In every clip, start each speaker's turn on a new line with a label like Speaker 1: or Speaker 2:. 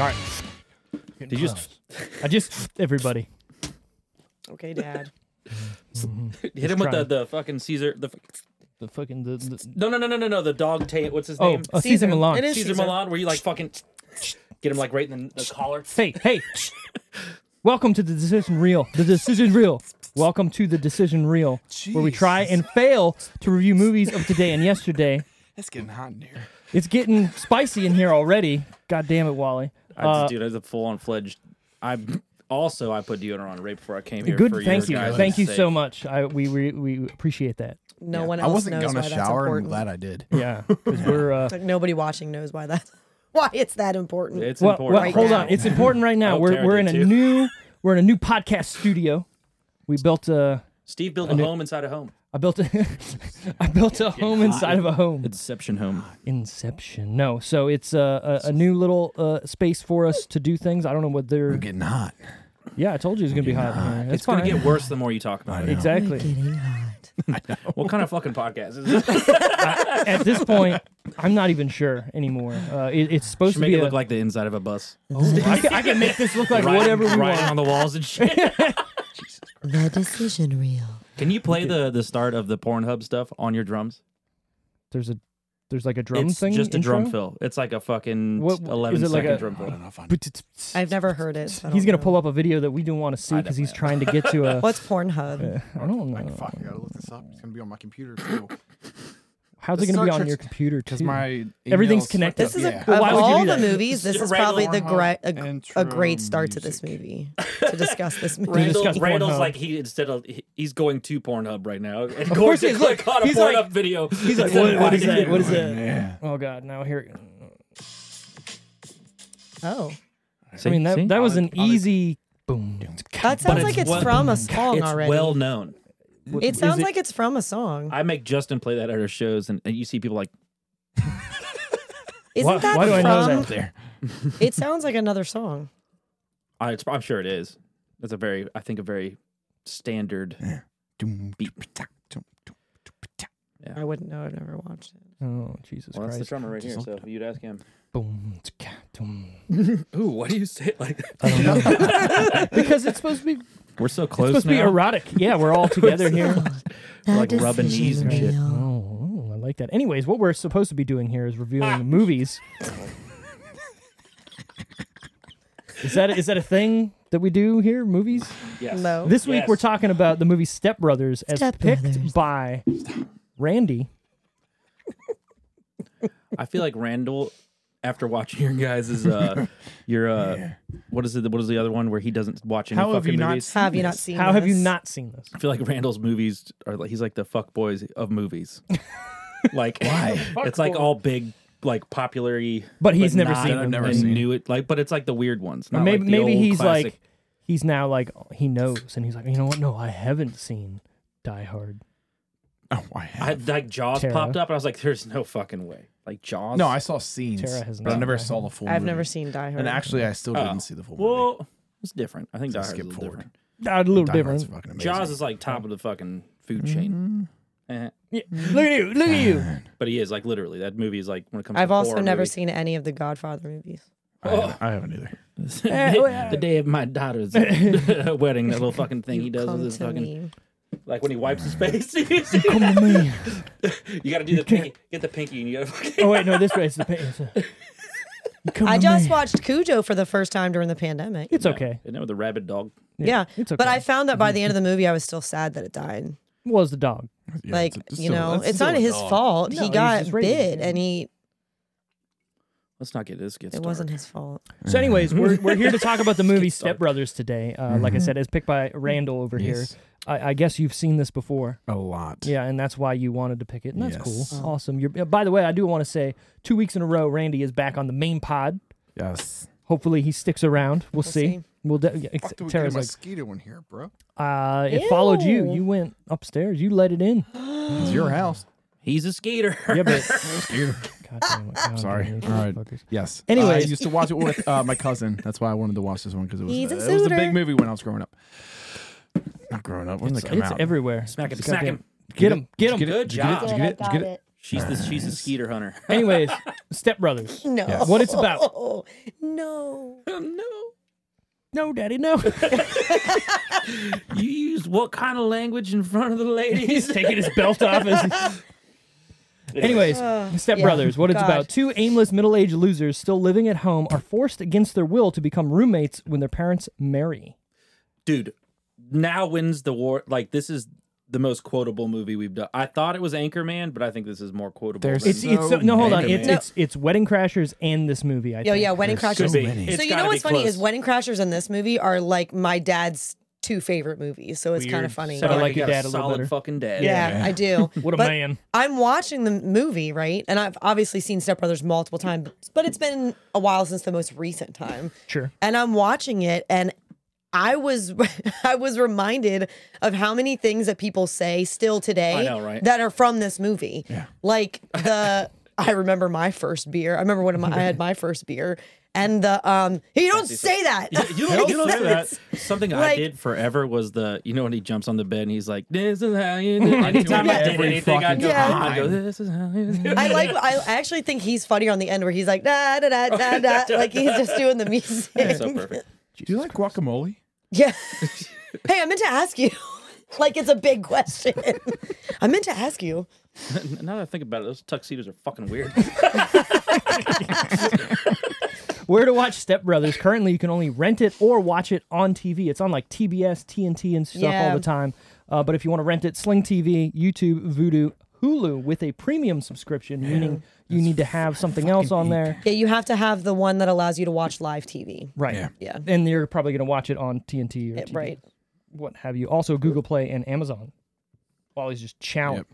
Speaker 1: All right.
Speaker 2: Did you just
Speaker 1: I just everybody.
Speaker 3: Okay, Dad.
Speaker 2: hit him with the,
Speaker 1: trying.
Speaker 2: the fucking Caesar? The f-
Speaker 1: The fucking the, the
Speaker 2: no no no no no no the dog tail. What's his
Speaker 1: oh
Speaker 2: name?
Speaker 1: uh, Caesar Milan.
Speaker 3: It is
Speaker 2: Caesar, Milan. Where you like fucking get him like right in the, the collar?
Speaker 1: Hey hey. Welcome to the decision reel. The decision reel. Welcome to the decision reel, where we try and fail to review movies of today and yesterday.
Speaker 4: It's getting hot in here.
Speaker 1: It's getting spicy in here already. God damn it, Wally.
Speaker 2: I
Speaker 1: Uh,
Speaker 2: just, dude, I was a full on fledged. I also I put deodorant on right before I came here.
Speaker 1: Good.
Speaker 2: for
Speaker 1: Thank you.
Speaker 2: your guys'
Speaker 1: Thank you
Speaker 2: sake.
Speaker 1: so much. I we we, we appreciate that.
Speaker 3: No one
Speaker 4: I
Speaker 3: else
Speaker 4: wasn't
Speaker 3: knows
Speaker 4: gonna
Speaker 3: why that's
Speaker 4: shower, and I'm
Speaker 3: important.
Speaker 4: glad I did.
Speaker 1: Yeah, because we're. Uh,
Speaker 3: Like nobody watching knows why that why it's that important.
Speaker 2: It's
Speaker 1: well,
Speaker 2: important.
Speaker 1: well, hold
Speaker 3: now.
Speaker 1: on. It's important right now.
Speaker 2: hope
Speaker 1: We're
Speaker 2: Tara
Speaker 1: we're in
Speaker 2: did
Speaker 1: a
Speaker 2: too.
Speaker 1: new we're in a new podcast studio. We built a.
Speaker 2: Steve built a home inside a home.
Speaker 1: I built a, I built a home inside of a home.
Speaker 2: Inception home.
Speaker 1: Inception. No, so it's a, a, a new little uh, space for us to do things. I don't know what they're.
Speaker 4: I'm getting hot.
Speaker 1: Yeah, I told you it's gonna be hot. in here. It's,
Speaker 2: It's
Speaker 1: fine.
Speaker 2: gonna get worse the more you talk about it.
Speaker 1: exactly.
Speaker 3: getting hot.
Speaker 2: What kind of fucking podcast is this?
Speaker 1: At this point, I'm not even sure anymore. Uh, it, it's supposed
Speaker 2: Should
Speaker 1: to
Speaker 2: make
Speaker 1: be
Speaker 2: it
Speaker 1: a-
Speaker 2: look like the inside of a bus.
Speaker 1: I, can, I can make this look like whatever we
Speaker 2: writing
Speaker 1: want.
Speaker 2: on the walls and shit.
Speaker 3: The decision reel.
Speaker 2: Can you play the the start of the Pornhub stuff on your drums?
Speaker 1: There's a there's like a drum
Speaker 2: it's
Speaker 1: thing.
Speaker 2: just a drum
Speaker 1: intro?
Speaker 2: fill. It's like a fucking
Speaker 1: What- is
Speaker 2: eleven
Speaker 1: it
Speaker 2: second
Speaker 1: like a-
Speaker 2: drum
Speaker 4: I
Speaker 2: fill.
Speaker 4: don't know if I
Speaker 3: I've never heard it. So I
Speaker 1: He's
Speaker 3: don't
Speaker 1: gonna
Speaker 3: know.
Speaker 1: pull up a video that we don't want to see because he's trying to get to a. uh,
Speaker 3: What's Pornhub?
Speaker 1: I don't know.
Speaker 4: Fuck, I gotta look this up. It's gonna be on my computer too.
Speaker 1: How's it
Speaker 4: This
Speaker 1: gonna be
Speaker 4: search
Speaker 1: on your
Speaker 4: is-
Speaker 1: computer?
Speaker 4: Because
Speaker 1: too?
Speaker 4: my
Speaker 1: Everything's
Speaker 4: email's
Speaker 1: connected.
Speaker 3: This is
Speaker 4: fucked up.
Speaker 3: a,
Speaker 4: yeah.
Speaker 3: of
Speaker 1: Why would you
Speaker 3: all
Speaker 1: do
Speaker 3: the
Speaker 1: that?
Speaker 3: movies. This is
Speaker 2: Right
Speaker 3: probably the
Speaker 4: on
Speaker 3: great
Speaker 4: hub,
Speaker 3: a, a
Speaker 4: intro
Speaker 3: great start to this
Speaker 4: music.
Speaker 3: movie to discuss this movie.
Speaker 1: Randall- discuss Pornhub.
Speaker 2: Randall's like he instead of he- he's going to Pornhub right now. Of
Speaker 1: course he is. Look,
Speaker 2: click on a
Speaker 1: he's
Speaker 2: Pornhub
Speaker 1: like-
Speaker 2: video.
Speaker 1: He's like,
Speaker 2: instead
Speaker 1: what,
Speaker 2: of
Speaker 1: what is
Speaker 2: watching
Speaker 1: that?
Speaker 2: it."
Speaker 1: What is that?
Speaker 4: Yeah.
Speaker 1: Oh God! Now here.
Speaker 3: Oh,
Speaker 1: I mean that that was an
Speaker 4: I'll-
Speaker 1: easy boom.
Speaker 3: that sounds
Speaker 2: it's
Speaker 3: like it's
Speaker 2: well-
Speaker 3: from a song
Speaker 2: It's
Speaker 3: already.
Speaker 2: well known.
Speaker 3: it sounds like it's from a song.
Speaker 2: I make Justin play that at our shows, and, and you see people like
Speaker 3: Isn't
Speaker 1: why-
Speaker 3: that
Speaker 1: why do I
Speaker 3: from?
Speaker 1: know that?
Speaker 4: there.
Speaker 3: It sounds like another song.
Speaker 2: I, Uh, it's, I'm sure it is. That's a very, I think, a very standard.
Speaker 4: Doom,
Speaker 2: Beep.
Speaker 4: doom, doom, doom, doom.
Speaker 3: I wouldn't know. I've never watched it.
Speaker 1: Oh Jesus
Speaker 2: Well, that's the
Speaker 1: Christ!
Speaker 2: drummer right here. So if you'd ask him.
Speaker 1: Boom. tsk, boom.
Speaker 2: Ooh, why do you say like
Speaker 1: I don't know. because it's supposed to be
Speaker 2: We're so close
Speaker 1: supposed to be
Speaker 2: now.
Speaker 1: erotic. Yeah, we're all together here.
Speaker 2: We're, like rubbing knees and shit.
Speaker 1: Oh, I like that. Anyways, what we're supposed to be doing here is reviewing
Speaker 2: Ah.
Speaker 1: the movies. is that is that a thing that we do here? Movies.
Speaker 2: Yes.
Speaker 3: No.
Speaker 1: This week
Speaker 2: Yes.
Speaker 1: we're talking about the movie Step Brothers as
Speaker 3: Step
Speaker 1: picked
Speaker 3: Brothers.
Speaker 1: by Randy.
Speaker 2: I feel like Randall, after watching your guys' is uh, your uh, what is it? What is the other one where he doesn't watch any
Speaker 4: How have
Speaker 2: fucking
Speaker 4: you not?
Speaker 2: movies?
Speaker 4: seen
Speaker 3: Have you not
Speaker 4: this?
Speaker 3: seen?
Speaker 1: How have you
Speaker 3: this?
Speaker 1: not seen this?
Speaker 2: I feel like Randall's movies are like he's like the fuck boys of movies. like It's like all big, like popular.
Speaker 1: But he's never seen
Speaker 4: I've
Speaker 1: them.
Speaker 4: never
Speaker 2: and
Speaker 4: seen.
Speaker 2: knew it. Like, but it's like the weird ones. Not
Speaker 1: maybe
Speaker 2: like the
Speaker 1: maybe
Speaker 2: old
Speaker 1: he's
Speaker 2: classic.
Speaker 1: like he's now like he knows and he's like you know what no I haven't seen Die Hard.
Speaker 4: Oh, I
Speaker 2: I,
Speaker 4: have.
Speaker 2: like Jaws
Speaker 1: Tara.
Speaker 2: popped up, and I was like, "There's no fucking way." Like Jaws.
Speaker 4: No, I saw scenes,
Speaker 1: Tara has
Speaker 4: but I
Speaker 1: not.
Speaker 4: never saw the full.
Speaker 3: I've
Speaker 4: movie.
Speaker 3: never seen Die Hard.
Speaker 4: And actually, I still
Speaker 2: Oh.
Speaker 4: didn't see the full movie.
Speaker 2: Well, it's different. I think Die Hard's a
Speaker 4: skip
Speaker 2: little
Speaker 4: forward.
Speaker 2: different.
Speaker 1: Not a little
Speaker 4: Die Hard's
Speaker 1: different.
Speaker 4: fucking amazing.
Speaker 2: Jaws is like top of the fucking food chain. Eh.
Speaker 1: Yeah. Look at you! Look at you!
Speaker 2: But he is like literally that movie is like when it comes.
Speaker 3: I've
Speaker 2: to
Speaker 3: also
Speaker 2: horror
Speaker 3: never
Speaker 2: movie-
Speaker 3: seen any of the Godfather movies.
Speaker 4: I haven't, I haven't either.
Speaker 2: the day of my daughter's wedding. That little fucking thing he does with
Speaker 3: Come
Speaker 2: his
Speaker 3: to
Speaker 2: fucking
Speaker 3: me.
Speaker 2: like when he wipes his face.
Speaker 1: Come to me.
Speaker 2: you got to do the pinky. Get the pinky, and you got to fucking.
Speaker 1: Oh wait, no, this way it's the pain. It's a- You come
Speaker 3: I
Speaker 1: to
Speaker 3: just
Speaker 1: me.
Speaker 3: watched Cujo for the first time during the pandemic.
Speaker 1: It's okay.
Speaker 2: Isn't that with the rabid dog?
Speaker 3: yeah,
Speaker 1: it's
Speaker 3: but
Speaker 1: okay.
Speaker 3: I found that by the end of the movie, I was still sad that it died.
Speaker 1: Was the dog?
Speaker 4: Yeah,
Speaker 3: like
Speaker 4: it's- it's
Speaker 3: you
Speaker 4: still-
Speaker 3: know,
Speaker 4: that's
Speaker 3: it's
Speaker 4: still
Speaker 3: not
Speaker 4: a
Speaker 3: his
Speaker 4: dog.
Speaker 3: fault.
Speaker 1: No,
Speaker 3: he
Speaker 1: he's
Speaker 3: got
Speaker 1: just raised,
Speaker 3: bit,
Speaker 1: yeah.
Speaker 3: and he
Speaker 2: Let's not get this. Gets
Speaker 3: it wasn't his fault.
Speaker 1: So, anyways, we're, we're here to talk about the movie Step Brothers today. Uh, Like I said, it's picked by Randall over
Speaker 4: Mm-hmm. Yes.
Speaker 1: here. I, I guess you've seen this before.
Speaker 4: A lot.
Speaker 1: Yeah, and that's why you wanted to pick it, and that's
Speaker 4: Yes.
Speaker 1: cool. Awesome. You're, yeah, by the way, I do want to say two weeks in a row, Randy is back on the main pod.
Speaker 4: Yes.
Speaker 1: Hopefully, he sticks around. We'll, see.
Speaker 3: see.
Speaker 1: We'll. De- yeah, ex-
Speaker 5: Fuck, do we get a
Speaker 1: Tara's like,
Speaker 5: mosquito in here, bro?
Speaker 1: uh, it followed you.
Speaker 3: Ew.
Speaker 1: You went upstairs. You let it in.
Speaker 5: It's your house.
Speaker 2: He's a skater.
Speaker 1: Yeah, but God damn it. God
Speaker 4: Sorry.
Speaker 1: damn it,
Speaker 4: All right.
Speaker 1: motherfuckers.
Speaker 4: Yes.
Speaker 1: Anyway.
Speaker 4: I used to watch it with uh, my cousin. That's why I wanted to watch this one because it was
Speaker 3: He's a
Speaker 4: uh, it was a
Speaker 3: suitor.
Speaker 4: big movie when I was growing up. Not growing up. When did
Speaker 1: It's,
Speaker 4: it come
Speaker 1: it's
Speaker 4: out?
Speaker 1: everywhere.
Speaker 2: Smack him,
Speaker 1: It's
Speaker 2: smack
Speaker 1: goddamn-
Speaker 2: him.
Speaker 1: Get him. Get him.
Speaker 4: Did you
Speaker 2: Good
Speaker 4: Did you
Speaker 2: job.
Speaker 4: Did you get it? Did you get it?
Speaker 2: She's the she's a skeeter hunter.
Speaker 1: Anyways, Step Brothers.
Speaker 3: No.
Speaker 4: Yes.
Speaker 1: What it's about.
Speaker 3: No.
Speaker 1: No, Daddy, no.
Speaker 2: You used what kind of language in front of the ladies?
Speaker 1: He's taking his belt off. As Anyways, Step
Speaker 3: yeah.
Speaker 1: Brothers, what it's
Speaker 3: God.
Speaker 1: about. Two aimless middle aged losers still living at home are forced against their will to become roommates when their parents marry.
Speaker 2: Dude, now wins the war. Like this is the most quotable movie we've done. I thought it was Anchorman, but I think this is more quotable.
Speaker 4: There's-
Speaker 2: than-
Speaker 1: It's, it's so,
Speaker 4: No
Speaker 1: no, hold on.
Speaker 4: way,
Speaker 1: It's,
Speaker 4: man.
Speaker 1: it's it's Wedding Crashers and this movie. I
Speaker 3: Yo,
Speaker 1: think.
Speaker 3: yeah, Wedding
Speaker 4: There's
Speaker 3: Crashers.
Speaker 4: so
Speaker 3: So,
Speaker 4: many.
Speaker 2: It's
Speaker 3: you
Speaker 2: gotta
Speaker 3: know
Speaker 2: be
Speaker 3: what's funny
Speaker 2: close.
Speaker 3: is Wedding Crashers and this movie are like my dad's two favorite movies. So it's kind of funny.
Speaker 2: Sounded
Speaker 1: I like
Speaker 2: you
Speaker 1: your
Speaker 2: got
Speaker 1: dad a little
Speaker 2: solid
Speaker 1: better.
Speaker 2: fucking dad.
Speaker 3: Yeah, I do.
Speaker 1: What a
Speaker 3: But
Speaker 1: man.
Speaker 3: I'm watching the movie, right? And I've obviously seen Step Brothers multiple times, but it's been a while since the most recent time.
Speaker 1: Sure.
Speaker 3: And I'm watching it and I was I was reminded of how many things that people say still today
Speaker 2: I know, right?
Speaker 3: that are from this movie. Like the I remember my first beer. I remember when I had my first beer and the um you don't say that.
Speaker 2: You don't, you don't
Speaker 3: It's-
Speaker 2: say that. Something I
Speaker 3: Like-
Speaker 2: did forever was the you know when he jumps on the bed and he's like, "This is how you." Do. it." Anytime I did
Speaker 4: Every
Speaker 2: anything, I
Speaker 4: fucking
Speaker 2: go,
Speaker 3: time.
Speaker 2: I go, "This is how you." Do. it."
Speaker 3: I like. I actually think he's funnier on the end where he's like da da da da da, like he's just doing the music.
Speaker 2: so perfect.
Speaker 4: Do you like guacamole?
Speaker 3: Yeah. hey, I meant to ask you. like it's a big question. I meant to ask you.
Speaker 2: Now that I think about it, those tuxedos are fucking weird.
Speaker 1: Where to watch Step Brothers? Currently, you can only rent it or watch it on TV. It's on like TBS, TNT, and stuff all
Speaker 3: Yeah.
Speaker 1: the time. Uh, but if you want to rent it, Sling TV, YouTube, Voodoo, Hulu with a premium subscription, meaning you need to have something else on there.
Speaker 3: Yeah, you have to have the one that allows you to watch live TV.
Speaker 1: Right.
Speaker 4: Yeah.
Speaker 3: Yeah.
Speaker 1: And you're probably going to watch it on TNT or
Speaker 3: It-
Speaker 1: TV,
Speaker 3: right.
Speaker 1: what have you. Also, Google Play and Amazon. Wally's just chowing.
Speaker 4: Yep.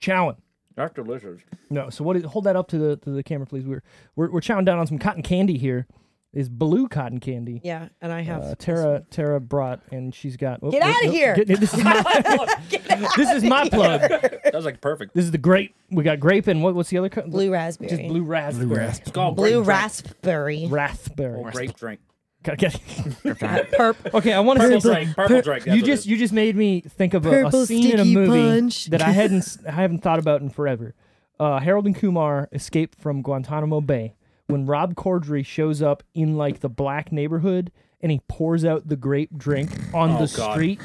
Speaker 1: Chowing.
Speaker 2: That's delicious.
Speaker 1: No. So what is hold that up to the to the camera, please. We're we're, we're chowing down on some cotton candy here. Is blue cotton candy.
Speaker 3: Yeah, and I have
Speaker 1: Uh, Tara Tara brought and she's got oh,
Speaker 3: Get
Speaker 1: oh,
Speaker 3: outta
Speaker 1: oh,
Speaker 3: here.
Speaker 1: get- this is my, this is my plug.
Speaker 2: That was like perfect.
Speaker 1: This is the grape. We got grape and what what's the other co-
Speaker 3: blue raspberry.
Speaker 1: just blue raspberry. Blue
Speaker 2: It's called
Speaker 3: Blue
Speaker 2: grape
Speaker 3: raspberry.
Speaker 1: raspberry.
Speaker 2: drink. Grape drink.
Speaker 1: Gotta get-
Speaker 3: Purple.
Speaker 1: okay, I want to
Speaker 2: Purple
Speaker 1: say
Speaker 2: drink. Purple drink. that's
Speaker 1: you
Speaker 2: what it
Speaker 1: just
Speaker 2: is.
Speaker 1: you just made me think of a, a
Speaker 3: Purple
Speaker 1: scene in a
Speaker 3: sticky
Speaker 1: movie
Speaker 3: punch.
Speaker 1: that I hadn't s- I haven't thought about in forever. Uh, Harold and Kumar escape from Guantanamo Bay when Rob Corddry shows up in like the black neighborhood and he pours out the grape drink on
Speaker 2: Oh,
Speaker 1: the
Speaker 2: God.
Speaker 1: street.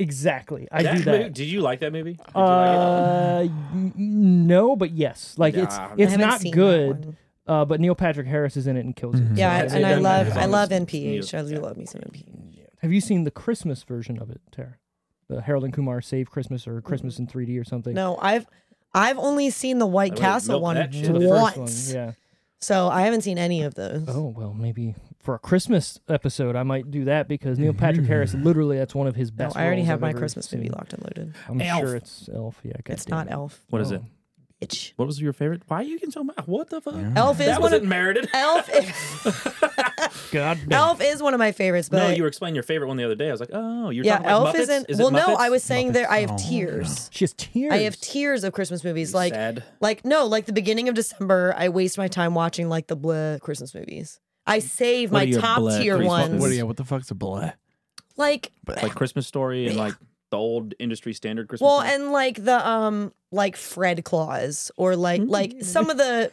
Speaker 1: Exactly, I
Speaker 2: That
Speaker 1: do
Speaker 2: movie-
Speaker 1: that.
Speaker 2: did you like that movie? Did you like
Speaker 1: Uh, n- no, but yes, like it's
Speaker 2: Nah, I
Speaker 1: it's
Speaker 3: haven't
Speaker 1: not
Speaker 3: seen that
Speaker 1: good.
Speaker 3: one.
Speaker 1: Uh, but Neil Patrick Harris is in it and kills it.
Speaker 3: Yeah, I-
Speaker 2: Yeah,
Speaker 3: and I
Speaker 2: yeah,
Speaker 3: love
Speaker 2: yeah.
Speaker 3: I love NPH. I
Speaker 2: Yeah.
Speaker 3: do love me some NPH.
Speaker 1: Have you seen the Christmas version of it, Tara? The Harold and Kumar Save Christmas or Christmas in 3D or something.
Speaker 3: No, I've I've only seen the White
Speaker 2: would've
Speaker 3: Castle
Speaker 2: milked
Speaker 3: one
Speaker 2: that shit
Speaker 1: Yeah, the
Speaker 3: once.
Speaker 1: first one. Yeah.
Speaker 3: So I haven't seen any of those.
Speaker 1: Oh well, maybe for a Christmas episode, I might do that because Neil Patrick Harris literally that's one of his
Speaker 3: No,
Speaker 1: best.
Speaker 3: I already
Speaker 1: roles
Speaker 3: have
Speaker 1: I've
Speaker 3: my
Speaker 1: ever
Speaker 3: Christmas movie
Speaker 1: seen.
Speaker 3: locked and loaded.
Speaker 1: I'm
Speaker 2: Elf.
Speaker 1: sure it's Elf. Yeah, God
Speaker 3: It's
Speaker 1: damn
Speaker 3: not
Speaker 1: it.
Speaker 3: Elf.
Speaker 2: What is it?
Speaker 3: Bitch.
Speaker 2: What was your favorite? Why are you getting so mad? What the fuck?
Speaker 3: Elf is
Speaker 2: That
Speaker 3: one
Speaker 2: wasn't
Speaker 3: of
Speaker 2: merited.
Speaker 3: Elf. Is,
Speaker 1: God damn.
Speaker 3: Elf is one of my favorites, but
Speaker 2: No, you were explaining your favorite one the other day. I was like, oh, you're
Speaker 3: yeah,
Speaker 2: talking about
Speaker 3: Elf
Speaker 2: Muppets?
Speaker 3: isn't.
Speaker 2: Is it
Speaker 3: well, no,
Speaker 2: Muppets? Oh,
Speaker 3: I was saying there. I have tears.
Speaker 1: She has tears.
Speaker 3: I have tears of Christmas movies. Like,
Speaker 2: sad.
Speaker 3: like no, like the beginning of December, I waste my time watching like the blah Christmas movies. I save
Speaker 2: What
Speaker 3: my
Speaker 2: are your
Speaker 3: top
Speaker 2: blah
Speaker 3: tier
Speaker 2: Christmas
Speaker 3: ones.
Speaker 4: What, yeah, what the fuck's a bleh?
Speaker 3: Like,
Speaker 2: like Christmas Story and like the old industry standard Christmas.
Speaker 3: well,
Speaker 2: story.
Speaker 3: and like the um, like Fred Claus or like
Speaker 2: Mm.
Speaker 3: like some of the.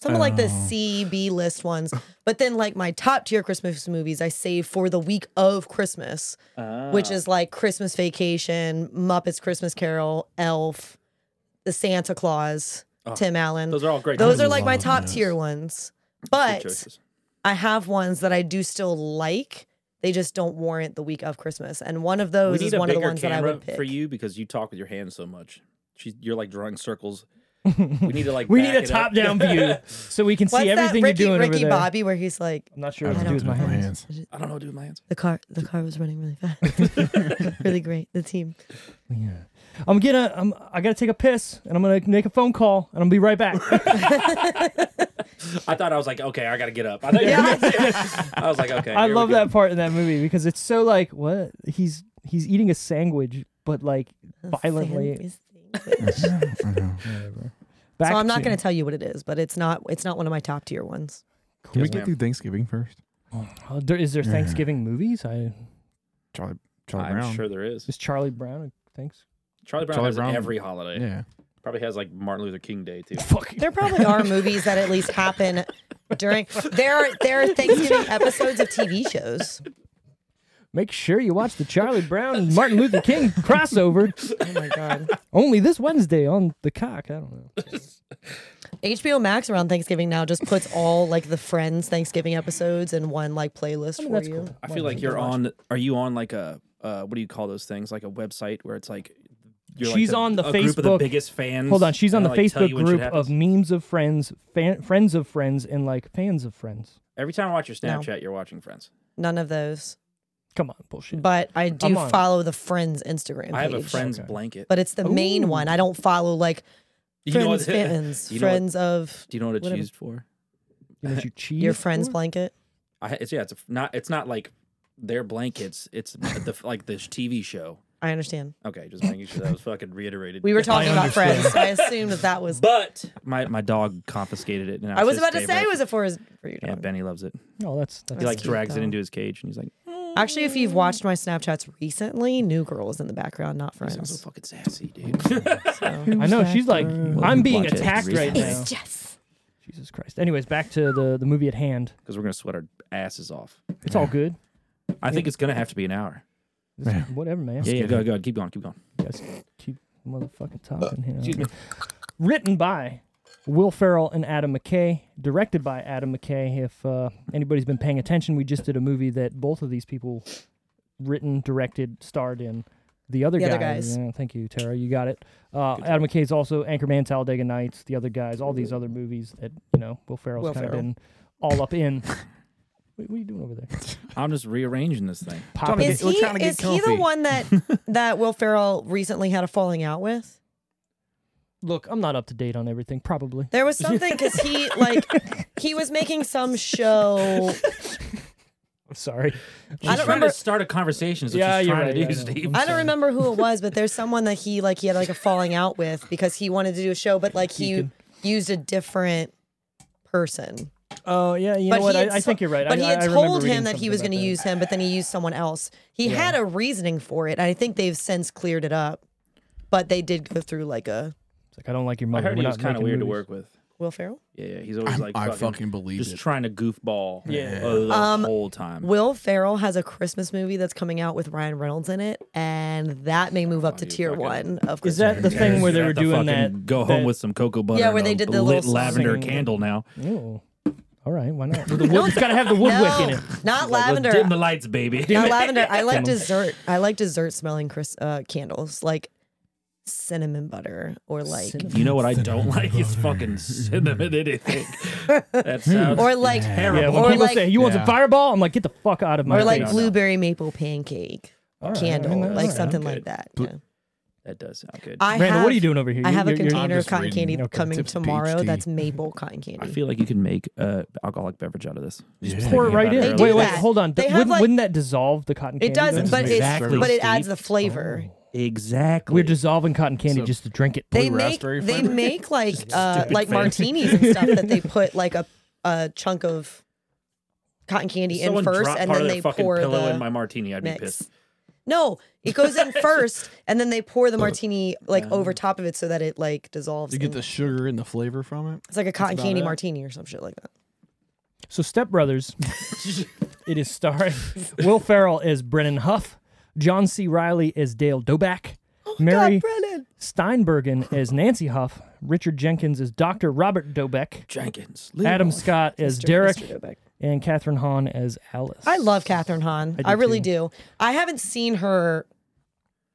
Speaker 3: Some of like the
Speaker 2: Oh.
Speaker 3: C B list ones, but then like my top tier Christmas movies I save for the week of Christmas.
Speaker 2: Ah.
Speaker 3: which is like Christmas Vacation, Muppets Christmas Carol, Elf, The Santa Claus, Tim Allen.
Speaker 2: Oh, those are all great.
Speaker 3: Those
Speaker 2: choices.
Speaker 3: are like my
Speaker 4: love
Speaker 3: top
Speaker 4: those.
Speaker 3: tier ones.
Speaker 2: Good
Speaker 3: But
Speaker 2: choices.
Speaker 3: I have ones that I do still like. They just don't warrant the week of Christmas. And one of those
Speaker 2: we
Speaker 3: is
Speaker 2: need a
Speaker 3: one of the
Speaker 2: bigger
Speaker 3: ones that I
Speaker 2: camera
Speaker 3: would pick.
Speaker 2: for you because you talk with your hands so much. She's, you're like drawing circles. We need to like.
Speaker 1: We
Speaker 2: back
Speaker 1: need a
Speaker 2: it up.
Speaker 1: top down view so we can
Speaker 3: What's
Speaker 1: see everything
Speaker 3: that Ricky,
Speaker 1: you're doing
Speaker 3: Ricky
Speaker 1: over there.
Speaker 3: Bobby where he's like,
Speaker 1: I'm not sure
Speaker 4: I
Speaker 1: what to
Speaker 4: don't
Speaker 1: do with
Speaker 4: do
Speaker 1: my
Speaker 4: it with my
Speaker 1: hands.
Speaker 4: hands.
Speaker 2: I don't know, dude. My hands.
Speaker 3: the car, the car was running really fast. really great. The team.
Speaker 1: I'm gonna I'm I gotta take a piss and I'm gonna make a phone call and I'm gonna be right back.
Speaker 2: I thought I was like, okay, I gotta get up. I, thought you
Speaker 3: Yeah.
Speaker 2: I was like, okay.
Speaker 1: I
Speaker 2: here we
Speaker 1: love
Speaker 2: go.
Speaker 1: that part in that movie because it's so like what he's he's eating a sandwich but like violently. Back
Speaker 3: so I'm not
Speaker 1: to-
Speaker 3: going to tell you what it is, but it's not it's not one of my top tier ones.
Speaker 4: Can we
Speaker 2: Yes,
Speaker 4: get
Speaker 2: ma'am.
Speaker 4: through Thanksgiving first?
Speaker 1: Oh, there- is there Thanksgiving movies? I
Speaker 4: Charlie, Charlie
Speaker 2: I'm
Speaker 4: Brown.
Speaker 2: sure there is.
Speaker 1: is Charlie Brown. Thanks.
Speaker 2: Charlie Brown
Speaker 4: Charlie
Speaker 2: has
Speaker 4: Brown.
Speaker 2: every holiday.
Speaker 4: Yeah.
Speaker 2: Probably has like Martin Luther King Day too.
Speaker 1: Fuck.
Speaker 3: There probably are movies that at least happen during there are there are Thanksgiving episodes of TV shows.
Speaker 1: Make sure you watch the Charlie Brown and Martin Luther King crossover. Oh my god! Only this Wednesday on the cock. I don't know.
Speaker 3: HBO Max around Thanksgiving now just puts all like the Friends Thanksgiving episodes in one like playlist for
Speaker 1: that's
Speaker 3: you.
Speaker 1: cool.
Speaker 2: I feel like you're on. Are you on like a uh, what do you call those things? Like a website where it's like you're
Speaker 1: She's
Speaker 2: like the,
Speaker 1: on the
Speaker 2: a group of the
Speaker 1: Facebook-
Speaker 2: biggest fans.
Speaker 1: Hold on, she's on
Speaker 2: and
Speaker 1: the
Speaker 2: I, like, tell
Speaker 1: Facebook
Speaker 2: you when shit
Speaker 1: group
Speaker 2: happens?
Speaker 1: of memes of friends, fan, friends of friends, and like fans of friends.
Speaker 2: Every time I watch your
Speaker 3: No.
Speaker 2: Snapchat, you're watching Friends.
Speaker 3: None of those.
Speaker 1: Come on, bullshit.
Speaker 3: But I do
Speaker 1: I'm on it.
Speaker 3: follow the Friends Instagram page.
Speaker 2: I have a Friends blanket.
Speaker 3: But it's the main one. I don't follow like
Speaker 2: you know what-
Speaker 3: Friends fans,
Speaker 2: you know what-
Speaker 3: Friends of
Speaker 2: Do you know what it's
Speaker 3: whatever.
Speaker 2: used for?
Speaker 1: You know what you cheese
Speaker 3: your friends
Speaker 1: for?
Speaker 3: blanket.
Speaker 2: I, it's yeah. It's a, not. It's not like their blankets. It's the like the TV show.
Speaker 3: I understand.
Speaker 2: Okay, just making sure that was fucking reiterated.
Speaker 3: We were talking about friends. I assumed that that was.
Speaker 2: but my my dog confiscated it. And
Speaker 3: I was about to say,
Speaker 2: favorite.
Speaker 3: was it for his for your
Speaker 2: Yeah,
Speaker 3: dog?
Speaker 2: Benny loves it.
Speaker 1: Oh, that's that's
Speaker 2: He like
Speaker 3: cute,
Speaker 2: drags it
Speaker 3: though.
Speaker 2: into his cage, and he's like,
Speaker 3: Actually, if you've watched my Snapchats recently, New Girl is in the background, not
Speaker 2: "That sounds
Speaker 3: friends.
Speaker 2: so fucking sassy, dude."
Speaker 1: I know she's like I'm being
Speaker 2: Watch it.
Speaker 1: attacked right now.
Speaker 2: It's
Speaker 1: Jesus Christ. Anyways, back to the the movie at hand.
Speaker 2: Because we're gonna sweat our asses off.
Speaker 1: It's all good.
Speaker 2: I think it's gonna have to be an hour.
Speaker 1: It's- whatever, man.
Speaker 2: Yeah, yeah, go, go, keep going, keep going.
Speaker 1: Guys, keep motherfucking talking here. Uh, Excuse me. Written by Will Ferrell and Adam McKay, directed by Adam McKay. If uh, anybody's been paying attention, we just did a movie that both of these people written, directed, starred in. The other
Speaker 3: The
Speaker 1: guys.
Speaker 3: Other Guys.
Speaker 1: Yeah, thank you, Tara. You got it. Uh, Adam McKay's also Anchorman, Talladega Nights, The Other Guys, all these other movies that you know Will Ferrell's
Speaker 3: Will
Speaker 1: kind of
Speaker 3: Ferrell.
Speaker 1: been all up in. Wait, what are you doing over there?
Speaker 2: I'm just rearranging this thing.
Speaker 1: Popping
Speaker 3: Is
Speaker 4: Get- we're
Speaker 3: he
Speaker 4: trying to get
Speaker 3: is he the
Speaker 4: comfy.
Speaker 3: one that that Will Ferrell recently had a falling out with?
Speaker 1: Look, I'm not up to date on everything. Probably.
Speaker 3: There was something because he like he was making some show.
Speaker 1: I'm sorry.
Speaker 3: I don't remember.
Speaker 2: start a conversation. Is
Speaker 1: Yeah, you're right, I know.
Speaker 3: I don't remember who it was, but there's someone that he like he had like a falling out with because he wanted to do a show, but like he
Speaker 1: Keegan.
Speaker 3: used a different person.
Speaker 1: Oh yeah, you know
Speaker 3: he
Speaker 1: what? I,
Speaker 3: had
Speaker 1: I think
Speaker 3: to-
Speaker 1: you're right.
Speaker 3: But
Speaker 1: I,
Speaker 3: he had
Speaker 1: I remember
Speaker 3: told
Speaker 1: reading
Speaker 3: him that he
Speaker 1: something
Speaker 3: was
Speaker 1: about
Speaker 3: going to
Speaker 1: that.
Speaker 3: use him, but then he used someone else. He had a reasoning for it. and I think they've since cleared it up, but they did go through like a
Speaker 1: It's like I don't like your
Speaker 2: I
Speaker 1: mother.
Speaker 2: heard
Speaker 1: We're
Speaker 2: he
Speaker 1: not
Speaker 2: was kind of
Speaker 1: making
Speaker 2: weird to
Speaker 1: movies.
Speaker 2: work with.
Speaker 3: Will Ferrell.
Speaker 2: Yeah, yeah. He's always
Speaker 4: I'm-
Speaker 2: like,
Speaker 4: I
Speaker 2: fucking,
Speaker 4: fucking believe
Speaker 2: just
Speaker 4: it.
Speaker 2: trying to goofball.
Speaker 1: Yeah.
Speaker 2: uh, the whole time.
Speaker 3: Will Ferrell has a Christmas movie that's coming out with Ryan Reynolds in it, and that may move up to
Speaker 2: you
Speaker 3: tier
Speaker 2: fucking-
Speaker 3: one of Christmas.
Speaker 1: Oh, Is that the
Speaker 3: movies.
Speaker 1: thing
Speaker 2: You
Speaker 1: where they
Speaker 2: have
Speaker 1: were
Speaker 2: to
Speaker 1: doing
Speaker 2: fucking
Speaker 1: that?
Speaker 2: Go home
Speaker 1: that-
Speaker 2: with some cocoa butter.
Speaker 3: Yeah, where
Speaker 2: and
Speaker 3: they
Speaker 2: a
Speaker 3: did the
Speaker 2: lit
Speaker 3: little
Speaker 2: lavender
Speaker 1: song.
Speaker 2: candle. Now
Speaker 1: Oh, all right. Why not? With the wood, it's got to have the wood
Speaker 3: No,
Speaker 1: wick in it.
Speaker 3: not
Speaker 2: Let's
Speaker 3: lavender.
Speaker 2: dim the lights, baby.
Speaker 3: Not lavender. I like dessert. I like dessert smelling Chris, uh, candles, like cinnamon butter or like
Speaker 2: You know what I don't like is fucking cinnamon anything. That sounds
Speaker 3: or like
Speaker 1: Yeah, when
Speaker 3: or
Speaker 1: people
Speaker 3: like
Speaker 1: say you want some
Speaker 4: Yeah.
Speaker 1: fireball, I'm like, get the fuck out of my
Speaker 3: or like
Speaker 1: face.
Speaker 3: blueberry maple pancake
Speaker 1: All right,
Speaker 3: candle,
Speaker 1: all right, all
Speaker 3: like
Speaker 1: right.
Speaker 3: something
Speaker 2: I'm
Speaker 3: like
Speaker 2: good.
Speaker 3: that.
Speaker 4: Bl-
Speaker 3: yeah.
Speaker 2: that does sound good.
Speaker 3: I
Speaker 1: Randall,
Speaker 3: have,
Speaker 1: what are you doing over here?
Speaker 3: I
Speaker 1: You-
Speaker 3: have a
Speaker 1: you're- you're-
Speaker 3: container of
Speaker 4: just
Speaker 3: cotton
Speaker 4: reading.
Speaker 3: candy
Speaker 1: Okay.
Speaker 3: coming
Speaker 4: Tips
Speaker 3: tomorrow.
Speaker 4: PhD.
Speaker 3: That's maple cotton candy.
Speaker 2: I feel like you can make uh, alcoholic beverage out of this.
Speaker 4: Yeah.
Speaker 1: Pour it right
Speaker 2: They
Speaker 1: in.
Speaker 3: do
Speaker 1: Wait, wait,
Speaker 3: that.
Speaker 1: hold on.
Speaker 3: They have,
Speaker 1: wouldn't,
Speaker 3: like-
Speaker 1: wouldn't that dissolve the cotton candy?
Speaker 3: it doesn't,
Speaker 1: though?
Speaker 3: but
Speaker 4: Exactly.
Speaker 3: it's but it adds
Speaker 2: Steve.
Speaker 3: the flavor.
Speaker 1: Oh,
Speaker 2: Exactly.
Speaker 1: we're dissolving cotton candy just to drink it.
Speaker 3: They
Speaker 4: Blue
Speaker 3: make
Speaker 4: raspberry
Speaker 3: they
Speaker 4: flavor?
Speaker 3: make like uh, like martinis and stuff that they put like a a chunk of cotton candy in
Speaker 2: Someone
Speaker 3: first,
Speaker 2: dropped
Speaker 3: and
Speaker 2: part
Speaker 3: then
Speaker 2: of
Speaker 3: they
Speaker 2: their fucking
Speaker 3: pour
Speaker 2: pillow
Speaker 3: the
Speaker 2: in my martini. I'd be
Speaker 3: mix.
Speaker 2: pissed.
Speaker 3: No, it goes in first, and then they pour the martini like over top of it so that it like dissolves.
Speaker 4: You get
Speaker 3: in-
Speaker 4: the sugar and the flavor from it.
Speaker 3: it's like a cotton
Speaker 4: about
Speaker 3: candy
Speaker 4: it.
Speaker 3: martini or some shit like that.
Speaker 1: So Step Brothers, it is starring Will Ferrell as Brennan Huff, John C. Riley as Dale Doback, Mary
Speaker 3: Oh Brennan.
Speaker 1: Steinbergen as Nancy Huff, Richard Jenkins as Dr. Robert Dobeck,
Speaker 2: Jenkins.
Speaker 1: Adam Scott as
Speaker 3: Mr.
Speaker 1: Derek,
Speaker 3: Dobeck.
Speaker 1: and Catherine Hahn as Alice.
Speaker 3: I love Catherine Hahn.
Speaker 1: do
Speaker 3: I, really
Speaker 1: too.
Speaker 3: do. I haven't seen her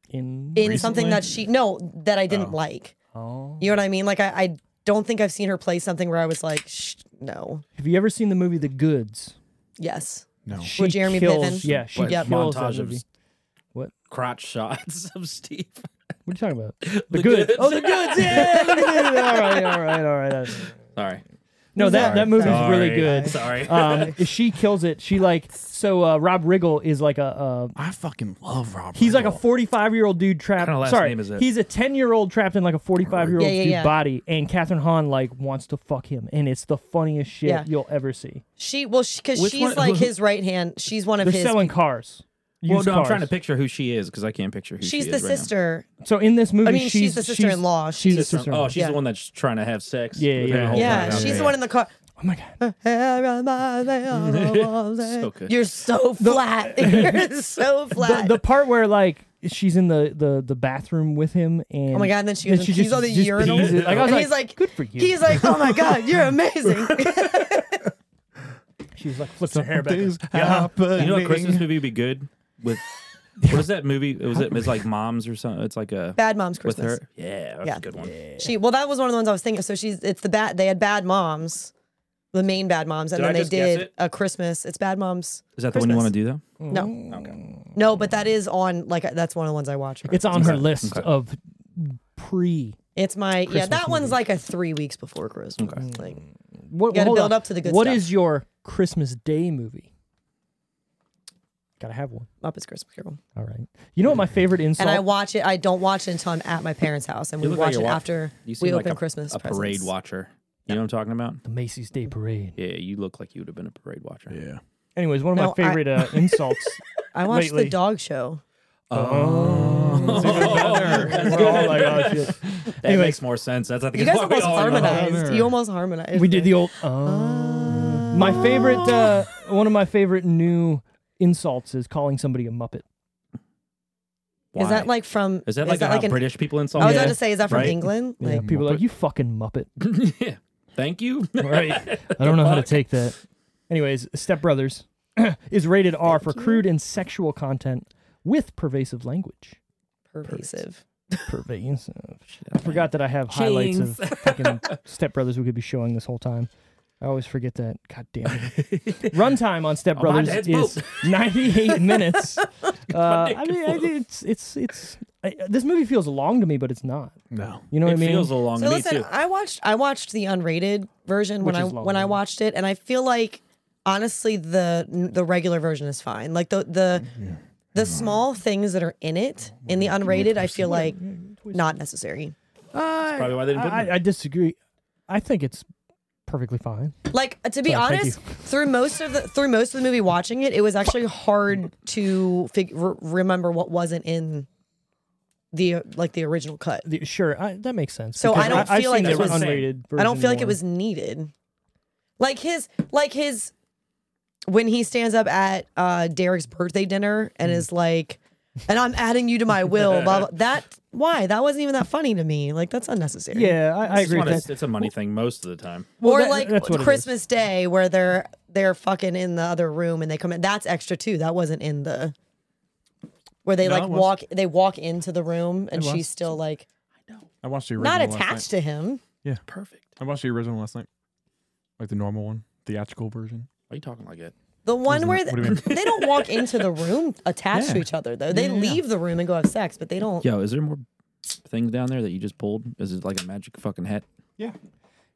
Speaker 1: in
Speaker 3: in something that she no that I didn't like.
Speaker 1: Oh.
Speaker 3: You know what I mean? Like I, I don't think I've seen her play something where I was like, Shh, no,
Speaker 1: Have you ever seen the movie The Goods?
Speaker 3: yes.
Speaker 4: No.
Speaker 1: She
Speaker 3: Jeremy
Speaker 1: kills,
Speaker 3: Piven?
Speaker 1: Yeah, she
Speaker 2: Like,
Speaker 3: Yep.
Speaker 1: kills that
Speaker 2: montage of
Speaker 1: movie. What?
Speaker 2: crotch shots of Steve.
Speaker 1: What are you talking about? The,
Speaker 2: The
Speaker 1: Goods.
Speaker 2: Goods.
Speaker 1: Oh, The Goods. Yeah. all right. All right. All right.
Speaker 2: Sorry.
Speaker 1: No, that, that movie's really
Speaker 2: Sorry.
Speaker 1: good.
Speaker 2: Sorry.
Speaker 1: um, if she kills it, she like so. Uh, Rob Riggle is like a uh,
Speaker 4: I fucking love Robert.
Speaker 1: he's like a
Speaker 4: Duvall.
Speaker 1: forty-five year old dude trapped.
Speaker 2: Kinda last
Speaker 1: sorry,
Speaker 2: name is it?
Speaker 1: he's a ten-year-old trapped in like a forty-five-year-old
Speaker 3: Yeah, yeah,
Speaker 1: dude
Speaker 3: yeah.
Speaker 1: body, and Catherine Hahn like wants to fuck him, and it's the funniest shit
Speaker 3: Yeah.
Speaker 1: you'll ever see.
Speaker 3: She well, because
Speaker 2: Which
Speaker 3: she's
Speaker 2: one-
Speaker 3: like
Speaker 2: who-
Speaker 3: his right hand. She's one of
Speaker 1: They're
Speaker 3: his.
Speaker 1: selling cars.
Speaker 2: well,
Speaker 1: used
Speaker 2: no, I'm
Speaker 1: cars.
Speaker 2: trying to picture who she is because I can't picture who
Speaker 3: she's
Speaker 2: she
Speaker 3: the
Speaker 2: is right now.
Speaker 3: sister.
Speaker 1: So in this movie,
Speaker 3: I mean, she's,
Speaker 1: she's
Speaker 3: the sister-in-law.
Speaker 1: She's,
Speaker 3: She's,
Speaker 1: the sister.
Speaker 2: Oh, she's
Speaker 3: Yeah.
Speaker 2: the one that's trying to have sex.
Speaker 1: Yeah,
Speaker 2: with
Speaker 1: yeah,
Speaker 2: her
Speaker 1: yeah.
Speaker 2: whole
Speaker 3: yeah,
Speaker 2: time.
Speaker 3: she's
Speaker 2: Oh, Okay.
Speaker 3: the one in the car.
Speaker 1: oh my god.
Speaker 2: So good.
Speaker 3: You're so flat. You're so flat.
Speaker 1: the part where like she's in the the the bathroom with him and
Speaker 3: Oh my god! And then she, goes and pees
Speaker 1: just-
Speaker 3: on the
Speaker 1: just
Speaker 3: urinal,
Speaker 1: pees it. Like, I was
Speaker 3: and
Speaker 1: like,
Speaker 3: he's like,
Speaker 1: "Good for you."
Speaker 3: He's like, "Oh my god, you're amazing."
Speaker 1: she's like flips her hair back.
Speaker 4: Something's
Speaker 2: You know what
Speaker 4: happening.
Speaker 2: Christmas movie would be good with? What is that movie? It was it, it's like moms or something. It's like a
Speaker 3: Bad Moms
Speaker 2: with
Speaker 3: Christmas.
Speaker 2: her. Yeah, that's
Speaker 3: Yeah.
Speaker 2: a good one. Did
Speaker 3: She well, that was one of the ones I was thinking. So she's it's the bad. They had Bad Moms, the main Bad Moms,
Speaker 2: Did
Speaker 3: and
Speaker 2: I
Speaker 3: then they
Speaker 2: just guess
Speaker 3: did
Speaker 2: it?
Speaker 3: a Christmas. It's Bad Moms.
Speaker 2: Is that the one you
Speaker 3: Christmas.
Speaker 2: want to do though? Mm.
Speaker 3: No, no, but that is on. Like that's one of the ones I watch.
Speaker 1: It's on her list of pre.
Speaker 3: It's my yeah.
Speaker 1: Christmas
Speaker 3: That one's
Speaker 1: movie.
Speaker 3: like a three weeks before Christmas. Like
Speaker 1: What,
Speaker 3: Gotta
Speaker 1: hold
Speaker 3: build
Speaker 1: on.
Speaker 3: up to the good
Speaker 1: What
Speaker 3: stuff.
Speaker 1: is your Christmas Day movie? Gotta have one.
Speaker 3: Muppets Christmas Carol.
Speaker 1: All right. You know what my favorite insult?
Speaker 3: And I watch it. I don't watch it until I'm at my parents' house, and we
Speaker 2: look
Speaker 3: watch
Speaker 2: like
Speaker 3: it
Speaker 2: you're wa-
Speaker 3: after
Speaker 2: You seem
Speaker 3: we
Speaker 2: like
Speaker 3: open
Speaker 2: a,
Speaker 3: Christmas
Speaker 2: a parade
Speaker 3: presents.
Speaker 2: watcher. You know what I'm talking about?
Speaker 1: the Macy's Day Parade.
Speaker 2: Yeah, you look like you would have been a parade watcher.
Speaker 4: Yeah.
Speaker 1: Anyways, one of
Speaker 3: No,
Speaker 1: my
Speaker 3: I-
Speaker 1: favorite uh, insults.
Speaker 3: I watched
Speaker 1: lately.
Speaker 3: the dog show.
Speaker 1: We're Oh. all like, oh, shit.
Speaker 2: That makes more sense. That's I think
Speaker 3: You
Speaker 2: is
Speaker 3: guys
Speaker 2: why we
Speaker 3: almost
Speaker 2: all love it.
Speaker 3: harmonized. You almost harmonized.
Speaker 1: We did the old. "Oh." My favorite, uh, one of my favorite new insults is calling somebody a muppet.
Speaker 2: Why?
Speaker 3: Is that like from?
Speaker 2: Is that like how
Speaker 3: an-
Speaker 2: British people insult?
Speaker 3: I was about
Speaker 2: you?
Speaker 3: to say, is that from
Speaker 2: Right?
Speaker 3: England?
Speaker 1: Yeah,
Speaker 3: Like,
Speaker 1: people are like, you fucking muppet.
Speaker 2: yeah. Thank you.
Speaker 1: Right. I don't know how to take that. Anyways, Step Brothers is rated R for crude and sexual content with pervasive language.
Speaker 3: pervasive.
Speaker 1: Pervasive. I forgot that I have highlights of fucking Step Brothers we could be showing this whole time. I always forget that. God damn it. Runtime on Step
Speaker 2: my
Speaker 1: Brothers
Speaker 2: dad's
Speaker 1: is 98 minutes. Uh, I
Speaker 2: dick
Speaker 1: mean, I,
Speaker 2: full.
Speaker 1: it's, it's, it's, I, this movie feels long to me, but it's not.
Speaker 4: No.
Speaker 1: You know what
Speaker 2: it
Speaker 1: I mean?
Speaker 2: feels a long
Speaker 3: So
Speaker 2: to me
Speaker 3: listen,
Speaker 2: too.
Speaker 3: I watched I watched the unrated version when
Speaker 1: Which
Speaker 3: I
Speaker 1: is long,
Speaker 3: when I
Speaker 1: right?
Speaker 3: watched it, and I feel like honestly the the regular version is fine. Like the the the small things that are in it in the unrated, I feel like not necessary.
Speaker 2: Probably why they didn't put it in
Speaker 1: I, I disagree. I think it's perfectly fine.
Speaker 3: Like to be
Speaker 1: Sorry, thank
Speaker 3: honest, through most of the through most of the movie watching it, it was actually hard to fig- re- remember what wasn't in the like the original cut.
Speaker 1: The- sure, I, that makes sense.
Speaker 3: So I
Speaker 1: because
Speaker 3: don't
Speaker 1: I've
Speaker 3: feel like
Speaker 1: seen
Speaker 3: it
Speaker 1: the
Speaker 3: was-
Speaker 1: unrated.
Speaker 3: I don't
Speaker 1: version
Speaker 3: feel like it
Speaker 1: more.
Speaker 3: was needed. Like his, like his, when he stands up at uh Derek's birthday dinner and
Speaker 1: Hmm.
Speaker 3: is like, "And I'm adding you to my will." Blah, blah. That why that wasn't even that funny to me. Like that's unnecessary.
Speaker 1: Yeah, I, I
Speaker 2: It's
Speaker 1: agree
Speaker 2: one
Speaker 1: with
Speaker 2: of-
Speaker 1: that.
Speaker 2: It's a money thing most of the time.
Speaker 1: Well,
Speaker 3: or
Speaker 1: that-
Speaker 3: like
Speaker 1: that's what it is.
Speaker 3: Christmas Day where they're they're fucking in the other room and they come in. That's extra too. That wasn't in the where they
Speaker 4: No,
Speaker 3: like
Speaker 4: it was.
Speaker 3: walk they walk into the room and she's still like
Speaker 4: I watched the original.
Speaker 3: not
Speaker 4: last
Speaker 3: attached to him.
Speaker 2: Perfect.
Speaker 4: night. I watched the original last night. Like the normal one, theatrical version.
Speaker 2: Why are you talking like it?
Speaker 3: The one where
Speaker 4: What do you mean?
Speaker 3: they don't walk into the room attached to
Speaker 4: Yeah.
Speaker 3: each other though. They
Speaker 4: Yeah, yeah, yeah.
Speaker 3: leave the room and go have sex, but they don't.
Speaker 2: Yo, is there more things down there that you just pulled? Is it like a magic fucking hat?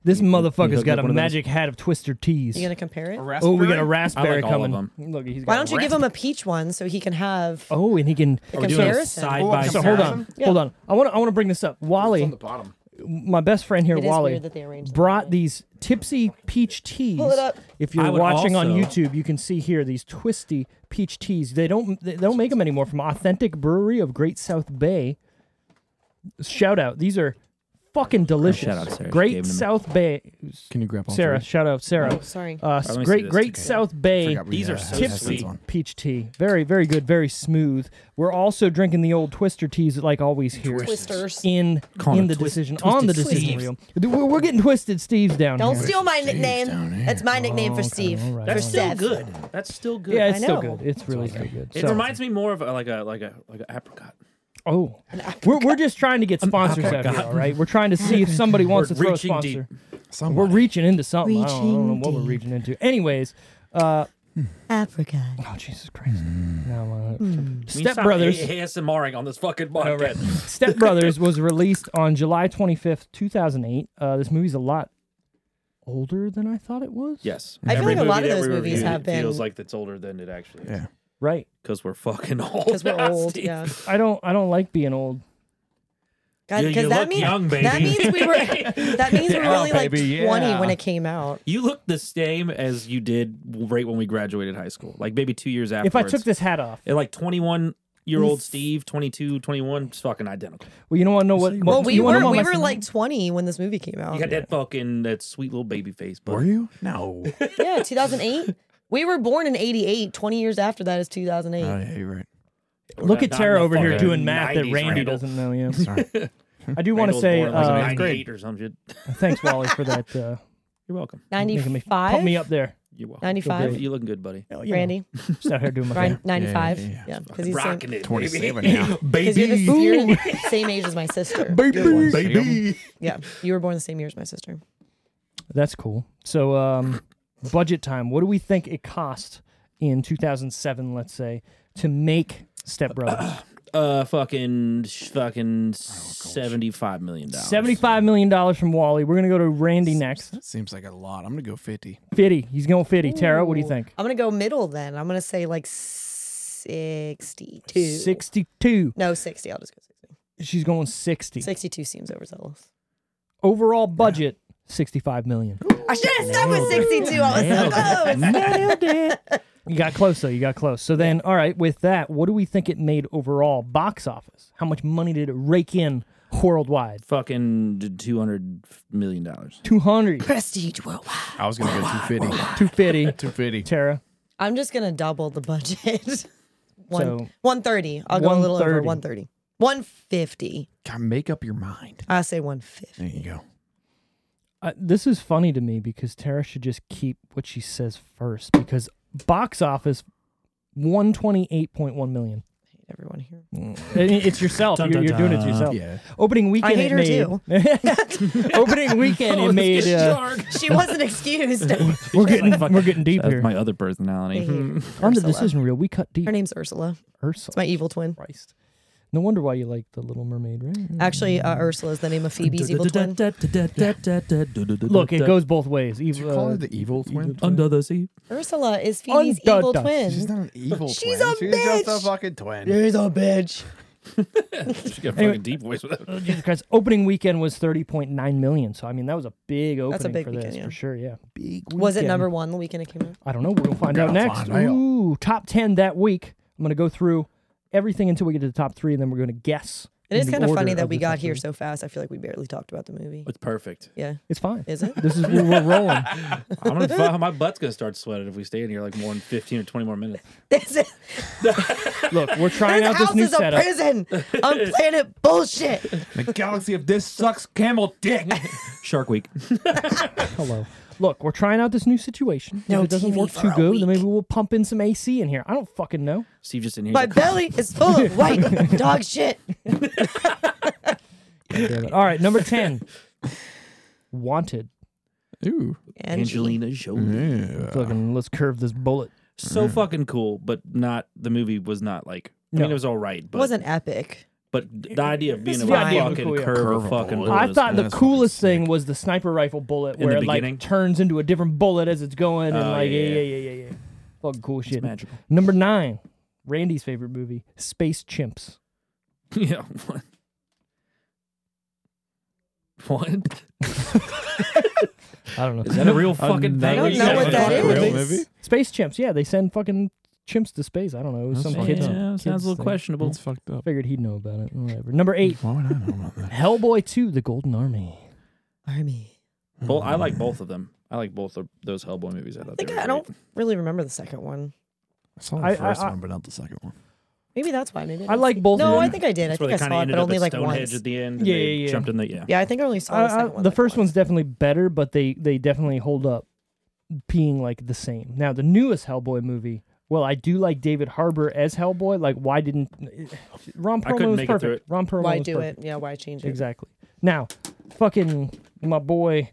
Speaker 1: This motherfucker's
Speaker 2: hooked
Speaker 1: got
Speaker 2: up
Speaker 1: a
Speaker 2: one of those?
Speaker 1: magic hat of twister tees.
Speaker 3: You gonna compare it?
Speaker 1: Oh, we got a
Speaker 2: I
Speaker 1: raspberry
Speaker 2: like all of
Speaker 1: coming.
Speaker 2: them.
Speaker 1: Look, he's got
Speaker 3: Why
Speaker 1: a
Speaker 3: don't you give
Speaker 1: rasp-
Speaker 3: him a peach one so he can have
Speaker 1: Oh, and he can.
Speaker 3: a
Speaker 2: We're doing a
Speaker 3: comparison?
Speaker 2: side
Speaker 4: Oh,
Speaker 2: by
Speaker 4: I'm
Speaker 2: side.
Speaker 1: So hold on,
Speaker 4: Comparison?
Speaker 1: hold on. I want to. I want to bring this up. Wally,
Speaker 4: bottom.
Speaker 1: my best friend here,
Speaker 3: It is
Speaker 1: Wally,
Speaker 3: weird that they arranged them
Speaker 1: brought these tipsy peach teas.
Speaker 3: Pull it up.
Speaker 1: If
Speaker 2: I
Speaker 1: you're
Speaker 2: would
Speaker 1: watching on
Speaker 2: also-
Speaker 1: YouTube, you can see here these twisty peach teas. They don't they don't make them anymore from Authentic Brewery of Great South Bay. Shout out. These are fucking delicious.
Speaker 2: out, Sarah. She
Speaker 1: Great
Speaker 2: gave them-
Speaker 1: South Bay.
Speaker 4: Can you grab all
Speaker 1: Sarah,
Speaker 4: three?
Speaker 1: shout out Sarah.
Speaker 3: Oh, sorry.
Speaker 1: Uh,
Speaker 2: let me see
Speaker 1: great
Speaker 2: this.
Speaker 1: Great
Speaker 2: Okay.
Speaker 1: South Bay
Speaker 4: Forgot we,
Speaker 2: These are
Speaker 4: uh, had
Speaker 2: tipsy.
Speaker 4: this one.
Speaker 1: peach tea. Very very good, very smooth. We're also drinking the old Twister teas like always here.
Speaker 3: Twisters.
Speaker 1: In
Speaker 2: Calling
Speaker 1: in
Speaker 2: it
Speaker 1: the
Speaker 2: twist-
Speaker 1: decision
Speaker 2: Twisted
Speaker 1: on the
Speaker 2: Steves.
Speaker 1: decision reel, we're, we're getting twisted. Steve's down
Speaker 3: Don't
Speaker 1: here.
Speaker 3: steal my nickname. That's my nickname for
Speaker 1: okay,
Speaker 3: Steve.
Speaker 1: all right.
Speaker 3: For
Speaker 1: That's
Speaker 2: Still
Speaker 3: Steph.
Speaker 2: good. That's still good.
Speaker 1: Yeah,
Speaker 3: I
Speaker 1: it's still
Speaker 3: know.
Speaker 1: good. It's really still good.
Speaker 2: it
Speaker 1: So-
Speaker 2: reminds me more of a, like a like a like an apricot.
Speaker 1: Oh, we're, we're just trying to get sponsors out here, all right? We're trying to see if somebody wants
Speaker 2: We're
Speaker 1: to throw a
Speaker 2: reaching
Speaker 1: sponsor. We're
Speaker 4: Somebody.
Speaker 1: reaching into something. I, don't, I don't know
Speaker 3: Reaching
Speaker 1: what we're
Speaker 3: deep.
Speaker 1: reaching into. Anyways, uh,
Speaker 3: Africa.
Speaker 1: oh Jesus Christ! Now, uh,
Speaker 3: Hmm.
Speaker 2: We
Speaker 1: Step
Speaker 2: stop
Speaker 1: Brothers.
Speaker 2: A- ASMRing on this fucking podcast.
Speaker 1: Step Brothers was released on July 25th, 2008. Uh, this movie's a lot older than I thought it was.
Speaker 2: Yes,
Speaker 3: I feel like a
Speaker 2: movie
Speaker 3: lot of
Speaker 2: that
Speaker 3: those
Speaker 2: we
Speaker 3: movies
Speaker 2: reviewed,
Speaker 3: have
Speaker 2: it
Speaker 3: been-
Speaker 2: feels like it's older than it actually is.
Speaker 4: Yeah.
Speaker 1: Right.
Speaker 2: because we're fucking old.
Speaker 3: Because we're old.
Speaker 2: Steve.
Speaker 3: Yeah.
Speaker 1: I don't I don't like being old.
Speaker 3: God,
Speaker 2: You-
Speaker 3: 'cause
Speaker 2: you
Speaker 3: that
Speaker 2: look
Speaker 3: means
Speaker 2: young,
Speaker 3: that
Speaker 2: baby.
Speaker 3: means we were that means we were
Speaker 2: Yeah,
Speaker 3: only
Speaker 4: baby,
Speaker 3: like twenty when
Speaker 4: yeah.
Speaker 3: it came out.
Speaker 2: You look the same as you did right when we graduated high school, like maybe two years after.
Speaker 1: If I took this hat off.
Speaker 2: and like 21 year old Steve, 22, 21, it's fucking identical.
Speaker 1: Well, you don't want to know what,
Speaker 3: Well,
Speaker 1: what
Speaker 3: we
Speaker 1: you wanna
Speaker 3: were
Speaker 1: know
Speaker 3: we
Speaker 1: my-
Speaker 3: were like twenty when this movie came out.
Speaker 2: You got that fucking that sweet little baby face, but
Speaker 4: Were you? No. oh,
Speaker 3: Yeah, two thousand eight. We were born in 88. 20 years after that is 2008.
Speaker 4: yeah, you're right.
Speaker 1: Look at
Speaker 2: Not
Speaker 1: Tara
Speaker 2: in the
Speaker 1: over here
Speaker 2: fucking
Speaker 1: doing math that
Speaker 2: 90s,
Speaker 1: Randy
Speaker 2: Randall.
Speaker 1: doesn't know. Yeah,
Speaker 4: Sorry.
Speaker 1: I do want to
Speaker 2: Randall's
Speaker 1: say
Speaker 2: born, like, in
Speaker 1: uh,
Speaker 2: 98 or some shit.
Speaker 1: thanks, Wally, for that. Uh,
Speaker 2: You're welcome.
Speaker 1: making me
Speaker 3: 95?
Speaker 1: put me up there.
Speaker 2: You're welcome.
Speaker 3: 95?
Speaker 2: You looking good, buddy.
Speaker 1: You know,
Speaker 3: Randy?
Speaker 1: just out here doing my
Speaker 3: Brian,
Speaker 1: thing.
Speaker 3: 95?
Speaker 4: yeah, yeah.
Speaker 3: Yeah, because he's same,
Speaker 2: Rocking it,
Speaker 4: 27
Speaker 2: baby.
Speaker 4: now.
Speaker 3: because you're, the, you're the same age as my sister.
Speaker 4: Baby. Baby.
Speaker 3: Yeah, you were born the same year as my sister.
Speaker 1: That's cool. So, um, budget time. What do we think it cost in 2007? Let's say to make Step Brothers
Speaker 2: Uh, fucking, sh- fucking seventy-five million dollars.
Speaker 1: 75 million dollars from Wally. We're gonna go to Randy next.
Speaker 4: Seems like a lot. I'm going to go 50.
Speaker 1: 50. He's going 50. Tara, what do you think?
Speaker 3: I'm going to go middle then. I'm going to say like 62.
Speaker 1: 62.
Speaker 3: No, 60. I'll just go 60.
Speaker 1: She's going 60.
Speaker 3: 62 seems overzealous.
Speaker 1: Overall budget 65 million.
Speaker 3: I should have stuck with 62. I was so close.
Speaker 1: You got close though. You got close. So then, all right. With that, what do we think it made overall box office? How much money did it rake in worldwide?
Speaker 2: Fucking two hundred million dollars.
Speaker 1: 200,
Speaker 3: Prestige worldwide.
Speaker 4: I was going to go 250.
Speaker 1: 250.
Speaker 4: 250.
Speaker 1: Tara,
Speaker 3: I'm just going to double the budget. One,
Speaker 1: So-
Speaker 3: 130. I'll go a little over
Speaker 1: 130.
Speaker 3: 130. 150.
Speaker 4: God, make up your mind.
Speaker 3: I say 150.
Speaker 4: There you go.
Speaker 1: uh, this is funny to me because Tara should just keep what she says first because box office 128.1 million.
Speaker 3: Everyone here.
Speaker 1: I- It's yourself.
Speaker 2: Dun,
Speaker 1: You're,
Speaker 2: dun,
Speaker 1: you're doing it
Speaker 2: dun.
Speaker 1: yourself.
Speaker 4: Yeah.
Speaker 1: Opening weekend.
Speaker 3: I
Speaker 1: it
Speaker 3: hate her too.
Speaker 1: made- Opening weekend. it made. Uh,
Speaker 3: She wasn't excused.
Speaker 1: we're getting we're getting deep
Speaker 2: That's
Speaker 1: here.
Speaker 2: my other personality.
Speaker 1: On the
Speaker 3: Ursula.
Speaker 1: decision reel, we cut deep.
Speaker 3: Her name's Ursula.
Speaker 1: Ursula.
Speaker 3: It's my evil twin.
Speaker 1: Christ. No wonder why you like the Little Mermaid, right?
Speaker 3: Actually, uh, Ursula is the name of Phoebe's evil twin.
Speaker 1: Look, it goes both ways.
Speaker 4: Did
Speaker 1: Evil.
Speaker 4: you call her the evil twin?
Speaker 2: under the sea.
Speaker 3: Ursula is Phoebe's
Speaker 1: Undada.
Speaker 3: evil
Speaker 4: She's
Speaker 3: twin.
Speaker 4: not an evil
Speaker 3: She's
Speaker 4: twin.
Speaker 3: a
Speaker 4: She's just
Speaker 3: bitch.
Speaker 4: a fucking twin.
Speaker 3: She's a bitch.
Speaker 2: She got fucking deep voice with it.
Speaker 1: Jesus Christ. Opening weekend was thirty point nine million. So I mean, that was a big opening
Speaker 3: That's a big
Speaker 1: for this
Speaker 3: weekend, yeah.
Speaker 1: for sure. Yeah. Big.
Speaker 3: Was it number one the weekend it came out?
Speaker 1: I don't know. We're gonna find out
Speaker 4: Gotta
Speaker 1: next.
Speaker 4: find out.
Speaker 1: Ooh, top ten that week. I'm gonna go through everything until we get to the top three, and then we're gonna guess.
Speaker 3: It
Speaker 1: in
Speaker 3: is
Speaker 1: the
Speaker 3: kind of
Speaker 1: order
Speaker 3: funny that
Speaker 1: of
Speaker 3: we
Speaker 1: the
Speaker 3: got
Speaker 1: top
Speaker 3: here
Speaker 1: three.
Speaker 3: so fast. I feel like we barely talked about the movie.
Speaker 2: It's perfect.
Speaker 3: Yeah,
Speaker 1: It's fine.
Speaker 3: is it?
Speaker 1: This is where we're rolling.
Speaker 2: I'm gonna fuck, my butt's gonna start sweating if we stay in here like more than 15 or 20 more minutes.
Speaker 3: This, is-
Speaker 1: Look, we're trying
Speaker 3: this
Speaker 1: out this
Speaker 3: house
Speaker 1: new
Speaker 3: is a
Speaker 1: setup.
Speaker 3: prison. I'm planet bullshit.
Speaker 4: The galaxy of this sucks camel dick.
Speaker 2: Shark Week.
Speaker 1: Hello. Look, we're trying out this new situation.
Speaker 3: No
Speaker 1: if it doesn't
Speaker 3: TV
Speaker 1: work
Speaker 3: for
Speaker 1: too
Speaker 3: a
Speaker 1: good, then
Speaker 3: week.
Speaker 1: maybe we'll pump in some AC in here. I don't fucking know.
Speaker 2: Steve just in here.
Speaker 3: My
Speaker 2: he's like,
Speaker 3: belly is full of white dog shit.
Speaker 1: But, all right, number 10. Wanted.
Speaker 4: Ooh.
Speaker 3: And
Speaker 2: Angelina
Speaker 1: Mm-hmm.
Speaker 2: Jolie.
Speaker 4: Yeah.
Speaker 1: Fucking let's curve this bullet.
Speaker 2: So fucking cool, but not the movie was not like. I
Speaker 1: Mm-hmm. No.
Speaker 2: mean, it was all right,
Speaker 3: It
Speaker 2: but
Speaker 3: wasn't epic.
Speaker 2: but the idea of being
Speaker 1: This
Speaker 2: able
Speaker 1: is the
Speaker 2: to
Speaker 1: idea of a
Speaker 2: fucking
Speaker 1: cool, yeah.
Speaker 2: curve,
Speaker 4: Curve
Speaker 2: a
Speaker 4: a
Speaker 2: fucking
Speaker 4: bullet.
Speaker 2: bullet.
Speaker 1: I
Speaker 2: is
Speaker 1: thought the
Speaker 4: that's fucking
Speaker 1: coolest thing was the sniper rifle bullet
Speaker 2: In
Speaker 1: where
Speaker 2: the
Speaker 1: it like
Speaker 2: beginning?
Speaker 1: turns into a different bullet as it's going and
Speaker 2: Oh,
Speaker 1: like yeah
Speaker 2: yeah,
Speaker 1: yeah
Speaker 2: yeah.
Speaker 1: yeah yeah. yeah. Fucking cool shit.
Speaker 2: magical.
Speaker 1: Number 9. Randy's favorite movie, Space Chimps.
Speaker 2: Yeah. What? What?
Speaker 1: I don't know.
Speaker 2: Is that a real fucking thing?
Speaker 4: I
Speaker 3: don't know what that
Speaker 4: Real
Speaker 3: is.
Speaker 4: movie?
Speaker 1: Space Chimps. Yeah, they send fucking chimps to space. I don't know. It was
Speaker 4: That's
Speaker 1: some
Speaker 4: fucked
Speaker 1: kids.
Speaker 4: up.
Speaker 2: Yeah,
Speaker 1: kids
Speaker 2: sounds a little
Speaker 1: thing.
Speaker 2: questionable.
Speaker 4: It's fucked up.
Speaker 1: Figured he'd know about it. Whatever. Number 8.
Speaker 4: Why would I know about that?
Speaker 1: Hellboy 2: The Golden Army.
Speaker 3: Army.
Speaker 2: Well, I like both of them. I like both of those Hellboy movies. I thought
Speaker 3: I think
Speaker 2: they were
Speaker 3: I
Speaker 2: great.
Speaker 3: don't really remember the second one.
Speaker 4: I saw the
Speaker 1: I- I-
Speaker 4: first
Speaker 1: I-
Speaker 4: one, but not the second one.
Speaker 3: Maybe that's why. Maybe
Speaker 1: I like both of
Speaker 3: No,
Speaker 1: them.
Speaker 3: I think I did.
Speaker 2: That's
Speaker 3: I
Speaker 2: where
Speaker 3: think I
Speaker 2: they kind
Speaker 3: saw
Speaker 2: of
Speaker 3: it,
Speaker 2: ended
Speaker 3: but
Speaker 2: up
Speaker 3: only
Speaker 2: at
Speaker 3: like
Speaker 2: Stonehenge
Speaker 3: once.
Speaker 2: at the end.
Speaker 1: Yeah,
Speaker 2: and they
Speaker 1: yeah, yeah.
Speaker 2: Jumped in the yeah.
Speaker 3: Yeah, I think I only saw the
Speaker 1: I- I-
Speaker 3: second one.
Speaker 1: Uh, the
Speaker 3: like
Speaker 1: first
Speaker 3: once.
Speaker 1: one's definitely better, but they they definitely hold up being like the same. Now the newest Hellboy movie, well, I do like David Harbour as Hellboy. Like, why didn't uh, Ron
Speaker 2: I couldn't
Speaker 1: Perlman was
Speaker 2: make it through
Speaker 1: perfect? Ron Perlman
Speaker 3: Why
Speaker 1: was
Speaker 3: do
Speaker 1: perfect.
Speaker 3: it? Yeah, why change it?
Speaker 1: Exactly. Now, fucking my boy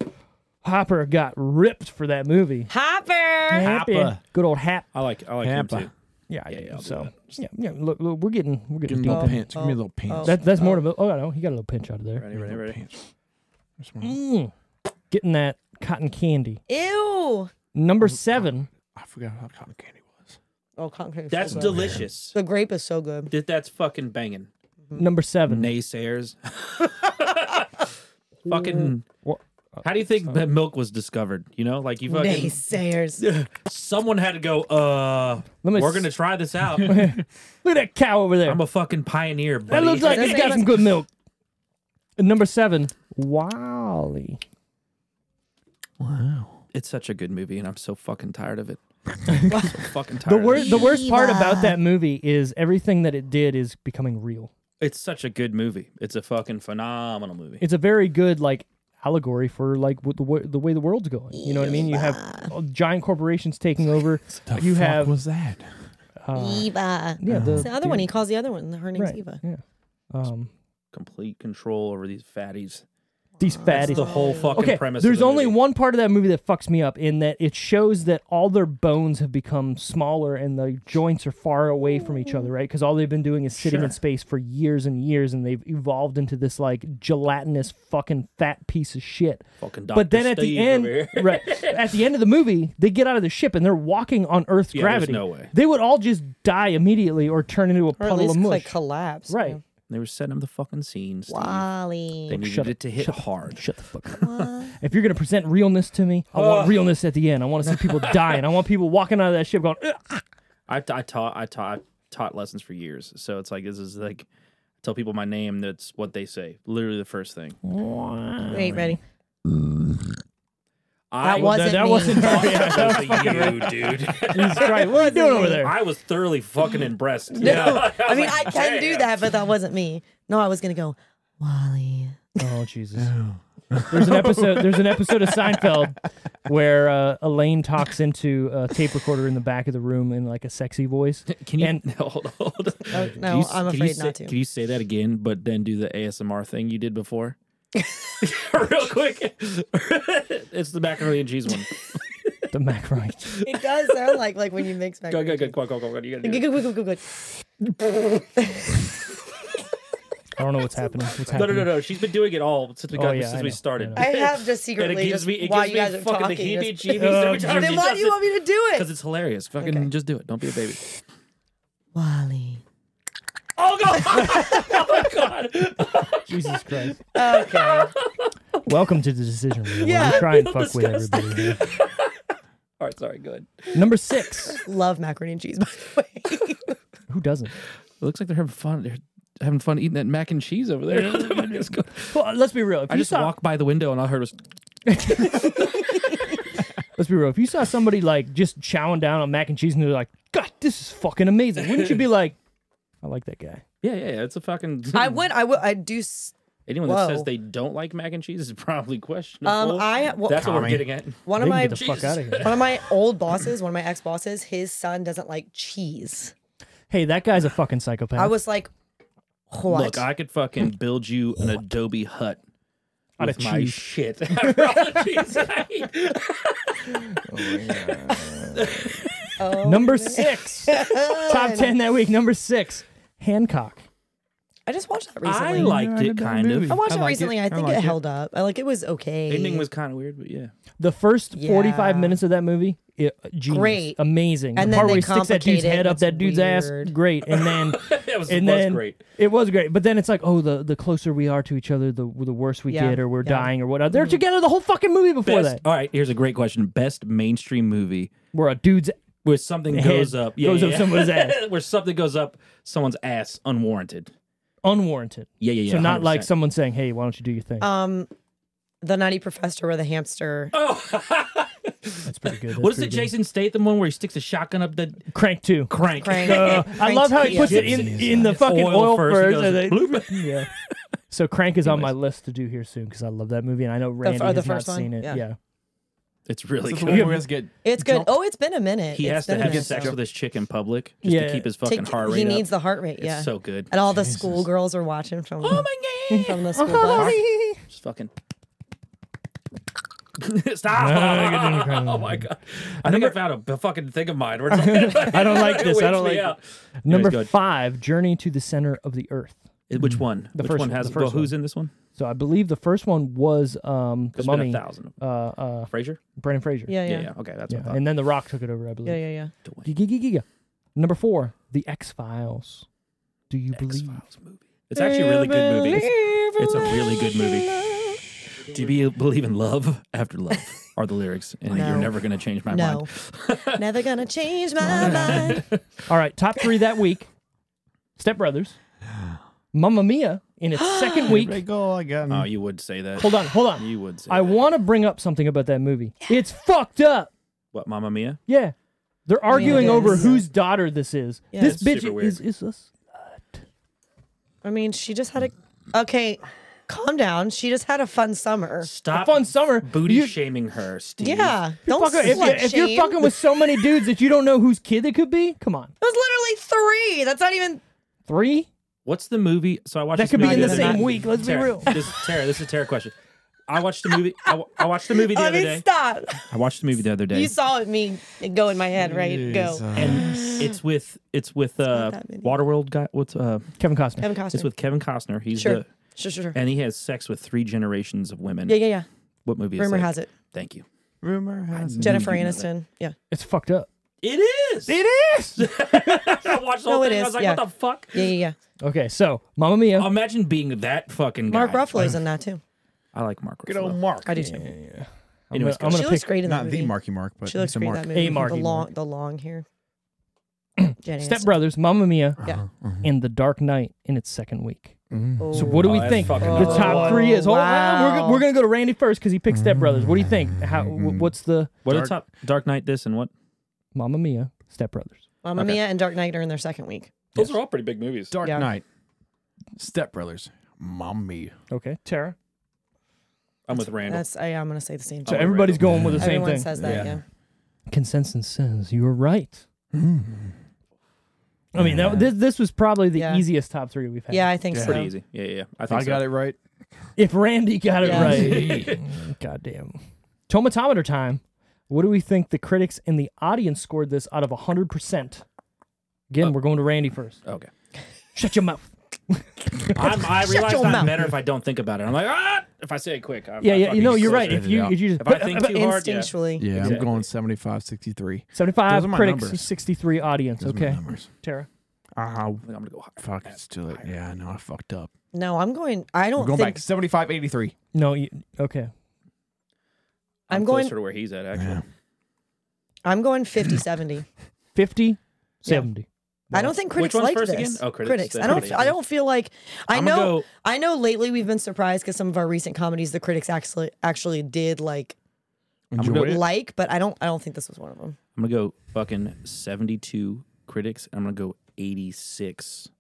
Speaker 1: Hopper got ripped for that movie.
Speaker 3: Hopper.
Speaker 1: Happy. Good old Hap.
Speaker 2: I like I like
Speaker 4: Tampa.
Speaker 2: him too.
Speaker 1: Yeah, yeah.
Speaker 2: yeah, I'll do
Speaker 1: so yeah, yeah. Look, look, we're getting we're
Speaker 4: Give
Speaker 1: getting
Speaker 4: me
Speaker 1: deep.
Speaker 4: a little
Speaker 1: in.
Speaker 4: pinch. Give me a little pinch.
Speaker 3: oh.
Speaker 1: That, that's more of a. Oh, I know. He got a little pinch out of there.
Speaker 2: Ready, ready, ready.
Speaker 4: pinch.
Speaker 1: Mm. getting that cotton candy.
Speaker 3: Ew.
Speaker 1: Number seven.
Speaker 4: I forgot how cotton candy was.
Speaker 3: Oh, concrete.
Speaker 2: That's
Speaker 3: so good.
Speaker 2: delicious.
Speaker 3: The grape is so good.
Speaker 2: Th- That's fucking banging.
Speaker 1: Number seven.
Speaker 2: Naysayers. fucking.
Speaker 1: What?
Speaker 2: How do you think that milk was discovered? You know, like you fucking.
Speaker 3: Naysayers.
Speaker 2: Someone had to go. Uh,
Speaker 1: Let me
Speaker 2: we're
Speaker 1: s-
Speaker 2: gonna try this out.
Speaker 1: Look at that cow over there.
Speaker 2: I'm a fucking pioneer, buddy.
Speaker 1: that looks like
Speaker 3: That's
Speaker 1: it's got
Speaker 3: like-
Speaker 1: some good milk. And number seven. Wally.
Speaker 2: it's such a good movie, and I'm so fucking tired of it. I'm so fucking tired.
Speaker 1: The
Speaker 2: of it.
Speaker 1: worst. The worst part about that movie is everything that it did is becoming real.
Speaker 2: It's such a good movie. It's a fucking phenomenal movie.
Speaker 1: It's a very good like allegory for like what the way, the way the world's going. You know what I mean? You have uh, giant corporations taking over.
Speaker 4: The
Speaker 1: you
Speaker 4: fuck
Speaker 1: have
Speaker 4: was that?
Speaker 3: Eva.
Speaker 1: yeah the,
Speaker 3: It's the other one. He calls the other one. Her name's
Speaker 1: Ah. right,
Speaker 3: Eva.
Speaker 1: Yeah. Um,
Speaker 2: Complete control over these fatties.
Speaker 1: these fatties.
Speaker 2: The whole fucking
Speaker 1: okay,
Speaker 2: premise.
Speaker 1: there's
Speaker 2: of the
Speaker 1: only
Speaker 2: movie.
Speaker 1: one part of that movie that fucks me up in that it shows that all their bones have become smaller and the joints are far away from each other, right? Because all they've been doing is sitting in
Speaker 2: Sure.
Speaker 1: space for years and years, and they've evolved into this like gelatinous fucking fat piece of shit.
Speaker 2: Fucking
Speaker 1: but then
Speaker 2: Dr.
Speaker 1: at
Speaker 2: Steve
Speaker 1: the end,
Speaker 2: over here.
Speaker 1: right? At the end of the movie, they get out of the ship and they're walking on Earth's
Speaker 2: Yeah, there's
Speaker 1: gravity.
Speaker 2: no way.
Speaker 1: They would all just die immediately or turn into a
Speaker 3: Or at
Speaker 1: puddle
Speaker 3: least
Speaker 1: of mush.
Speaker 3: like collapse.
Speaker 1: right.
Speaker 2: They were setting up the fucking scenes. They
Speaker 3: Wally.
Speaker 2: needed
Speaker 1: shut
Speaker 2: it
Speaker 1: up,
Speaker 2: to hit hard.
Speaker 1: Shut the fuck up. if you're gonna present realness to me, I want realness at the end. I want to see people dying. I want people walking out of that ship going, "Ugh."
Speaker 2: I, I taught I taught taught lessons for years, so it's like this is like tell people my name. That's what they say. Literally the first thing.
Speaker 3: Wait, ready.
Speaker 2: I
Speaker 3: That wasn't
Speaker 1: that
Speaker 3: me.
Speaker 1: wasn't
Speaker 2: taught lessons to you, dude.
Speaker 1: Jesus Christ, what are you doing over there?
Speaker 2: I was thoroughly fucking impressed.
Speaker 3: No,
Speaker 2: Yeah,
Speaker 3: I mean
Speaker 2: like,
Speaker 3: I can do
Speaker 2: damn.
Speaker 3: that, but that wasn't me. No, I was gonna go Wally.
Speaker 1: Oh Jesus. There's an episode. There's an episode of Seinfeld where uh, Elaine talks into a tape recorder in the back of the room in like a sexy voice.
Speaker 2: Can you?
Speaker 1: And-
Speaker 2: hold, hold.
Speaker 3: Oh,
Speaker 2: Can
Speaker 3: no,
Speaker 2: Uh, you s-
Speaker 3: I'm
Speaker 2: can you
Speaker 3: afraid
Speaker 2: say-
Speaker 3: not to.
Speaker 2: Can you say that again, but then do the ASMR thing you did before? Real quick. it's the macaroni and cheese one.
Speaker 1: The macaroni.
Speaker 3: It does sound like like when you mix back.
Speaker 2: Go, go, go, go, go, go, go. You gotta do
Speaker 3: Good,
Speaker 2: it.
Speaker 3: good, good, good, good.
Speaker 1: I don't know what's happening. What's
Speaker 2: No,
Speaker 1: happening?
Speaker 2: no, no, no. She's been doing it all since we
Speaker 1: Oh,
Speaker 2: got
Speaker 1: yeah, I
Speaker 2: since
Speaker 1: know, I
Speaker 2: we started.
Speaker 1: know.
Speaker 3: I have
Speaker 2: and
Speaker 3: just
Speaker 2: it
Speaker 3: secretly
Speaker 2: gives
Speaker 3: just
Speaker 2: me, it
Speaker 3: while
Speaker 2: gives
Speaker 3: you guys
Speaker 2: me
Speaker 3: are
Speaker 2: fucking the
Speaker 3: talking. just-
Speaker 2: heebie jeebies.
Speaker 3: Then why do you want me to do
Speaker 2: Because
Speaker 3: it?
Speaker 2: it's hilarious. Fucking
Speaker 3: Okay.
Speaker 2: just do it. Don't be a baby.
Speaker 3: Wally.
Speaker 2: Oh, God. oh, my God.
Speaker 1: Jesus Christ.
Speaker 3: Okay.
Speaker 1: Welcome to the decision. Wheel, yeah,
Speaker 3: Yeah,
Speaker 1: we
Speaker 3: I
Speaker 1: try and
Speaker 2: feel
Speaker 1: fuck with
Speaker 2: disgusted.
Speaker 1: everybody. man.
Speaker 2: All right, sorry. Good.
Speaker 1: Number six.
Speaker 3: Love macaroni and cheese, by the way.
Speaker 1: Who doesn't?
Speaker 2: It looks like they're having fun. They're having fun eating that mac and cheese over there.
Speaker 1: Well, let's be real. If
Speaker 2: I
Speaker 1: you
Speaker 2: just
Speaker 1: saw,
Speaker 2: walked by the window and all I heard was,
Speaker 1: let's be real. If you saw somebody like just chowing down on mac and cheese and they're like, "God, this is fucking amazing," wouldn't you be like, "I like that guy"?
Speaker 2: yeah, yeah, yeah. It's a fucking.
Speaker 3: I would, I would, I do. s-
Speaker 2: Anyone that says
Speaker 3: Whoa.
Speaker 2: they don't like mac and cheese is probably questionable.
Speaker 3: Um, I well,
Speaker 2: That's what we're
Speaker 4: Tommy.
Speaker 2: getting at.
Speaker 3: one
Speaker 1: They
Speaker 3: of
Speaker 1: can
Speaker 3: my
Speaker 1: get the fuck out of here.
Speaker 3: one of my old bosses, one of my ex bosses, his son doesn't like cheese.
Speaker 1: Hey, that guy's a fucking psychopath.
Speaker 3: I was like, what?
Speaker 2: Look, I could fucking build you an Adobe hut
Speaker 1: Out of
Speaker 2: with my
Speaker 1: cheese.
Speaker 2: shit. After all the cheese I eat.
Speaker 3: Oh,
Speaker 1: number six. Top ten that week. Number six. Hancock.
Speaker 3: I just watched that
Speaker 2: I
Speaker 3: recently.
Speaker 2: liked
Speaker 4: Yeah, I
Speaker 2: it
Speaker 4: did that
Speaker 2: kind of.
Speaker 4: movie.
Speaker 3: I watched
Speaker 4: I
Speaker 3: it
Speaker 4: like it.
Speaker 3: recently.
Speaker 4: I
Speaker 3: I think
Speaker 4: like
Speaker 3: it,
Speaker 4: it.
Speaker 3: held up. I like it was okay.
Speaker 2: Ending was kind of weird, but yeah.
Speaker 1: The first forty-five
Speaker 3: Yeah.
Speaker 1: minutes of that movie, it, genius,
Speaker 3: Great.
Speaker 1: amazing.
Speaker 3: And
Speaker 1: the part
Speaker 3: then they
Speaker 1: where he sticks that dude's
Speaker 3: complicate it,
Speaker 1: head up
Speaker 3: it's
Speaker 1: that dude's ass,
Speaker 3: weird.
Speaker 1: great. And then
Speaker 2: It was,
Speaker 1: and
Speaker 2: was
Speaker 1: then
Speaker 2: great.
Speaker 1: it was great. But then it's like, oh, the the closer we are to each other, the the worse we
Speaker 3: Yeah,
Speaker 1: get, or we're
Speaker 3: yeah. Mm-hmm.
Speaker 1: dying, or whatever. They're together the whole fucking movie before
Speaker 2: Best-
Speaker 1: that,
Speaker 2: all right, here's a great question. Best mainstream movie
Speaker 1: where a dude's
Speaker 2: where something
Speaker 1: Head
Speaker 2: goes up.
Speaker 1: goes up someone's ass.
Speaker 2: where something goes up someone's ass unwarranted.
Speaker 1: unwarranted.
Speaker 2: Yeah, yeah, Uh, yeah.
Speaker 1: so not like
Speaker 2: 100%.
Speaker 1: someone saying, "Hey, why don't you do your thing?"
Speaker 3: um, the Nutty Professor or the hamster.
Speaker 2: Oh,
Speaker 1: That's pretty good.
Speaker 2: What
Speaker 1: That's pretty
Speaker 2: is it,
Speaker 1: good.
Speaker 2: Jason Statham one where he sticks a shotgun up the
Speaker 1: Crank two.
Speaker 2: crank?
Speaker 3: Crank.
Speaker 1: Uh, I
Speaker 3: Crank
Speaker 1: love how he
Speaker 3: two.
Speaker 1: puts it in in the fucking oil,
Speaker 2: Oil first, he
Speaker 1: first.
Speaker 2: goes,
Speaker 1: and then-
Speaker 2: bloop.
Speaker 1: yeah. So Crank is on my list to do here soon because I love that movie and I know Randy
Speaker 3: f- oh, the
Speaker 1: has not
Speaker 3: first one?
Speaker 1: seen it. Yeah.
Speaker 3: Yeah.
Speaker 2: It's really
Speaker 4: That's the
Speaker 2: good.
Speaker 4: one where he has to get.
Speaker 3: It's good.
Speaker 4: drunk.
Speaker 3: Oh, it's been a minute.
Speaker 2: He
Speaker 3: It's
Speaker 2: has to
Speaker 3: been a
Speaker 2: have
Speaker 3: minute.
Speaker 2: sex
Speaker 3: Take-
Speaker 2: with his chick in public just
Speaker 1: Yeah.
Speaker 2: to keep his fucking heart rate
Speaker 3: He
Speaker 2: up.
Speaker 3: needs the heart rate.
Speaker 2: It's
Speaker 3: Yeah.
Speaker 2: so good. Oh
Speaker 3: and all the schoolgirls are watching from, from the school bus.
Speaker 2: Just fucking. Stop! oh my god! I think I found a, b- fucking thing of mine. Where it's like,
Speaker 1: I don't like
Speaker 2: It
Speaker 1: this. I
Speaker 2: wakes
Speaker 1: don't
Speaker 2: me
Speaker 1: like
Speaker 2: up.
Speaker 1: it. Number
Speaker 2: Anyways, go ahead.
Speaker 1: five, Journey to the Center of the Earth.
Speaker 2: Which one?
Speaker 1: The
Speaker 2: Which
Speaker 1: first
Speaker 2: one
Speaker 1: one,
Speaker 2: has?
Speaker 1: the first
Speaker 2: well, who's in this one?
Speaker 1: So I believe the first one was um, the
Speaker 2: There's
Speaker 1: Mummy,
Speaker 2: been a thousand.
Speaker 1: uh, uh,
Speaker 2: Fraser.
Speaker 1: Brendan Fraser.
Speaker 3: Yeah,
Speaker 2: Yeah,
Speaker 3: yeah.
Speaker 2: yeah. Okay, that's
Speaker 1: Yeah,
Speaker 2: what I thought.
Speaker 1: and then The Rock took it over, I believe.
Speaker 3: Yeah, yeah, yeah.
Speaker 1: Giga. Number four, The X Files. Do you believe?
Speaker 2: X-Files movie. It's actually a really good movie. It's, it's a really good movie. Do you be- believe in love after love? Are the lyrics, and
Speaker 3: No.
Speaker 2: you're never gonna change my
Speaker 3: No.
Speaker 2: mind.
Speaker 3: Never gonna change my mind.
Speaker 1: All right, top three that week: Step Brothers, Mamma Mia in its second week.
Speaker 4: Big goal again.
Speaker 2: Oh, you would say that.
Speaker 1: Hold on, hold on.
Speaker 2: You would say
Speaker 1: I
Speaker 2: that.
Speaker 1: want to bring up something about that movie. It's fucked up.
Speaker 2: what, Mamma Mia?
Speaker 1: Yeah, they're arguing
Speaker 3: it
Speaker 1: over
Speaker 3: is.
Speaker 1: whose daughter this is.
Speaker 3: Yeah.
Speaker 1: this
Speaker 3: It's
Speaker 1: bitch
Speaker 2: super weird.
Speaker 1: is is us.
Speaker 3: I mean, she just had a. Okay, calm down. She just had a fun summer.
Speaker 2: Stop
Speaker 1: fun summer.
Speaker 2: booty
Speaker 1: You-
Speaker 2: shaming her, Steve.
Speaker 3: Yeah. Don't
Speaker 1: Fucker, if,
Speaker 3: slut
Speaker 1: you, if you're
Speaker 3: shame.
Speaker 1: fucking with so many dudes that you don't know whose kid it could be, come on.
Speaker 3: It was literally three. That's not even.
Speaker 1: Three?
Speaker 2: What's the movie? So I watched.
Speaker 1: That
Speaker 2: this
Speaker 1: could be
Speaker 2: movie
Speaker 1: in the
Speaker 2: other
Speaker 1: same
Speaker 2: night.
Speaker 1: week. Let's be
Speaker 2: Tara,
Speaker 1: real.
Speaker 2: This, Tara, this is a Tara question. I watched the movie. I, wa- I watched the movie the
Speaker 3: I
Speaker 2: other
Speaker 3: mean,
Speaker 2: day.
Speaker 3: stop.
Speaker 2: I watched the movie the other day,
Speaker 3: You saw it, me it go in my head, right? Go.
Speaker 2: and it's with it's with uh,
Speaker 3: that many.
Speaker 2: Waterworld guy. What's uh?
Speaker 1: Kevin Costner.
Speaker 3: Kevin
Speaker 2: It's
Speaker 3: Costner.
Speaker 2: with Kevin Costner. He's
Speaker 3: sure.
Speaker 2: the
Speaker 3: sure, sure, sure.
Speaker 2: and he has sex with three generations of women.
Speaker 3: Yeah, yeah, yeah.
Speaker 2: What movie?
Speaker 3: Rumor
Speaker 2: is that?
Speaker 3: has it.
Speaker 2: Thank you.
Speaker 4: Rumor has it.
Speaker 3: Jennifer Aniston. Yeah.
Speaker 1: It's fucked up.
Speaker 2: It is.
Speaker 1: It is.
Speaker 2: I watched the
Speaker 3: No,
Speaker 2: whole
Speaker 3: it
Speaker 2: thing. I
Speaker 3: is,
Speaker 2: was like,
Speaker 3: yeah.
Speaker 2: what the fuck?
Speaker 3: Yeah, yeah, yeah.
Speaker 1: Okay, so Mamma Mia.
Speaker 2: Imagine being that fucking guy.
Speaker 3: Mark Ruffalo's in that too.
Speaker 2: I like Mark Ruffalo. um,
Speaker 4: Good old Mark.
Speaker 3: I do too.
Speaker 1: I'm
Speaker 2: Anyways,
Speaker 1: gonna, I'm
Speaker 2: go.
Speaker 1: gonna
Speaker 3: she
Speaker 1: pick.
Speaker 3: looks great in that
Speaker 4: Not
Speaker 3: movie.
Speaker 4: the Marky Mark, but
Speaker 3: She looks
Speaker 4: he's a
Speaker 3: great in
Speaker 4: Mark.
Speaker 3: that movie.
Speaker 1: Marky
Speaker 3: the long,
Speaker 1: Mark.
Speaker 3: the long hair. Jenny
Speaker 1: Step
Speaker 3: Aniston.
Speaker 1: Brothers, Mamma Mia,
Speaker 3: Yeah.
Speaker 1: and The Dark Knight in its second week. So
Speaker 3: Oh.
Speaker 1: what do we
Speaker 2: Oh, that's
Speaker 1: think the
Speaker 2: fucking awesome.
Speaker 1: top three is? Hold on, we're, go-
Speaker 3: Wow.
Speaker 1: we're gonna go to Randy first because he picked Step Brothers. What do you think? How? wh- What's the
Speaker 2: What are
Speaker 4: Dark-
Speaker 2: the top? Dark Knight. This and what?
Speaker 1: Mamma Mia, Step Brothers?
Speaker 3: Mamma
Speaker 2: Okay.
Speaker 3: Mia and Dark Knight are in their second week.
Speaker 2: Those are all pretty big movies.
Speaker 4: Dark
Speaker 3: Yeah.
Speaker 4: Knight. Step Brothers. Mommy.
Speaker 1: Okay, Tara.
Speaker 2: I'm with Randall.
Speaker 3: That's I, I'm gonna say the same.
Speaker 1: So
Speaker 3: thing.
Speaker 2: Oh,
Speaker 1: everybody's
Speaker 2: Randall.
Speaker 1: going with the same
Speaker 3: Everyone
Speaker 1: thing.
Speaker 3: says that.
Speaker 4: Yeah.
Speaker 3: Yeah.
Speaker 1: Consensus says you were right. I mean, that, this this was probably the
Speaker 3: Yeah.
Speaker 1: easiest top three we've had.
Speaker 3: Yeah, I think
Speaker 4: Yeah.
Speaker 3: so.
Speaker 2: pretty easy. Yeah, yeah. yeah. I think
Speaker 4: I got it right.
Speaker 1: If Randy got it
Speaker 3: Yeah.
Speaker 1: right, goddamn. Tomatometer time. What do we think the critics and the audience scored this out of hundred percent? Again, we're going to Randy first.
Speaker 2: it. Okay.
Speaker 1: Shut your mouth.
Speaker 2: I'm, I realize
Speaker 3: your
Speaker 2: I'm
Speaker 3: mouth.
Speaker 2: better if I don't think about it. I'm like, ah! If I say it quick, I'm,
Speaker 1: Yeah, yeah.
Speaker 2: I'm
Speaker 1: You
Speaker 2: fucking
Speaker 1: know, you're
Speaker 2: closer.
Speaker 1: right. If you
Speaker 4: Yeah.
Speaker 1: if you just
Speaker 2: If I think too hard, yeah.
Speaker 3: Instinctually.
Speaker 4: Yeah,
Speaker 2: Exactly.
Speaker 4: I'm going 75 63.
Speaker 1: 75
Speaker 4: Those are my
Speaker 1: critics,
Speaker 4: numbers.
Speaker 1: 63 audience.
Speaker 4: Those are my
Speaker 1: okay.
Speaker 4: numbers.
Speaker 1: Tara.
Speaker 4: Ah,
Speaker 2: I think I'm gonna go higher.
Speaker 4: fuck. It's too late. Yeah, I know. I fucked up.
Speaker 3: No, I'm going. I
Speaker 4: We're
Speaker 3: don't
Speaker 4: going
Speaker 3: think
Speaker 4: back 75 83.
Speaker 1: No, you, okay.
Speaker 3: I'm,
Speaker 2: I'm,
Speaker 3: going.
Speaker 2: closer to where he's at. Actually,
Speaker 3: I'm going 50, 70.
Speaker 1: 50, 70.
Speaker 3: I don't think
Speaker 2: Which
Speaker 3: critics
Speaker 2: one's
Speaker 3: like
Speaker 2: first
Speaker 3: this.
Speaker 2: again? Oh, critics.
Speaker 3: I don't.
Speaker 2: Critics.
Speaker 3: I don't feel like. I
Speaker 2: I'm gonna
Speaker 3: know.
Speaker 2: go-
Speaker 3: I know. Lately, we've been surprised because some of our recent comedies, the critics actually actually did like
Speaker 4: Enjoy it.
Speaker 3: like, but I don't. I don't think this was one of them.
Speaker 2: I'm gonna go fucking 72 critics. And I'm gonna go 86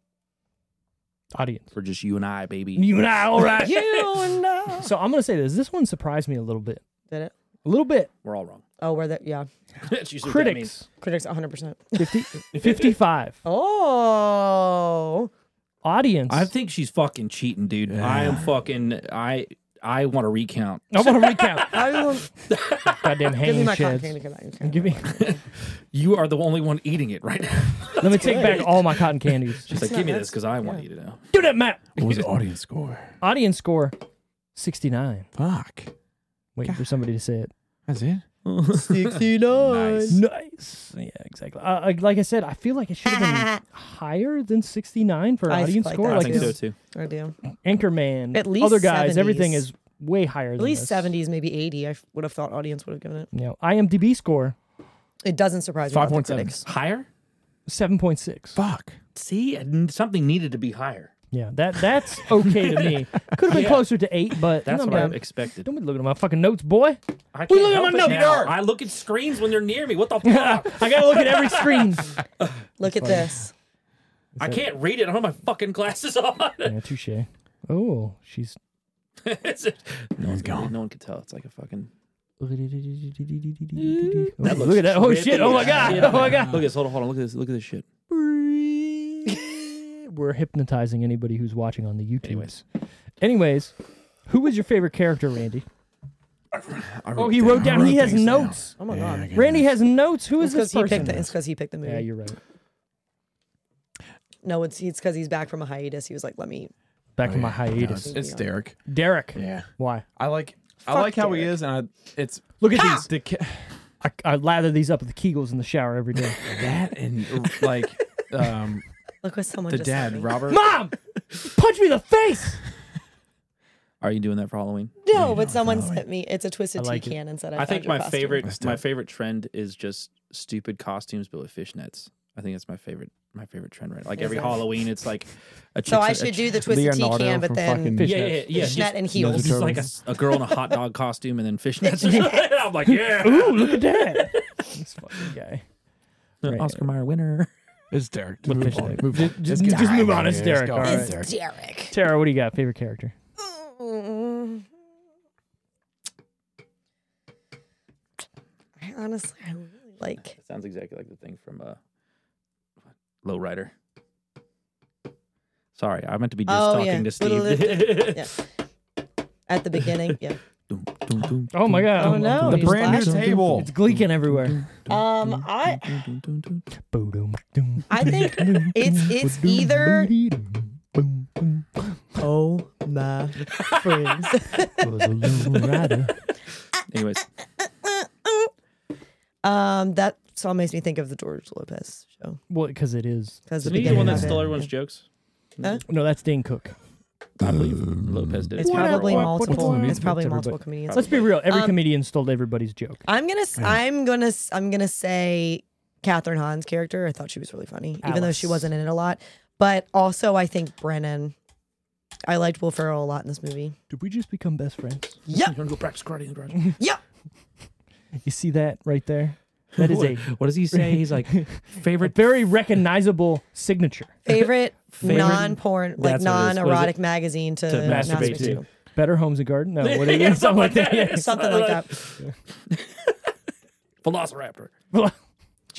Speaker 1: Audience.
Speaker 2: for just you and I, baby.
Speaker 1: You and I, all right.
Speaker 3: you know.
Speaker 1: So I'm going to say this. This one surprised me a little bit.
Speaker 3: Did it?
Speaker 1: A little bit.
Speaker 2: We're all wrong.
Speaker 3: Oh, where the yeah.
Speaker 2: That's usually what that means.
Speaker 1: Critics,
Speaker 3: Critics 100. percent
Speaker 1: 50, 55.
Speaker 3: Oh.
Speaker 1: Audience.
Speaker 2: I think she's fucking cheating, dude. I am fucking. I I want to recount.
Speaker 1: I want to recap.
Speaker 3: I will,
Speaker 1: Goddamn
Speaker 3: give me
Speaker 1: hanging
Speaker 3: my
Speaker 1: sheds.
Speaker 3: cotton candy. Come back.
Speaker 1: Give me.
Speaker 2: You are the only one eating it right now.
Speaker 1: Let me take back all my cotton candies.
Speaker 2: She's like, give me this because I want to eat it now.
Speaker 1: Do that, Matt.
Speaker 4: What was the audience score?
Speaker 1: Audience score 69.
Speaker 4: Fuck.
Speaker 1: Waiting for somebody to say it.
Speaker 4: That's it.
Speaker 3: 69.
Speaker 4: Nice.
Speaker 1: Nice. Yeah, exactly. Uh, like- like I said, I feel like it should have been higher than 69 for
Speaker 3: I
Speaker 1: audience
Speaker 3: feel like
Speaker 1: score.
Speaker 3: that
Speaker 2: I
Speaker 1: like
Speaker 2: think
Speaker 3: too.
Speaker 2: so too.
Speaker 3: I do.
Speaker 1: Anchorman,
Speaker 3: At least
Speaker 1: other guys, everything
Speaker 3: 70s.
Speaker 1: is way higher.
Speaker 3: At least 70s, maybe 80. I f- would have thought audience would have given it.
Speaker 1: You know, IMDb score
Speaker 3: It doesn't surprise me. about the
Speaker 4: 5.7.
Speaker 3: critics.
Speaker 2: Higher?
Speaker 1: 7.6.
Speaker 4: Fuck.
Speaker 2: See, and something needed to be higher.
Speaker 1: Yeah, that that's okay to me. Could have been closer to eight, but no,
Speaker 2: That's what I
Speaker 1: man.
Speaker 2: expected.
Speaker 1: Don't be looking at my fucking notes, boy.
Speaker 2: I
Speaker 1: We
Speaker 2: can't
Speaker 1: look at
Speaker 2: help
Speaker 1: my
Speaker 2: it
Speaker 1: notes.
Speaker 2: now.
Speaker 1: Nerd.
Speaker 2: I look at screens when they're near me. What the fuck?
Speaker 1: I gotta look at every screen.
Speaker 3: Look at this.
Speaker 2: I can't read it. I don't have my fucking glasses on.
Speaker 1: Yeah, touche. Oh, she's
Speaker 2: It's- no, one's
Speaker 4: gone.
Speaker 2: no one can tell. It's like a fucking
Speaker 1: Look at that. Oh, shit. Oh, my God. Oh, my God.
Speaker 2: Look at this. Hold on, hold on. Look at this. Look at this shit.
Speaker 1: We're hypnotizing anybody who's watching on the YouTube. Anyways, Anyways who was your favorite character, Randy? Oh, he wrote down. He has notes.
Speaker 3: Oh my god.
Speaker 1: Randy has notes. Who is this
Speaker 3: It's because he picked
Speaker 1: person?
Speaker 3: the, it's because he picked the movie.
Speaker 1: Yeah, you're right.
Speaker 3: no, it's it's because he's back from a hiatus. He was like, "Let me."
Speaker 1: Back from my
Speaker 4: It's,
Speaker 1: hiatus.
Speaker 4: it's Derek.
Speaker 1: Derek.
Speaker 4: Yeah.
Speaker 1: Why?
Speaker 4: I like I
Speaker 3: Fuck
Speaker 4: like how he
Speaker 3: Derek.
Speaker 4: is, and I, it's Ah!
Speaker 1: Look at
Speaker 4: Ha!
Speaker 1: these. I, I lather these up with the Kegels in the shower every day.
Speaker 4: that and like um
Speaker 3: Look what someone
Speaker 4: the
Speaker 3: just sent me.
Speaker 4: dad Robert.
Speaker 1: Mom, punch me in the face.
Speaker 2: Are you doing that for Halloween?
Speaker 3: No, but someone sent me. It's a twisted
Speaker 1: I like
Speaker 3: tea
Speaker 1: it.
Speaker 3: can and said, "I,
Speaker 2: I
Speaker 3: found
Speaker 2: think
Speaker 3: your
Speaker 2: my
Speaker 3: costume."
Speaker 2: favorite my favorite trend is just stupid costumes but with fishnets. I think that's my favorite my favorite trend right. Like every Halloween, it's like a chick.
Speaker 3: So I should do the twisted tea
Speaker 4: Leonardo
Speaker 3: can, but
Speaker 4: from
Speaker 3: then
Speaker 4: fucking-
Speaker 2: yeah, yeah, yeah,
Speaker 3: fishnet
Speaker 2: just-
Speaker 3: and heels.
Speaker 2: Just like a, a girl in a hot dog costume and then fishnets. I'm like, yeah,
Speaker 1: Ooh, look at that. this fucking guy. Right.
Speaker 2: Oscar Mayer winner.
Speaker 4: It's Derek.
Speaker 1: With
Speaker 4: Move
Speaker 1: fish
Speaker 4: on,
Speaker 1: tape.
Speaker 4: move on.
Speaker 1: Just,
Speaker 4: It's
Speaker 1: just
Speaker 4: Derek.
Speaker 1: move on. It's
Speaker 4: Yeah,
Speaker 1: Derek.
Speaker 4: go.
Speaker 1: All
Speaker 4: It's
Speaker 1: right.
Speaker 3: It's Derek.
Speaker 1: Tara, what do you got? Favorite character?
Speaker 3: Mm. I honestly, I really like.
Speaker 2: That sounds exactly like the thing from uh, Low Rider. Sorry, I meant to be just
Speaker 3: Oh,
Speaker 2: talking
Speaker 3: yeah.
Speaker 2: to Steve.
Speaker 3: Yeah. At the beginning, yeah.
Speaker 2: Dum, dum, dum,
Speaker 1: Oh my god.
Speaker 3: Oh, no,
Speaker 4: The
Speaker 3: He's
Speaker 4: brand new
Speaker 3: flashing.
Speaker 4: table.
Speaker 1: It's gleeking everywhere.
Speaker 3: Um, I
Speaker 2: dum, dum, dum, dum.
Speaker 3: I think it's it's either
Speaker 1: Oh my friends.
Speaker 2: Anyways,
Speaker 3: um that song makes me think of the George Lopez show
Speaker 1: well, because it is.
Speaker 3: because the
Speaker 2: Isn't he the
Speaker 3: beginning
Speaker 2: one that
Speaker 3: of it-
Speaker 2: stole everyone's jokes?
Speaker 1: No, that's Dane Cook.
Speaker 2: I believe Lopez did.
Speaker 3: It's
Speaker 1: What?
Speaker 3: probably
Speaker 1: What? What?
Speaker 3: multiple.
Speaker 1: What?
Speaker 3: It's probably
Speaker 1: Everybody.
Speaker 3: multiple comedians.
Speaker 1: Let's be real. Every
Speaker 3: Um,
Speaker 1: comedian stole everybody's joke.
Speaker 3: I'm gonna s- I'm gonna s- I'm gonna say Catherine Hahn's character. I thought she was really funny, even though she
Speaker 1: Alice.
Speaker 3: wasn't in it a lot. But also, I think Brennan. I liked Will Ferrell a lot in this movie.
Speaker 1: Did we just become best friends?
Speaker 3: Yep,
Speaker 2: gonna go practice karate in the garage.
Speaker 3: yep.
Speaker 1: You see that right there? That is a
Speaker 2: What does he say? He's like favorite.
Speaker 1: very recognizable signature.
Speaker 3: Favorite,
Speaker 2: Favorite-
Speaker 3: non-porn, like
Speaker 2: That's what it is. What is it?
Speaker 3: non-erotic magazine to,
Speaker 2: To masturbate
Speaker 3: masturbate
Speaker 2: to.
Speaker 3: to,
Speaker 1: Better Homes and Garden? No, what do you Something like that. yeah.
Speaker 3: something like that.
Speaker 2: Velociraptor.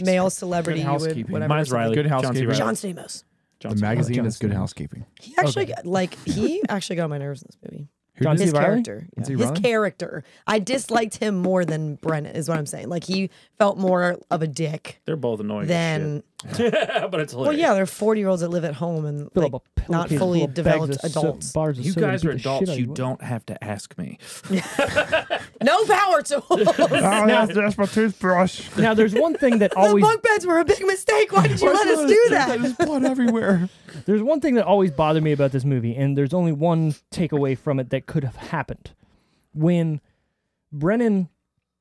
Speaker 3: Male celebrity, you would,
Speaker 4: housekeeping.
Speaker 3: whatever.
Speaker 2: Mine's Riley.
Speaker 4: Good
Speaker 2: John C.
Speaker 4: housekeeping.
Speaker 2: Riley.
Speaker 3: John Stamos.
Speaker 4: The magazine is good housekeeping.
Speaker 3: He actually got- like he actually got on my nerves in this movie.
Speaker 1: John
Speaker 3: his
Speaker 1: C. Reilly?
Speaker 3: character.
Speaker 4: Is he
Speaker 3: His
Speaker 4: Riley?
Speaker 3: character. I disliked him more than Brennan is what I'm saying. Like he felt more of a dick
Speaker 2: They're both annoying.
Speaker 3: than
Speaker 2: but it's hilarious.
Speaker 3: well, yeah, they're 40 year olds that live at home and
Speaker 1: Fill
Speaker 3: like,
Speaker 1: up a
Speaker 3: not
Speaker 1: pillowcase
Speaker 3: fully
Speaker 1: full of bags
Speaker 3: developed
Speaker 1: of so-
Speaker 3: adults.
Speaker 1: bars of
Speaker 2: You
Speaker 1: soda,
Speaker 2: guys
Speaker 1: beat
Speaker 2: are
Speaker 1: the shit
Speaker 2: adults.
Speaker 1: out of
Speaker 2: You don't have to ask me.
Speaker 3: No power tools.
Speaker 4: Oh, that's, my toothbrush.
Speaker 1: Now, there's one thing that
Speaker 3: the
Speaker 1: always
Speaker 3: bunk beds were a big mistake. Why did you let us do that?
Speaker 4: There's blood everywhere.
Speaker 1: there's one thing that always bothered me about this movie, and there's only one takeaway from it that could have happened. When Brennan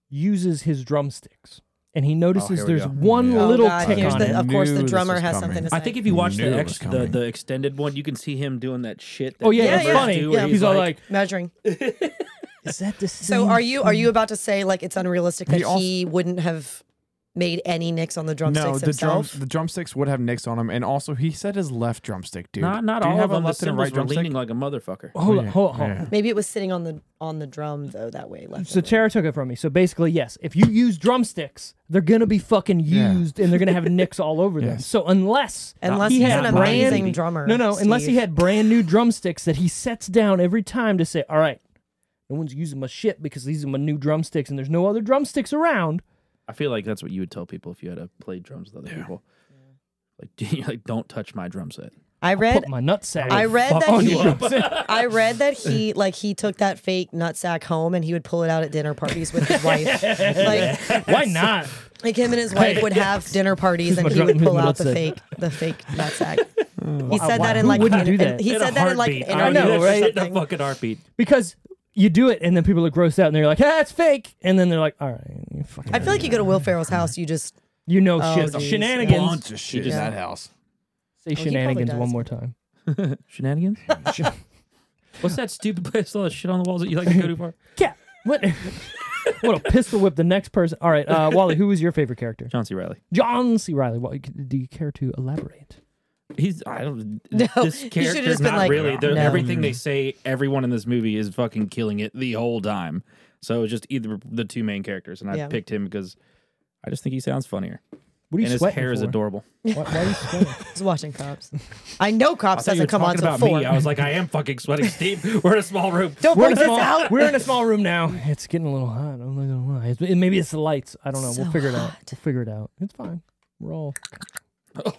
Speaker 1: uses his drumsticks and he notices
Speaker 2: Oh, here we
Speaker 1: there's
Speaker 2: go.
Speaker 1: one
Speaker 3: Oh,
Speaker 1: little
Speaker 3: God,
Speaker 1: tick
Speaker 3: here's
Speaker 1: on
Speaker 3: the-
Speaker 1: it.
Speaker 3: Of course,
Speaker 4: Knew
Speaker 3: the
Speaker 4: this
Speaker 3: drummer
Speaker 4: was
Speaker 3: has
Speaker 4: coming.
Speaker 3: something to say.
Speaker 2: I think if you watch
Speaker 4: Knew
Speaker 2: the,
Speaker 4: it
Speaker 2: ex-
Speaker 4: was
Speaker 2: the
Speaker 4: coming.
Speaker 2: the extended one, you can see him doing that shit. That
Speaker 1: Oh yeah,
Speaker 3: Yeah,
Speaker 1: it's
Speaker 3: yeah,
Speaker 1: funny.
Speaker 2: do, where
Speaker 1: Yeah. He's, all like,
Speaker 3: measuring.
Speaker 1: "Is that the same?"
Speaker 3: So are you are you about to say like it's unrealistic that
Speaker 4: He
Speaker 3: he,
Speaker 4: also-
Speaker 3: wouldn't have made any nicks on the drumsticks
Speaker 4: No, the
Speaker 3: himself?
Speaker 4: drums, the drumsticks would have nicks on them, and also he said his left drumstick, dude.
Speaker 2: not not
Speaker 4: Do you
Speaker 2: all
Speaker 4: have
Speaker 2: of them.
Speaker 4: a
Speaker 2: The
Speaker 4: left and a
Speaker 2: cymbals
Speaker 4: right
Speaker 2: were leaning
Speaker 4: drumstick?
Speaker 2: like a motherfucker.
Speaker 1: Hold on, hold on, hold on.
Speaker 4: "Oh, Yeah.
Speaker 3: Maybe it was sitting on the on the drum though that way left.
Speaker 1: So Tara took it from me. So basically, yes, if you use drumsticks, they're gonna be fucking
Speaker 4: Yeah.
Speaker 1: used and they're gonna have nicks all over them.
Speaker 4: Yes.
Speaker 1: So unless
Speaker 3: Unless
Speaker 1: he
Speaker 3: he's
Speaker 1: had
Speaker 3: an
Speaker 1: brand-
Speaker 3: amazing drummer.
Speaker 1: no, no, unless he
Speaker 3: Steve.
Speaker 1: had brand new drumsticks that he sets down every time to say, "All right, no one's using my shit because these are my new drumsticks and there's no other drumsticks around."
Speaker 2: I feel like that's what you would tell people if you had to play drums with other people. Like, you're like, don't touch my drum set.
Speaker 3: I read
Speaker 1: Put my nutsack.
Speaker 3: I read
Speaker 1: fuck
Speaker 3: that
Speaker 1: on
Speaker 3: he-
Speaker 1: your drumstick.
Speaker 3: I read that he like he took that fake nutsack home and he would pull it out at dinner parties with his wife. Like
Speaker 1: Why not?
Speaker 3: like him and his wife would have dinner parties and
Speaker 1: my
Speaker 3: he would
Speaker 1: drum- here's
Speaker 3: pull
Speaker 1: my
Speaker 3: out the
Speaker 1: nutsack.
Speaker 3: fake the fake nutsack. He said
Speaker 1: wow.
Speaker 3: that in
Speaker 1: Who
Speaker 3: like
Speaker 1: wouldn't
Speaker 3: an-
Speaker 1: do
Speaker 3: in-
Speaker 1: that?
Speaker 3: he said that in like an
Speaker 2: heartbeat. I
Speaker 3: interview
Speaker 1: know,
Speaker 3: or
Speaker 1: right?
Speaker 2: In a
Speaker 3: something.
Speaker 2: fucking heartbeat.
Speaker 1: Because you do it and then people are grossed out and they're like, "Ah, it's fake," and then they're like, "All right, you fucking,
Speaker 3: I feel like you go to Will Ferrell's house, you just
Speaker 1: you know,
Speaker 3: Oh,
Speaker 1: shit,
Speaker 3: geez.
Speaker 1: shenanigans."
Speaker 4: Bunch of shit in
Speaker 3: Yeah.
Speaker 4: that house.
Speaker 1: Say
Speaker 3: Oh, probably
Speaker 1: shenanigans
Speaker 3: does.
Speaker 1: one more time.
Speaker 2: Shenanigans? What's that stupid place? All the shit on the walls that you like to go to for?
Speaker 1: Cat. What? what a pistol whip the next person. All right, uh, Wally, who was your favorite character?
Speaker 2: John C. Riley.
Speaker 1: John C. Riley. Wally, c- do you care to elaborate?
Speaker 2: He's I don't.
Speaker 3: No,
Speaker 2: this
Speaker 3: you should've
Speaker 2: character
Speaker 3: just been
Speaker 2: not
Speaker 3: like,
Speaker 2: really. they're-
Speaker 3: no.
Speaker 2: Everything they say, everyone in this movie is fucking killing it the whole time. So it was just either the two main characters, and I
Speaker 3: Yeah.
Speaker 2: picked him because I just think he sounds funnier,
Speaker 1: What are you
Speaker 2: and his
Speaker 1: sweating
Speaker 2: hair is
Speaker 1: for?
Speaker 2: adorable.
Speaker 1: Why, why are you sweating?
Speaker 3: I was watching Cops. I know Cops
Speaker 2: you were
Speaker 3: hasn't come on
Speaker 2: talking
Speaker 3: till
Speaker 2: about
Speaker 3: four.
Speaker 2: me. I was like, I am fucking sweating, Steve. We're in a small room.
Speaker 3: Don't
Speaker 1: We're
Speaker 3: bring
Speaker 1: in, a
Speaker 3: this
Speaker 1: small,
Speaker 3: out.
Speaker 1: we're in a small room now. It's getting a little hot. I'm not gonna lie. It's, it- maybe it's the lights. I don't know.
Speaker 3: So
Speaker 1: we'll figure it out.
Speaker 3: hot.
Speaker 1: We'll figure it out. It's fine. We're all.
Speaker 2: Oh,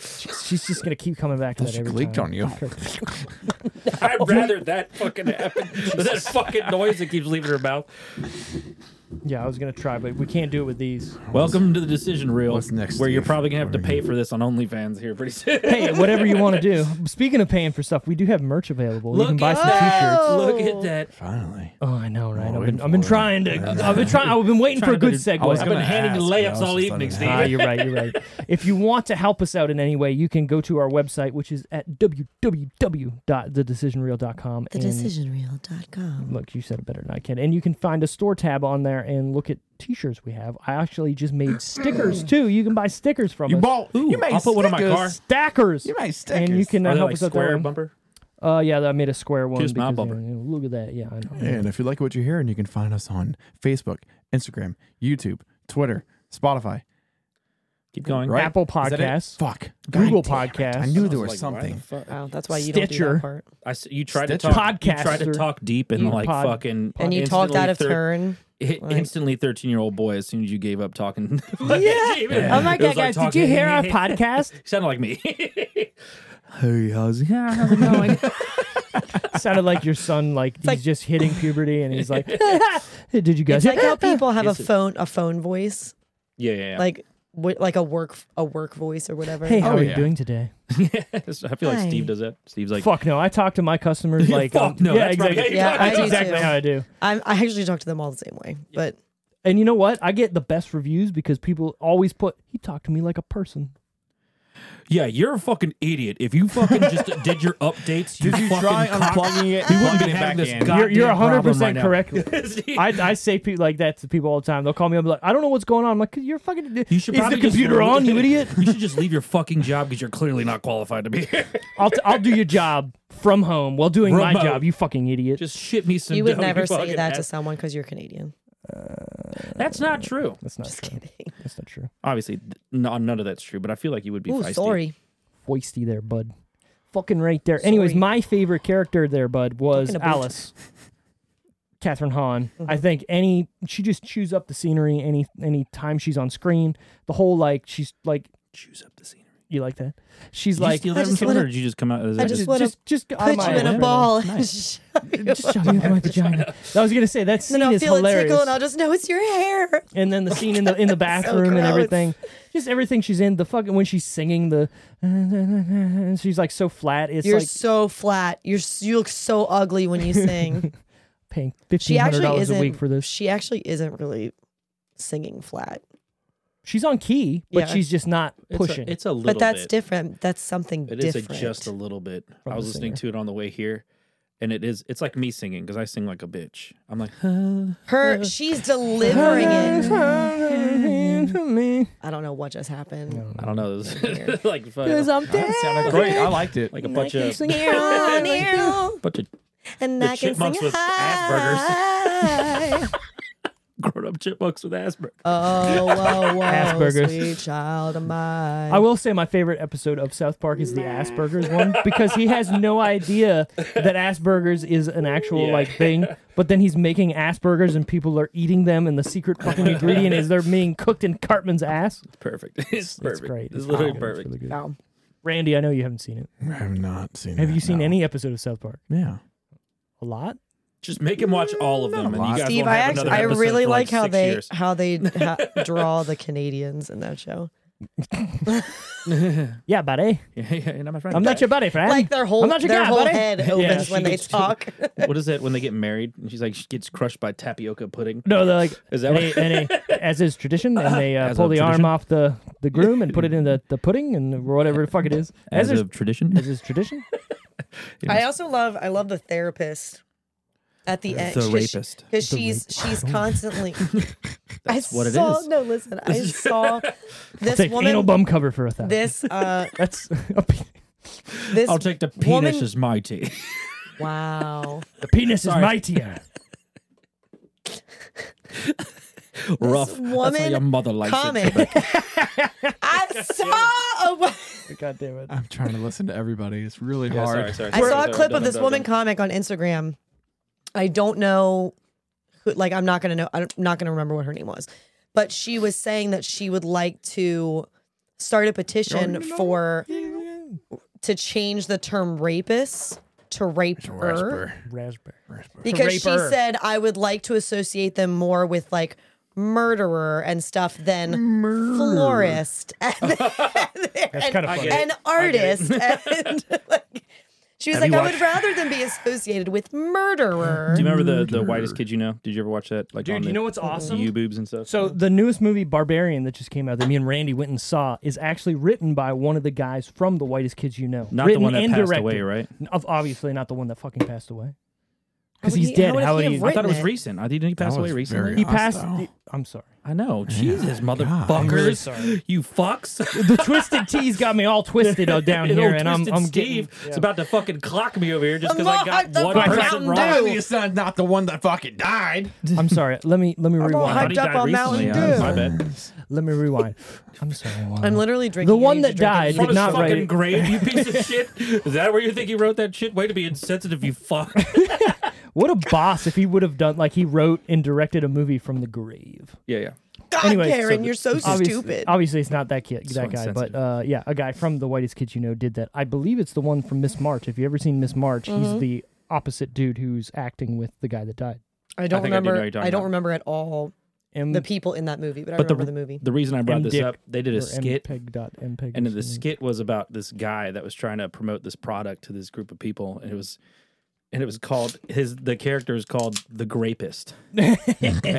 Speaker 1: She's she's just gonna keep coming back to that
Speaker 4: She
Speaker 1: every
Speaker 4: leaked
Speaker 1: time.
Speaker 4: on you.
Speaker 2: I'd rather that fucking happen than that fucking noise that keeps leaving her mouth.
Speaker 1: Yeah, I was gonna try, but we can't do it with these.
Speaker 2: Welcome to the decision reel,
Speaker 4: What's next,
Speaker 2: where you're
Speaker 4: Steve?
Speaker 2: probably gonna have to pay for this on OnlyFans here pretty soon.
Speaker 1: Hey, whatever you want to do. Speaking of paying for stuff, we do have merch available. you
Speaker 2: Look
Speaker 1: can buy
Speaker 2: at
Speaker 1: some
Speaker 2: that!
Speaker 1: t-shirts.
Speaker 2: Look at that!
Speaker 4: Finally.
Speaker 1: Oh, I know, right? I've
Speaker 4: waiting
Speaker 1: been, I've been
Speaker 4: for it.
Speaker 1: trying to. I've been trying. I've been waiting for a good
Speaker 2: Trying to-
Speaker 1: segue.
Speaker 4: I was
Speaker 2: I've
Speaker 4: gonna
Speaker 2: been handing you
Speaker 4: ask, but I
Speaker 2: layups
Speaker 4: was
Speaker 2: all
Speaker 4: just
Speaker 2: evening,
Speaker 4: like,
Speaker 2: Steve.
Speaker 1: Ah, you're right. You're right. If you want to help us out in any way, you can go to our website, which is at www.thedecisionreel.com. and-
Speaker 3: Thedecisionreel.com.
Speaker 1: Look, you said it better than I can. And you can find a store tab on there and look at t-shirts we have. I actually just made stickers too. You can buy stickers from
Speaker 4: You
Speaker 1: us.
Speaker 4: bought.
Speaker 2: Ooh,
Speaker 4: you made
Speaker 2: I'll put one on my
Speaker 4: stickers.
Speaker 2: car.
Speaker 1: Stackers.
Speaker 4: You made stickers.
Speaker 1: And you can uh,
Speaker 2: Are they
Speaker 1: help
Speaker 2: like
Speaker 1: us out there.
Speaker 2: square bumper?
Speaker 1: Uh, yeah, I made a square one.
Speaker 2: Kiss my
Speaker 1: because, uh,
Speaker 2: bumper.
Speaker 1: you know, look at that. Yeah, I know.
Speaker 4: And if you like what you're hearing, you can find us on Facebook, Instagram, YouTube, Twitter, Spotify.
Speaker 2: Keep going.
Speaker 4: Right?
Speaker 1: Apple
Speaker 4: Is that it?
Speaker 1: Podcasts,
Speaker 4: Fuck.
Speaker 1: Google
Speaker 4: God damn it. I
Speaker 1: Podcasts.
Speaker 4: knew there
Speaker 2: I was
Speaker 4: was
Speaker 2: like, why the
Speaker 4: something.
Speaker 2: fuck?
Speaker 3: Wow, that's why you don't do
Speaker 1: Stitcher.
Speaker 3: that part.
Speaker 2: I s- you tried to
Speaker 4: Stitcher.
Speaker 2: talk you tried to
Speaker 1: Podcaster.
Speaker 2: talk deep and
Speaker 1: You
Speaker 2: like
Speaker 1: pod-
Speaker 2: fucking
Speaker 3: And you talked
Speaker 2: instantly
Speaker 3: out of
Speaker 2: thir-
Speaker 3: turn.
Speaker 2: hit-
Speaker 3: Like-
Speaker 2: instantly thirteen year old boy as soon as you gave up talking.
Speaker 1: Oh my
Speaker 2: It was
Speaker 1: god,
Speaker 2: like
Speaker 1: guys! Did you
Speaker 2: talking-
Speaker 1: hear our podcast?
Speaker 2: Sounded like me. hey, how's it, how's it going?
Speaker 1: Sounded like your son. Like he's
Speaker 3: like-
Speaker 1: just hitting puberty, and he's like, "Did you guys?"
Speaker 3: It's like how people have a
Speaker 2: Yes, it-
Speaker 3: phone a phone voice,
Speaker 2: yeah, yeah. yeah.
Speaker 3: like wi- like a work a work voice or whatever.
Speaker 1: hey, how
Speaker 4: Oh,
Speaker 1: are you
Speaker 4: yeah.
Speaker 1: doing today?
Speaker 2: I feel like Steve
Speaker 3: Hi.
Speaker 2: does that. Steve's like,
Speaker 1: fuck no! I talk to my customers like,
Speaker 2: fuck
Speaker 1: um,
Speaker 2: no.
Speaker 1: yeah,
Speaker 2: that's right.
Speaker 1: exactly.
Speaker 3: Yeah, I
Speaker 1: That's
Speaker 3: do
Speaker 1: exactly
Speaker 3: too.
Speaker 1: how I do.
Speaker 3: I'm, I actually talk to them all the same way, but
Speaker 1: And you know what? I get the best reviews because people always put, "He talked to me like a person."
Speaker 2: Yeah, you're a fucking idiot. If you fucking just did your updates, you
Speaker 4: Did you
Speaker 2: fucking
Speaker 4: try
Speaker 2: cock-
Speaker 4: unplugging it
Speaker 2: We
Speaker 4: and
Speaker 2: wouldn't be
Speaker 4: plugging it
Speaker 2: having
Speaker 4: back
Speaker 2: this
Speaker 4: in?
Speaker 2: goddamn
Speaker 1: You're you're 100 percent
Speaker 2: problem right
Speaker 1: correct.
Speaker 2: now. Steve,
Speaker 1: I, I say pe- like that to people all the time. They'll call me up and be like, "I don't know what's going on." I'm like, "You're fucking.
Speaker 2: you should
Speaker 1: is
Speaker 2: probably
Speaker 1: the computer
Speaker 2: just,
Speaker 1: on? You idiot!
Speaker 2: You should just leave your fucking job because you're clearly not qualified to be here.
Speaker 1: I'll t- I'll do your job from home while doing my
Speaker 2: Remote.
Speaker 1: job. You fucking idiot."
Speaker 2: Just shit me some.
Speaker 3: you would
Speaker 2: dough,
Speaker 3: never say
Speaker 2: fucking
Speaker 3: that to
Speaker 2: ass.
Speaker 3: someone because you're Canadian.
Speaker 2: That's not true.
Speaker 1: that's not
Speaker 3: Just
Speaker 1: true.
Speaker 3: kidding.
Speaker 1: That's not true.
Speaker 2: Obviously, th- no, none of that's true. But I feel like you would be.
Speaker 3: Ooh,
Speaker 2: feisty.
Speaker 3: sorry.
Speaker 1: Foisty there, bud. Fucking right there. Anyways,
Speaker 3: Sorry.
Speaker 1: my favorite character there, bud, was
Speaker 3: Talking about-
Speaker 1: Alice. Catherine Hahn. I think any she just chews up the scenery any any time she's on screen. The whole like she's like
Speaker 2: Choose up the scenery.
Speaker 1: you like that? She's
Speaker 2: Did you
Speaker 1: like
Speaker 2: steal
Speaker 3: I
Speaker 2: that from
Speaker 3: just
Speaker 2: someone,
Speaker 3: wanna-
Speaker 2: or did you just come out? As
Speaker 3: I
Speaker 2: a-
Speaker 3: just
Speaker 1: just,
Speaker 3: wanna
Speaker 1: just just out of
Speaker 3: Put
Speaker 1: Oh my
Speaker 3: you in
Speaker 1: way.
Speaker 3: a ball. and shove you
Speaker 1: Just shove me in my vagina. I was gonna say that scene
Speaker 3: and I'll
Speaker 1: is
Speaker 3: feel
Speaker 1: hilarious.
Speaker 3: it tickle, and I'll just know it's your hair.
Speaker 1: And then the scene in the in the bathroom and
Speaker 3: gross.
Speaker 1: everything, just everything she's in. The fucking when she's singing the, she's like so flat. It's
Speaker 3: You're
Speaker 1: like
Speaker 3: so flat. You're s- you look so ugly when you sing.
Speaker 1: paying
Speaker 3: She
Speaker 1: fifteen hundred
Speaker 3: actually
Speaker 1: dollars
Speaker 3: isn't.
Speaker 1: a week for this.
Speaker 3: She actually isn't really singing flat,
Speaker 1: She's on key, but
Speaker 3: Yeah.
Speaker 1: she's just not
Speaker 2: It's a-
Speaker 1: pushing.
Speaker 2: It's a little.
Speaker 3: but that's
Speaker 2: bit.
Speaker 3: different. That's something
Speaker 2: It is a
Speaker 3: different.
Speaker 2: just a little bit.
Speaker 1: From
Speaker 2: I was
Speaker 1: the
Speaker 2: listening to it on the way here, and it is. It's like me singing because I sing like a bitch. I'm like,
Speaker 3: Her, she's delivering it.
Speaker 1: Because
Speaker 3: I don't know what just happened.
Speaker 2: I don't know. It's like fucking-
Speaker 1: I'm dead.
Speaker 4: Sounded great. I liked it.
Speaker 2: like a bunch of
Speaker 3: Near, near,
Speaker 2: bunch of
Speaker 3: and
Speaker 2: The
Speaker 3: I can sing
Speaker 2: chipmunks with
Speaker 3: high.
Speaker 2: grown up chipmunks with Asperger.
Speaker 3: Oh, whoa, whoa,
Speaker 1: Asperger's.
Speaker 3: sweet child of mine.
Speaker 1: I will say my favorite episode of South Park is the Asperger's one because he has no idea that Asperger's is an actual
Speaker 2: Yeah.
Speaker 1: like thing, but then he's making Asperger's and people are eating them, and the secret fucking ingredient is they're being cooked in Cartman's ass.
Speaker 2: perfect. It's perfect.
Speaker 1: It's great.
Speaker 2: It's literally
Speaker 1: Oh,
Speaker 2: perfect.
Speaker 1: really good.
Speaker 3: Wow.
Speaker 1: Randy, I know you haven't seen it.
Speaker 4: I have not seen
Speaker 1: Have
Speaker 4: that,
Speaker 1: you seen
Speaker 4: no.
Speaker 1: any episode of South Park?
Speaker 4: Yeah.
Speaker 1: A lot.
Speaker 2: Just make him watch all of them, and you
Speaker 4: lot.
Speaker 2: guys
Speaker 3: Steve,
Speaker 2: won't
Speaker 3: I
Speaker 2: have
Speaker 3: actually,
Speaker 2: another
Speaker 3: I
Speaker 2: episode
Speaker 3: really
Speaker 2: for
Speaker 3: like
Speaker 2: like,
Speaker 3: how
Speaker 2: six
Speaker 3: they
Speaker 2: years.
Speaker 3: how they ha- draw the Canadians in that show.
Speaker 1: Yeah, buddy.
Speaker 2: Yeah, yeah, you're not my friend.
Speaker 1: I'm not your buddy, friend.
Speaker 3: Like their whole
Speaker 1: I'm not your
Speaker 3: their
Speaker 1: guy,
Speaker 3: whole
Speaker 1: buddy.
Speaker 3: head
Speaker 1: Yeah,
Speaker 3: opens when
Speaker 2: she
Speaker 3: they
Speaker 2: just-
Speaker 3: talk.
Speaker 2: What is it when they get married? And she's like, she gets crushed by tapioca pudding.
Speaker 1: No, they're like,
Speaker 2: Is that
Speaker 1: and
Speaker 2: what-
Speaker 1: they, and they- as is tradition, and they uh,
Speaker 2: As
Speaker 1: pull
Speaker 2: of
Speaker 1: the arm
Speaker 2: tradition?
Speaker 1: off the, the groom and put it in the, the pudding and whatever the fuck it is. As, is,
Speaker 2: tradition,
Speaker 1: as is tradition.
Speaker 3: I also love I love the therapist at the end.
Speaker 2: The
Speaker 3: 'cause she-
Speaker 2: rapist.
Speaker 3: Because she's she's constantly. That's
Speaker 2: what it
Speaker 3: saw,
Speaker 2: is.
Speaker 3: No, listen. I saw this
Speaker 1: Take
Speaker 3: woman.
Speaker 1: anal bum cover for a thousand.
Speaker 3: This uh
Speaker 1: That's
Speaker 3: this.
Speaker 2: I'll take the penis
Speaker 3: woman-
Speaker 2: as my tea.
Speaker 3: Wow.
Speaker 1: the penis is mightier.
Speaker 2: Rough. That's how
Speaker 3: woman
Speaker 2: your mother likes
Speaker 3: Comment.
Speaker 2: it.
Speaker 3: I saw a. wo-
Speaker 1: God damn it.
Speaker 4: I'm trying to listen to everybody. It's really
Speaker 2: Yeah,
Speaker 4: hard.
Speaker 2: sorry, sorry,
Speaker 3: I
Speaker 2: sorry,
Speaker 3: saw
Speaker 2: sorry,
Speaker 3: a clip
Speaker 2: done,
Speaker 3: of this
Speaker 2: done,
Speaker 3: woman
Speaker 2: done.
Speaker 3: comic on Instagram. I don't know who, like, I'm not gonna know, I'm not gonna remember what her name was, but she was saying that she would like to start a petition for to change the term rapist to raper
Speaker 1: Raspberry.
Speaker 3: because she
Speaker 1: Raper.
Speaker 3: said I would like to associate them more with like murderer and stuff than florist and,
Speaker 1: That's kind of funny.
Speaker 2: get it.
Speaker 3: and artist and like she was like I would rather than be associated with murderer.
Speaker 2: Do you remember the the whitest kid you know? Did you ever watch that? Like,
Speaker 1: Dude,
Speaker 2: on
Speaker 1: you
Speaker 2: the
Speaker 1: know what's awesome?
Speaker 2: You boobs and stuff.
Speaker 1: So the newest movie, Barbarian, that just came out that me and Randy went and saw, is actually written by one of the guys from The Whitest Kids You Know.
Speaker 2: Not the
Speaker 1: Written
Speaker 2: one that
Speaker 1: and
Speaker 2: passed
Speaker 1: directed.
Speaker 2: away, right?
Speaker 1: N- of- Obviously, not the one that fucking passed away. Because
Speaker 3: would
Speaker 1: he's
Speaker 3: he-
Speaker 1: dead.
Speaker 3: how would
Speaker 1: How
Speaker 3: he
Speaker 1: would
Speaker 3: have
Speaker 1: he?
Speaker 3: written
Speaker 2: I thought it was
Speaker 3: it.
Speaker 2: recent. I didn't he pass
Speaker 4: That
Speaker 2: away
Speaker 4: was
Speaker 2: recently?
Speaker 4: very-
Speaker 1: He passed.
Speaker 4: Hostile.
Speaker 1: I'm sorry.
Speaker 2: I know. Jesus,
Speaker 4: God.
Speaker 2: motherfuckers!
Speaker 4: I'm
Speaker 1: really sorry.
Speaker 2: You fucks!
Speaker 1: The twisted tee's got me all twisted uh, down
Speaker 2: Good
Speaker 1: here,
Speaker 2: old
Speaker 1: and I'm,
Speaker 2: Twisted
Speaker 1: I'm
Speaker 2: Steve
Speaker 1: getting.
Speaker 2: is about to fucking clock me over here just because I got
Speaker 3: I'm not
Speaker 2: one
Speaker 3: the
Speaker 2: person
Speaker 3: Mountain
Speaker 2: wrong.
Speaker 3: Dew.
Speaker 5: It's not, not the one that fucking died.
Speaker 1: I'm sorry. Let me let me
Speaker 3: all
Speaker 1: rewind.
Speaker 2: I thought he
Speaker 3: Hyped up
Speaker 2: died
Speaker 3: on
Speaker 2: recently.
Speaker 3: Mountain
Speaker 2: Yeah,
Speaker 3: Dew.
Speaker 2: My bad.
Speaker 1: Let me rewind. I'm sorry. Juan.
Speaker 3: I'm literally drinking.
Speaker 1: The
Speaker 3: I
Speaker 1: one
Speaker 3: need
Speaker 1: that
Speaker 3: to drink
Speaker 1: died
Speaker 3: it.
Speaker 1: did
Speaker 2: From his
Speaker 1: not
Speaker 2: fucking
Speaker 1: write-
Speaker 2: grave, you piece of shit. Is that where you think he wrote that shit? Way to be insensitive, you fuck.
Speaker 1: What a boss if he would have done like he wrote and directed a movie from the grave.
Speaker 2: yeah, yeah.
Speaker 3: God,
Speaker 1: Anyway, so
Speaker 3: Karen,
Speaker 1: the-
Speaker 3: you're so
Speaker 1: obviously,
Speaker 3: stupid.
Speaker 1: Obviously, it's not that kid, that guy,
Speaker 2: insensitive.
Speaker 1: but uh, yeah, a guy from The Whitest Kids You Know did that. I believe it's the one from Miss March. If you ever seen Miss March, he's the opposite dude who's acting with the guy that died.
Speaker 3: I don't
Speaker 2: think I do know
Speaker 3: remember.
Speaker 2: what you're talking
Speaker 3: I, don't
Speaker 2: about.
Speaker 3: remember at all
Speaker 1: M-
Speaker 3: the people in that movie, but I
Speaker 2: But the-
Speaker 3: remember the, movie.
Speaker 2: The reason I brought
Speaker 1: M.
Speaker 2: this
Speaker 1: Dick
Speaker 2: up, they did a
Speaker 1: or
Speaker 2: skit,
Speaker 1: MPEG dot MPEG
Speaker 2: and
Speaker 1: or something.
Speaker 2: the skit was about this guy that was trying to promote this product to this group of people, and it was. And it was called his. The character is called the Grapist, and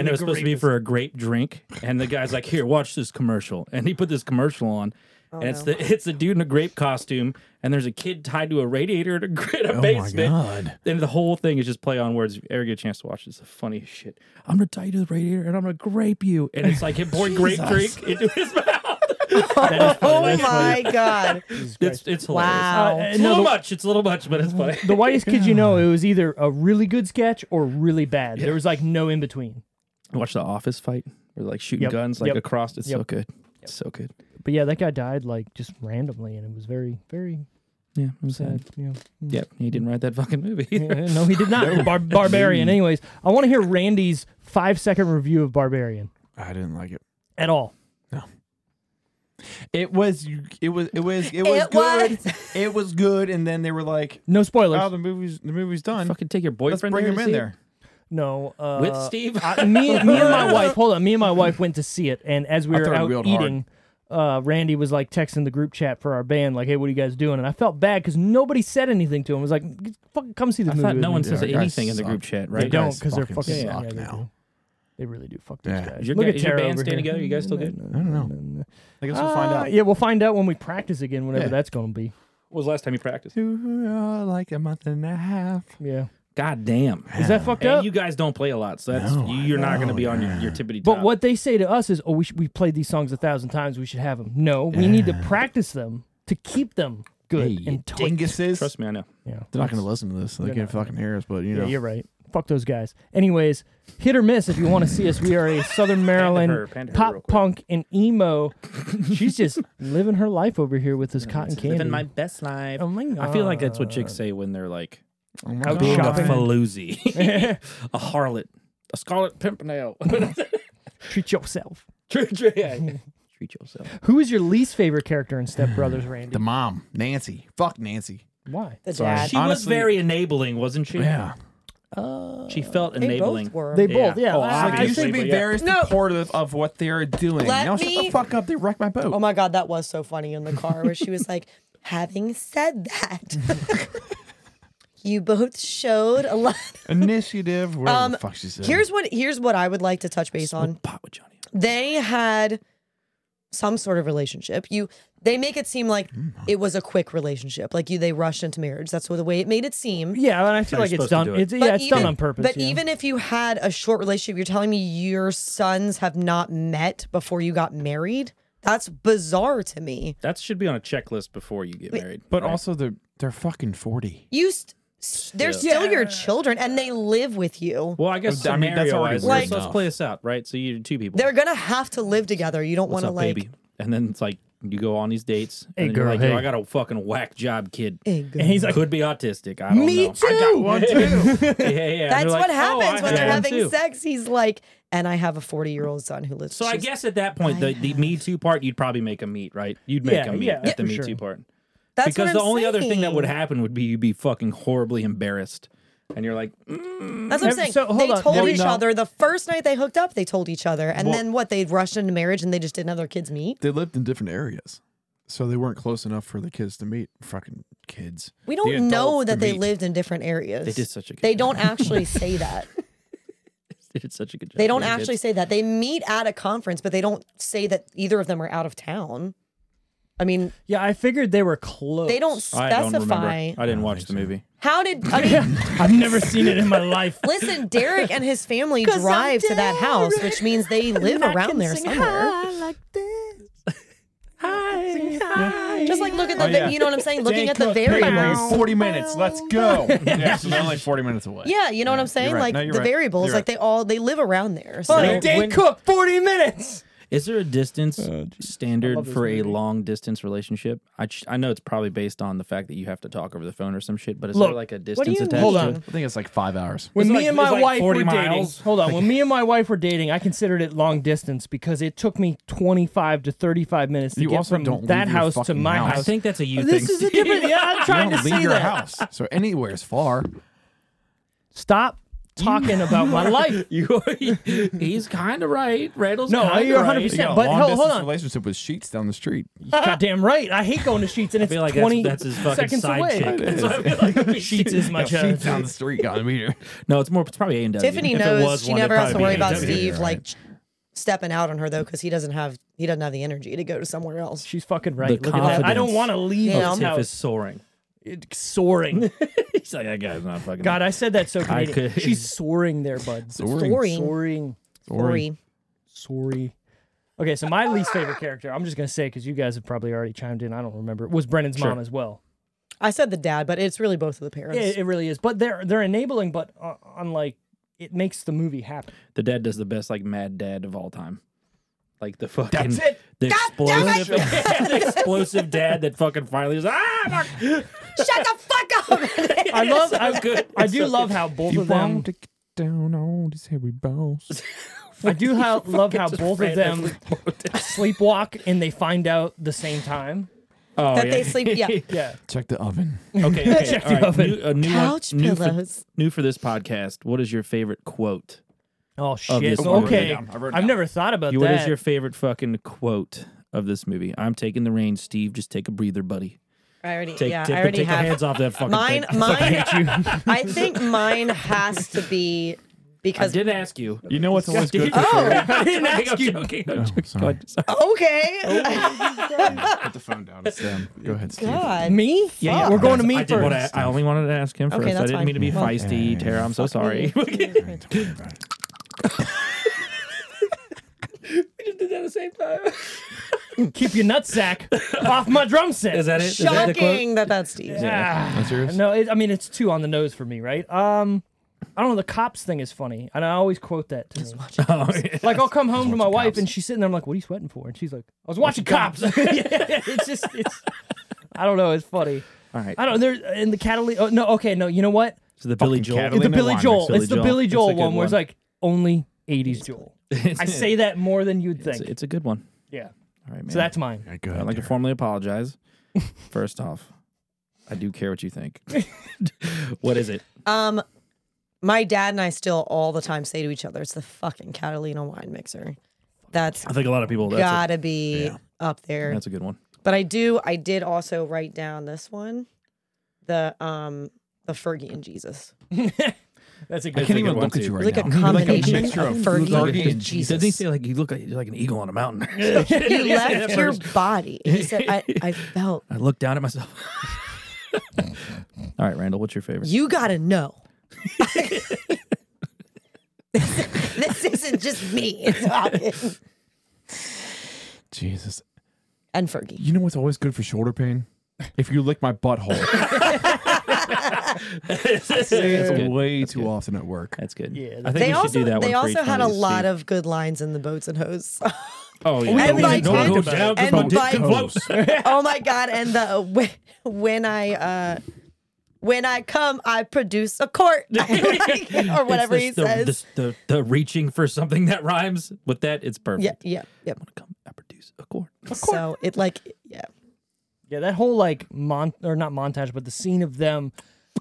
Speaker 2: it was supposed to be for a grape drink. And the guy's like, "Here, watch this commercial." And he put this commercial on,
Speaker 4: Oh,
Speaker 2: and it's the it's the dude in a grape costume, and there's a kid tied to a radiator in a, gr- in a
Speaker 4: Oh my
Speaker 2: basement.
Speaker 4: god.
Speaker 2: And the whole thing is just play on words. If you ever get a chance to watch it, it's the funniest shit. I'm gonna tie you to the radiator and I'm gonna grape you. And it's like him pouring grape drink into his mouth.
Speaker 3: Oh my god!
Speaker 2: It's it's hilarious.
Speaker 3: Wow.
Speaker 2: it's a little much. It's a little much, but it's funny.
Speaker 1: The Whitest Kids You Know, it was either a really good sketch or really bad. There was like no in between.
Speaker 2: Watch the office fight. We're like shooting
Speaker 1: Yep,
Speaker 2: guns like
Speaker 1: yep,
Speaker 2: across. It's so
Speaker 1: yep.
Speaker 2: good. It's so good.
Speaker 1: But yeah, that guy died like just randomly, and it was very, very
Speaker 2: Yeah, I'm sad.
Speaker 1: sad. You know.
Speaker 2: Yep, he didn't write that fucking movie. either.
Speaker 1: Yeah, no, he did not. Bar- Barbarian. Anyways, I want to hear Randy's five second review of Barbarian
Speaker 4: I didn't like it.
Speaker 1: at all.
Speaker 4: It was it was it was it was
Speaker 3: It
Speaker 4: good.
Speaker 3: was.
Speaker 4: It was good and then they were like,
Speaker 1: No spoilers.
Speaker 4: "Oh, the movie's the movie's done.
Speaker 2: fucking take your
Speaker 4: Let's
Speaker 2: boyfriend.
Speaker 4: bring
Speaker 2: there
Speaker 4: him
Speaker 2: to
Speaker 4: in
Speaker 2: see it.
Speaker 4: there."
Speaker 1: no. Uh,
Speaker 2: with Steve.
Speaker 1: I- me, and- me and my wife. Hold on. Me and my wife went to see it, and as we
Speaker 4: I
Speaker 1: were
Speaker 4: thought it
Speaker 1: out
Speaker 4: wheeled hard.
Speaker 1: eating. Uh, Randy was like texting the group chat for our band, like, "Hey, what are you guys doing?" And I felt bad because nobody said anything to him. I was like, "Fucking come see the
Speaker 2: I
Speaker 1: movie."
Speaker 2: thought
Speaker 1: with
Speaker 2: no
Speaker 1: me."
Speaker 2: one says
Speaker 4: Yeah,
Speaker 2: anything
Speaker 4: guys
Speaker 2: in the
Speaker 4: suck.
Speaker 2: group chat,
Speaker 4: They
Speaker 2: right?
Speaker 1: They don't
Speaker 4: guys
Speaker 1: because they're
Speaker 4: fucking
Speaker 1: fucking.
Speaker 4: suck
Speaker 1: yeah, they
Speaker 4: now.
Speaker 1: do. They really do. Fuck
Speaker 4: Yeah.
Speaker 1: these guys.
Speaker 2: Is your,
Speaker 1: Look
Speaker 2: ga-
Speaker 1: at
Speaker 2: is your
Speaker 1: Tara
Speaker 2: band
Speaker 1: over here.
Speaker 2: staying together? You guys still good?
Speaker 4: I don't know. I guess we'll find
Speaker 1: Uh,
Speaker 4: out.
Speaker 1: Yeah, we'll find out when we practice again, whenever
Speaker 4: Yeah.
Speaker 1: that's going to be.
Speaker 2: What was the last time you practiced?
Speaker 4: Ooh, uh, like a month and a half.
Speaker 1: Yeah.
Speaker 2: God damn.
Speaker 1: Is that fucked up?
Speaker 2: Ah, And you guys don't play a lot, so that's
Speaker 4: No,
Speaker 2: you, you're not going to
Speaker 4: no,
Speaker 2: be on your,
Speaker 4: yeah.
Speaker 2: your tippity top.
Speaker 1: But what they say to us is, oh, we, should, we played these songs a thousand times. We should have them. No, we need to practice them to keep them good
Speaker 4: Hey, you
Speaker 1: and tight.
Speaker 4: dinguses.
Speaker 2: Trust me, I know.
Speaker 1: Yeah.
Speaker 4: They're not going to listen to this. so They can't fucking hear us, but
Speaker 1: Yeah,
Speaker 4: you know.
Speaker 1: you're right. Fuck those guys. Anyways, hit or miss if you want to see us. We are a Southern Maryland
Speaker 2: her, pander her real
Speaker 1: pop
Speaker 2: quick.
Speaker 1: punk and emo. She's just living her life over here with this cotton candy.
Speaker 2: Living my best life.
Speaker 1: Oh my
Speaker 2: I feel like that's what chicks
Speaker 1: God.
Speaker 2: say when they're like
Speaker 4: Oh my
Speaker 1: Out
Speaker 4: God.
Speaker 2: being a
Speaker 1: shopping.
Speaker 2: faloozy, a harlot, a scarlet pimpernel.
Speaker 1: Treat yourself.
Speaker 2: treat, treat, yeah. treat yourself.
Speaker 1: Who is your least favorite character in Step Brothers, Randy?
Speaker 4: The mom, Nancy. Fuck Nancy.
Speaker 1: Why?
Speaker 3: The
Speaker 4: Sorry.
Speaker 3: dad.
Speaker 2: She was
Speaker 4: Honestly-
Speaker 2: very enabling, wasn't she?
Speaker 4: Yeah.
Speaker 2: She felt
Speaker 3: They
Speaker 2: enabling.
Speaker 3: both were.
Speaker 1: They both, yeah.
Speaker 2: Oh,
Speaker 1: I- I
Speaker 4: Like, you
Speaker 2: obviously,
Speaker 4: should
Speaker 2: but
Speaker 4: be
Speaker 2: yeah.
Speaker 4: very
Speaker 3: No.
Speaker 4: supportive of what they're doing.
Speaker 3: Let
Speaker 4: now shut
Speaker 3: me-
Speaker 4: the fuck up. They wrecked my boat.
Speaker 3: Oh my god, that was so funny in the car where she was like, "Having said that, you both showed a lot."
Speaker 4: Initiative. Whatever
Speaker 3: Um,
Speaker 4: the fuck she said.
Speaker 3: Here's what here's what I would like to touch base on.
Speaker 2: pot with Johnny.
Speaker 3: They had some sort of relationship. You they make it seem like
Speaker 1: Mm-hmm.
Speaker 3: it was a quick relationship, like you they rushed into marriage. That's what the way it made it seem.
Speaker 1: Yeah, and I feel
Speaker 2: You're
Speaker 1: like it's
Speaker 2: supposed to
Speaker 1: done.
Speaker 2: do it.
Speaker 1: It's yeah, it's done on purpose.
Speaker 3: But
Speaker 1: yeah.
Speaker 3: even if you had a short relationship, you're telling me your sons have not met before you got married. That's bizarre to me.
Speaker 2: That should be on a checklist before you get married.
Speaker 4: But also, they're, they're fucking 40.
Speaker 3: You st- They're still your children and they live with you.
Speaker 2: Well, I guess
Speaker 4: I mean, that's
Speaker 2: scenario
Speaker 4: already
Speaker 2: wise,
Speaker 4: weird
Speaker 2: let's, let's
Speaker 4: enough.
Speaker 2: play this out, right? So you're two people.
Speaker 3: They're gonna have to live together. You don't
Speaker 2: What's
Speaker 3: want to
Speaker 2: up,
Speaker 3: like
Speaker 2: baby? And then it's like you go on these dates.
Speaker 1: Hey,
Speaker 2: and then you're
Speaker 1: girl,
Speaker 2: like,
Speaker 1: hey.
Speaker 2: Yo, I got a fucking whack job, kid.
Speaker 3: Hey, girl.
Speaker 2: And he's like, could be autistic. I don't
Speaker 3: Me
Speaker 2: know.
Speaker 3: too.
Speaker 2: yeah, yeah. And
Speaker 3: That's
Speaker 2: they're like,
Speaker 3: what
Speaker 2: "Oh,
Speaker 3: happens
Speaker 2: I
Speaker 3: when
Speaker 2: had
Speaker 3: they're
Speaker 2: one
Speaker 3: having
Speaker 2: too."
Speaker 3: sex. He's like, and I have a forty-year-old son who lives.
Speaker 2: So I
Speaker 3: she's-
Speaker 2: guess at that point, the, the Me Too part, you'd probably make a meet, right? You'd make
Speaker 1: Yeah,
Speaker 2: a meet
Speaker 1: yeah.
Speaker 2: at
Speaker 1: Yeah,
Speaker 2: the
Speaker 1: for
Speaker 2: Me
Speaker 1: sure.
Speaker 2: Too part.
Speaker 3: that's
Speaker 2: because
Speaker 3: what
Speaker 2: the
Speaker 3: I'm
Speaker 2: only other thing that would
Speaker 3: saying.
Speaker 2: happen would be you'd be fucking horribly embarrassed, and you're like,
Speaker 3: That's what I'm
Speaker 1: Ev-
Speaker 3: saying.
Speaker 1: so, hold
Speaker 3: they
Speaker 1: on.
Speaker 3: told
Speaker 1: Well,
Speaker 3: each
Speaker 1: no.
Speaker 3: other the first night they hooked up. They told each other, and
Speaker 4: Well-
Speaker 3: then what? They rushed into marriage and they just didn't have their kids meet.
Speaker 4: They lived in different areas, so they weren't close enough for the kids to meet. Fucking kids.
Speaker 3: We
Speaker 4: The
Speaker 3: don't know
Speaker 4: adults
Speaker 3: that
Speaker 4: to
Speaker 3: they
Speaker 4: meet.
Speaker 3: lived in different areas.
Speaker 2: they did such a good.
Speaker 3: They
Speaker 2: job.
Speaker 3: don't actually say that.
Speaker 2: They did such a good job.
Speaker 3: They don't
Speaker 2: They did.
Speaker 3: actually say that. They meet at a conference, but they don't say that either of them are out of town. I mean,
Speaker 1: Yeah, I figured they were close.
Speaker 3: they don't
Speaker 2: I don't remember.
Speaker 3: specify.
Speaker 2: I didn't watch the movie.
Speaker 3: How did I mean?
Speaker 1: I've never seen it in my life.
Speaker 3: listen, Derek and his family drive to that house, which means they live around there somewhere. Just like look at the,
Speaker 4: Oh, yeah.
Speaker 3: you know what I'm saying? Looking at the
Speaker 4: Cook, Peyton Reed,
Speaker 3: variables.
Speaker 4: Forty minutes. Let's go. yeah, so they're only forty minutes away.
Speaker 3: Yeah, you know what I'm saying?
Speaker 4: right.
Speaker 3: Like
Speaker 4: No, you're
Speaker 3: the
Speaker 4: right.
Speaker 3: variables,
Speaker 4: You're
Speaker 3: like they
Speaker 4: right.
Speaker 3: all they live around there. So
Speaker 1: Funny day cook, 40 minutes.
Speaker 2: Is there a distance
Speaker 1: Oh,
Speaker 2: standard
Speaker 1: this
Speaker 2: for a
Speaker 1: movie.
Speaker 2: long distance relationship? I ch- I know it's probably based on the fact that you have to talk over the phone or some shit, but is
Speaker 1: Look,
Speaker 2: there like a
Speaker 3: what do
Speaker 2: distance
Speaker 3: you
Speaker 2: attached?
Speaker 1: Hold
Speaker 3: mean?
Speaker 2: to
Speaker 1: on.
Speaker 4: I think it's like five hours.
Speaker 1: When
Speaker 2: It's
Speaker 1: me
Speaker 2: like-
Speaker 1: and my
Speaker 2: it's like
Speaker 1: wife
Speaker 2: 40
Speaker 1: were
Speaker 2: miles.
Speaker 1: dating, hold on. When me and my wife were dating, I considered it long distance because it took me 25 to 35 minutes to
Speaker 4: You
Speaker 1: get
Speaker 4: also
Speaker 1: from
Speaker 4: don't leave
Speaker 1: that
Speaker 4: your
Speaker 1: house to
Speaker 4: fucking
Speaker 1: my
Speaker 4: house.
Speaker 1: house.
Speaker 2: I think that's a you
Speaker 1: this
Speaker 2: thing.
Speaker 1: is a different. Yeah, I'm
Speaker 4: You
Speaker 1: trying to
Speaker 4: don't leave
Speaker 1: say
Speaker 4: your
Speaker 1: that.
Speaker 4: house, so anywhere is far.
Speaker 1: Stop talking about my life.
Speaker 2: You, he's kind of right. Randall's
Speaker 1: No,
Speaker 2: kinda
Speaker 1: you're
Speaker 2: right.
Speaker 1: 100%
Speaker 4: a
Speaker 1: But
Speaker 4: long
Speaker 1: hell,
Speaker 4: distance
Speaker 1: hold on.
Speaker 4: relationship with sheets down the street.
Speaker 1: Goddamn right. I hate going to sheets, and it's
Speaker 2: feel like that's-
Speaker 1: 20
Speaker 2: that's his fucking
Speaker 1: seconds
Speaker 2: side
Speaker 1: away.
Speaker 2: chick. That's
Speaker 1: what I feel like. sheets is my child.
Speaker 4: Sheets down the street. Got to meet her.
Speaker 2: No, it's more. It's probably A and W.
Speaker 3: Tiffany
Speaker 2: If it
Speaker 3: knows
Speaker 2: was
Speaker 3: she
Speaker 2: one, it'd
Speaker 3: never has to
Speaker 2: probably
Speaker 3: worry
Speaker 2: be
Speaker 3: about
Speaker 2: A&W.
Speaker 3: Steve like stepping out on her though, because he doesn't have he doesn't have the energy to go to somewhere else.
Speaker 1: She's fucking right.
Speaker 2: The
Speaker 1: Look at that. I don't
Speaker 2: confidence
Speaker 1: want to leave
Speaker 3: of
Speaker 1: his
Speaker 3: Tiff
Speaker 2: Tiff is
Speaker 1: house.
Speaker 2: soaring.
Speaker 1: It's soaring.
Speaker 2: he's like, that guy's not fucking.
Speaker 1: God, I said that so Canadian.
Speaker 2: could-
Speaker 1: She's soaring there, bud.
Speaker 4: Soaring.
Speaker 3: Soaring.
Speaker 1: Soaring.
Speaker 3: Sorry.
Speaker 1: Sorry. Okay, so my least favorite character, I'm just going to say, because you guys have probably already chimed in, I don't remember, was Brennan's mom as well.
Speaker 3: I said the dad, but it's really both of the parents.
Speaker 1: It, it really is. But they're they're enabling, but uh, unlike, it makes the movie happen.
Speaker 2: the dad does the best like mad dad of all time. Like the fucking
Speaker 5: That's it.
Speaker 2: the explosive, the explosive dad that fucking finally is ah fuck.
Speaker 3: Shut the fuck up!
Speaker 1: I love, I,
Speaker 2: good.
Speaker 1: I do love how both of them,
Speaker 4: to get down on these hairy balls.
Speaker 1: I do how, love how both of them
Speaker 2: randomly
Speaker 1: sleepwalk and they find out the same time.
Speaker 2: Oh,
Speaker 3: that
Speaker 2: yeah.
Speaker 3: they sleep. Yeah,
Speaker 1: Yeah.
Speaker 4: Check the oven.
Speaker 2: Okay, okay.
Speaker 1: Check
Speaker 2: all
Speaker 1: the
Speaker 2: right.
Speaker 1: oven.
Speaker 2: New, a new one-
Speaker 3: couch
Speaker 2: new for-
Speaker 3: pillows.
Speaker 2: new for this podcast. What is your favorite quote?
Speaker 1: Oh,
Speaker 2: this
Speaker 1: shit.
Speaker 2: movie.
Speaker 1: Okay.
Speaker 4: I wrote it down. I wrote it
Speaker 1: I've
Speaker 4: down.
Speaker 1: never thought about
Speaker 2: You-
Speaker 1: that.
Speaker 2: What is your favorite fucking quote of this movie? I'm taking the reins, Steve. Just take a breather, buddy.
Speaker 3: I already.
Speaker 2: Take,
Speaker 3: yeah,
Speaker 2: take,
Speaker 3: I already
Speaker 2: take
Speaker 3: have
Speaker 2: your hands off that fucking
Speaker 3: mine.
Speaker 2: thing.
Speaker 3: Mine. I think mine has to be
Speaker 2: I
Speaker 3: because
Speaker 2: did ask you.
Speaker 4: You know what's always good for
Speaker 3: oh
Speaker 2: I didn't ask you. Okay,
Speaker 4: Oh, sorry.
Speaker 3: okay.
Speaker 2: Oh
Speaker 4: Put the phone down. It's them. Go ahead, Steve.
Speaker 3: God.
Speaker 1: Me?
Speaker 2: Yeah, yeah.
Speaker 1: We're going to
Speaker 2: I
Speaker 1: me
Speaker 2: did
Speaker 1: first.
Speaker 2: wanna- I only wanted to ask him first. I
Speaker 3: that's
Speaker 2: didn't
Speaker 3: fine.
Speaker 2: mean to be
Speaker 3: Well,
Speaker 2: feisty, Tara. I'm so sorry.
Speaker 3: me.
Speaker 1: Keep your nutsack off my drum set.
Speaker 2: Is that it? Is that the quote?
Speaker 3: Shocking that that's Steve.
Speaker 1: Ah.
Speaker 4: That's yours?
Speaker 1: No, it, I mean it's two on the nose for me, right? Um, I don't know. The cops thing is funny, and I always quote that to me.
Speaker 2: Oh, yeah.
Speaker 1: Like I'll come home to my wife,
Speaker 4: Cops.
Speaker 1: and she's sitting there. I'm like, "What are you sweating for?" And she's like, "I was watching Cops." Yeah, it's just, it's. I don't know. It's funny.
Speaker 2: All right.
Speaker 1: I don't. There in the Catalina. Oh, no, okay, no. You know what?
Speaker 2: So the Billy Joel.
Speaker 4: Catalina.
Speaker 1: It's the
Speaker 4: Catalina
Speaker 1: Billy
Speaker 4: Wine.
Speaker 1: Joel.
Speaker 2: Billy
Speaker 1: it's the
Speaker 2: Joel.
Speaker 1: Billy
Speaker 2: It's a
Speaker 1: Joel
Speaker 2: good
Speaker 1: one, where
Speaker 2: one.
Speaker 1: it's like only '80s Joel. I say that more than you'd
Speaker 2: It's,
Speaker 1: think.
Speaker 2: it's a good one.
Speaker 1: yeah.
Speaker 2: All right, man.
Speaker 1: So that's mine.
Speaker 4: Yeah, go
Speaker 2: I'd
Speaker 4: ahead.
Speaker 2: like to formally apologize. First off, I do care what you think. what is it?
Speaker 3: Um, my dad and I still all the time say to each other, "It's the fucking Catalina wine mixer." That's
Speaker 2: I think a lot of people. That's, a,
Speaker 3: gotta be up there.
Speaker 2: that's a good one.
Speaker 3: But I do. I did also write down this one, the um, the Fergie and Jesus.
Speaker 1: That's a good.
Speaker 4: I can't
Speaker 2: a
Speaker 4: even
Speaker 2: good one,
Speaker 4: look at
Speaker 2: too.
Speaker 4: you right
Speaker 3: Like a
Speaker 4: now.
Speaker 3: combination
Speaker 4: mixture
Speaker 3: of
Speaker 4: of
Speaker 3: Fergie
Speaker 4: Fergie
Speaker 3: and
Speaker 4: and
Speaker 3: Jesus.
Speaker 2: Doesn't he say like you look like, you're like an eagle on a mountain?
Speaker 3: You left your body. He said, I, I felt.
Speaker 2: I looked down at myself. All right, Randall, what's your favorite?
Speaker 3: You gotta know. this isn't just me. It's fucking-
Speaker 4: Jesus.
Speaker 3: and Fergie.
Speaker 4: You know what's always good for shoulder pain? If you lick my butthole. It's
Speaker 2: good.
Speaker 4: way too often at work.
Speaker 2: That's good.
Speaker 1: Yeah,
Speaker 2: I think
Speaker 3: They
Speaker 2: we
Speaker 3: also
Speaker 2: should do that.
Speaker 3: they
Speaker 2: one for
Speaker 3: also
Speaker 2: each
Speaker 3: had
Speaker 2: one
Speaker 3: a
Speaker 2: these
Speaker 3: lot
Speaker 2: two.
Speaker 3: of good lines in the boats and hoes.
Speaker 2: Oh yeah,
Speaker 3: And
Speaker 2: We
Speaker 3: by
Speaker 2: should go
Speaker 3: ten-
Speaker 2: down
Speaker 3: and
Speaker 2: from
Speaker 3: by-
Speaker 2: dick to close.
Speaker 3: oh my god! And the when, when I uh, when I come, I produce a court or whatever he
Speaker 2: It's the-
Speaker 3: says.
Speaker 2: The, the, the reaching for something that rhymes with that, it's perfect.
Speaker 3: yeah, yeah, yeah.
Speaker 2: Come, I produce a chord.
Speaker 3: So it like yeah.
Speaker 1: Yeah, that whole like mon or not montage, but the scene of them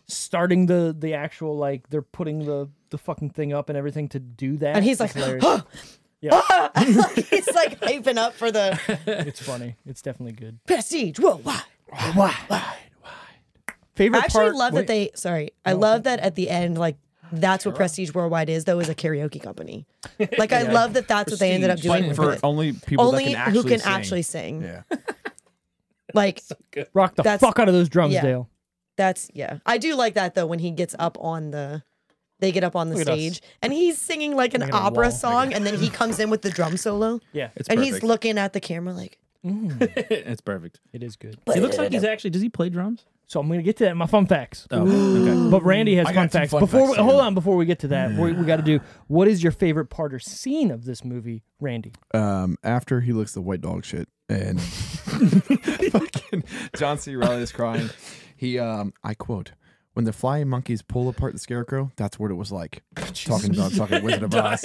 Speaker 1: starting the the actual like they're putting the the fucking thing up and everything to do that.
Speaker 3: And he's
Speaker 1: is
Speaker 3: like,
Speaker 1: hilarious.
Speaker 3: he's like hyping up for the
Speaker 1: it's funny. It's definitely good.
Speaker 3: prestige. Whoa, why?
Speaker 1: Favorite
Speaker 3: I actually
Speaker 1: part-
Speaker 3: love
Speaker 1: wait,
Speaker 3: that they. Sorry, I love that at the end, like that's what Prestige Worldwide is, though, is a karaoke company. Like I love that that's what they ended up doing
Speaker 4: But
Speaker 3: with
Speaker 4: for
Speaker 3: it.
Speaker 4: only people
Speaker 3: Only
Speaker 4: that can actually
Speaker 3: who can
Speaker 4: sing.
Speaker 3: actually sing.
Speaker 4: Yeah.
Speaker 3: Like
Speaker 1: rock the
Speaker 3: that's-
Speaker 1: fuck out of those drums,
Speaker 3: yeah.
Speaker 1: Dale.
Speaker 3: that's yeah. I do like that though when he gets up on the. They get up on the
Speaker 1: Look at us.
Speaker 3: stage and he's singing like an
Speaker 1: Making a
Speaker 3: opera
Speaker 1: wall.
Speaker 3: song, and then he comes in with the drum solo,
Speaker 1: Yeah,
Speaker 2: It's
Speaker 3: and
Speaker 2: perfect.
Speaker 3: he's looking at the camera like,
Speaker 2: it's perfect.
Speaker 1: it is good.
Speaker 2: He looks like he's actually. Does he play drums?
Speaker 1: So I'm gonna get to that in my fun facts.
Speaker 2: Oh, okay.
Speaker 1: But Randy has
Speaker 4: I
Speaker 1: fun
Speaker 4: got some
Speaker 1: facts.
Speaker 4: fun
Speaker 1: before
Speaker 4: facts,
Speaker 1: we, hold
Speaker 4: yeah.
Speaker 1: on, before we get to that, we, we got to do what is your favorite part or scene of this movie, Randy?
Speaker 4: Um, after he licks the white dog shit and fucking John C. Riley is crying. He, um, I quote, when the flying monkeys pull apart the scarecrow, that's what it was like. Talking about fucking Wizard of Oz.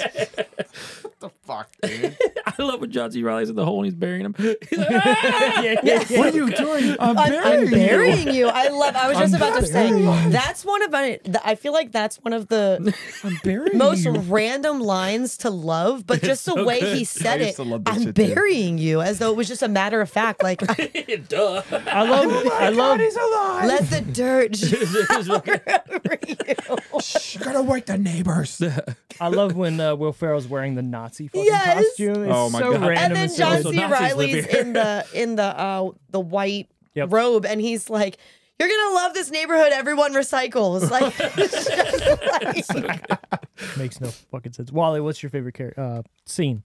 Speaker 4: what the fuck, dude?
Speaker 2: I love when John C. Riley's in the hole and he's burying him. He's like, "Ah!"
Speaker 4: what are you doing? I'm
Speaker 3: I'm, I'm
Speaker 4: burying you.
Speaker 3: burying you. I love. I was just about to say that's one of my- th- I feel like that's one of the most random lines to love, but just the
Speaker 2: so
Speaker 3: way
Speaker 2: good.
Speaker 3: he said
Speaker 4: I used
Speaker 3: it,
Speaker 4: to love that
Speaker 3: I'm
Speaker 4: shit, too.
Speaker 3: burying you, as though it was just a matter of fact. Like
Speaker 2: Duh.
Speaker 1: I love, I love,
Speaker 4: alive.
Speaker 3: let the dirt over you.
Speaker 4: Shh, you gotta wake the neighbors.
Speaker 1: I love when uh, Will Ferrell's wearing the Nazi fucking
Speaker 3: Yes.
Speaker 1: costume. It's
Speaker 4: Oh my
Speaker 1: so
Speaker 4: God. And
Speaker 1: random.
Speaker 3: And then
Speaker 1: and so
Speaker 3: John
Speaker 2: also Nazis
Speaker 3: C.
Speaker 2: live
Speaker 3: Riley's
Speaker 2: here.
Speaker 3: in the in the uh, the white
Speaker 1: Yep.
Speaker 3: robe, and he's like. You're gonna love this neighborhood. Everyone recycles. Like, it's just like-
Speaker 1: makes no fucking sense. Wally, what's your favorite char- uh, scene?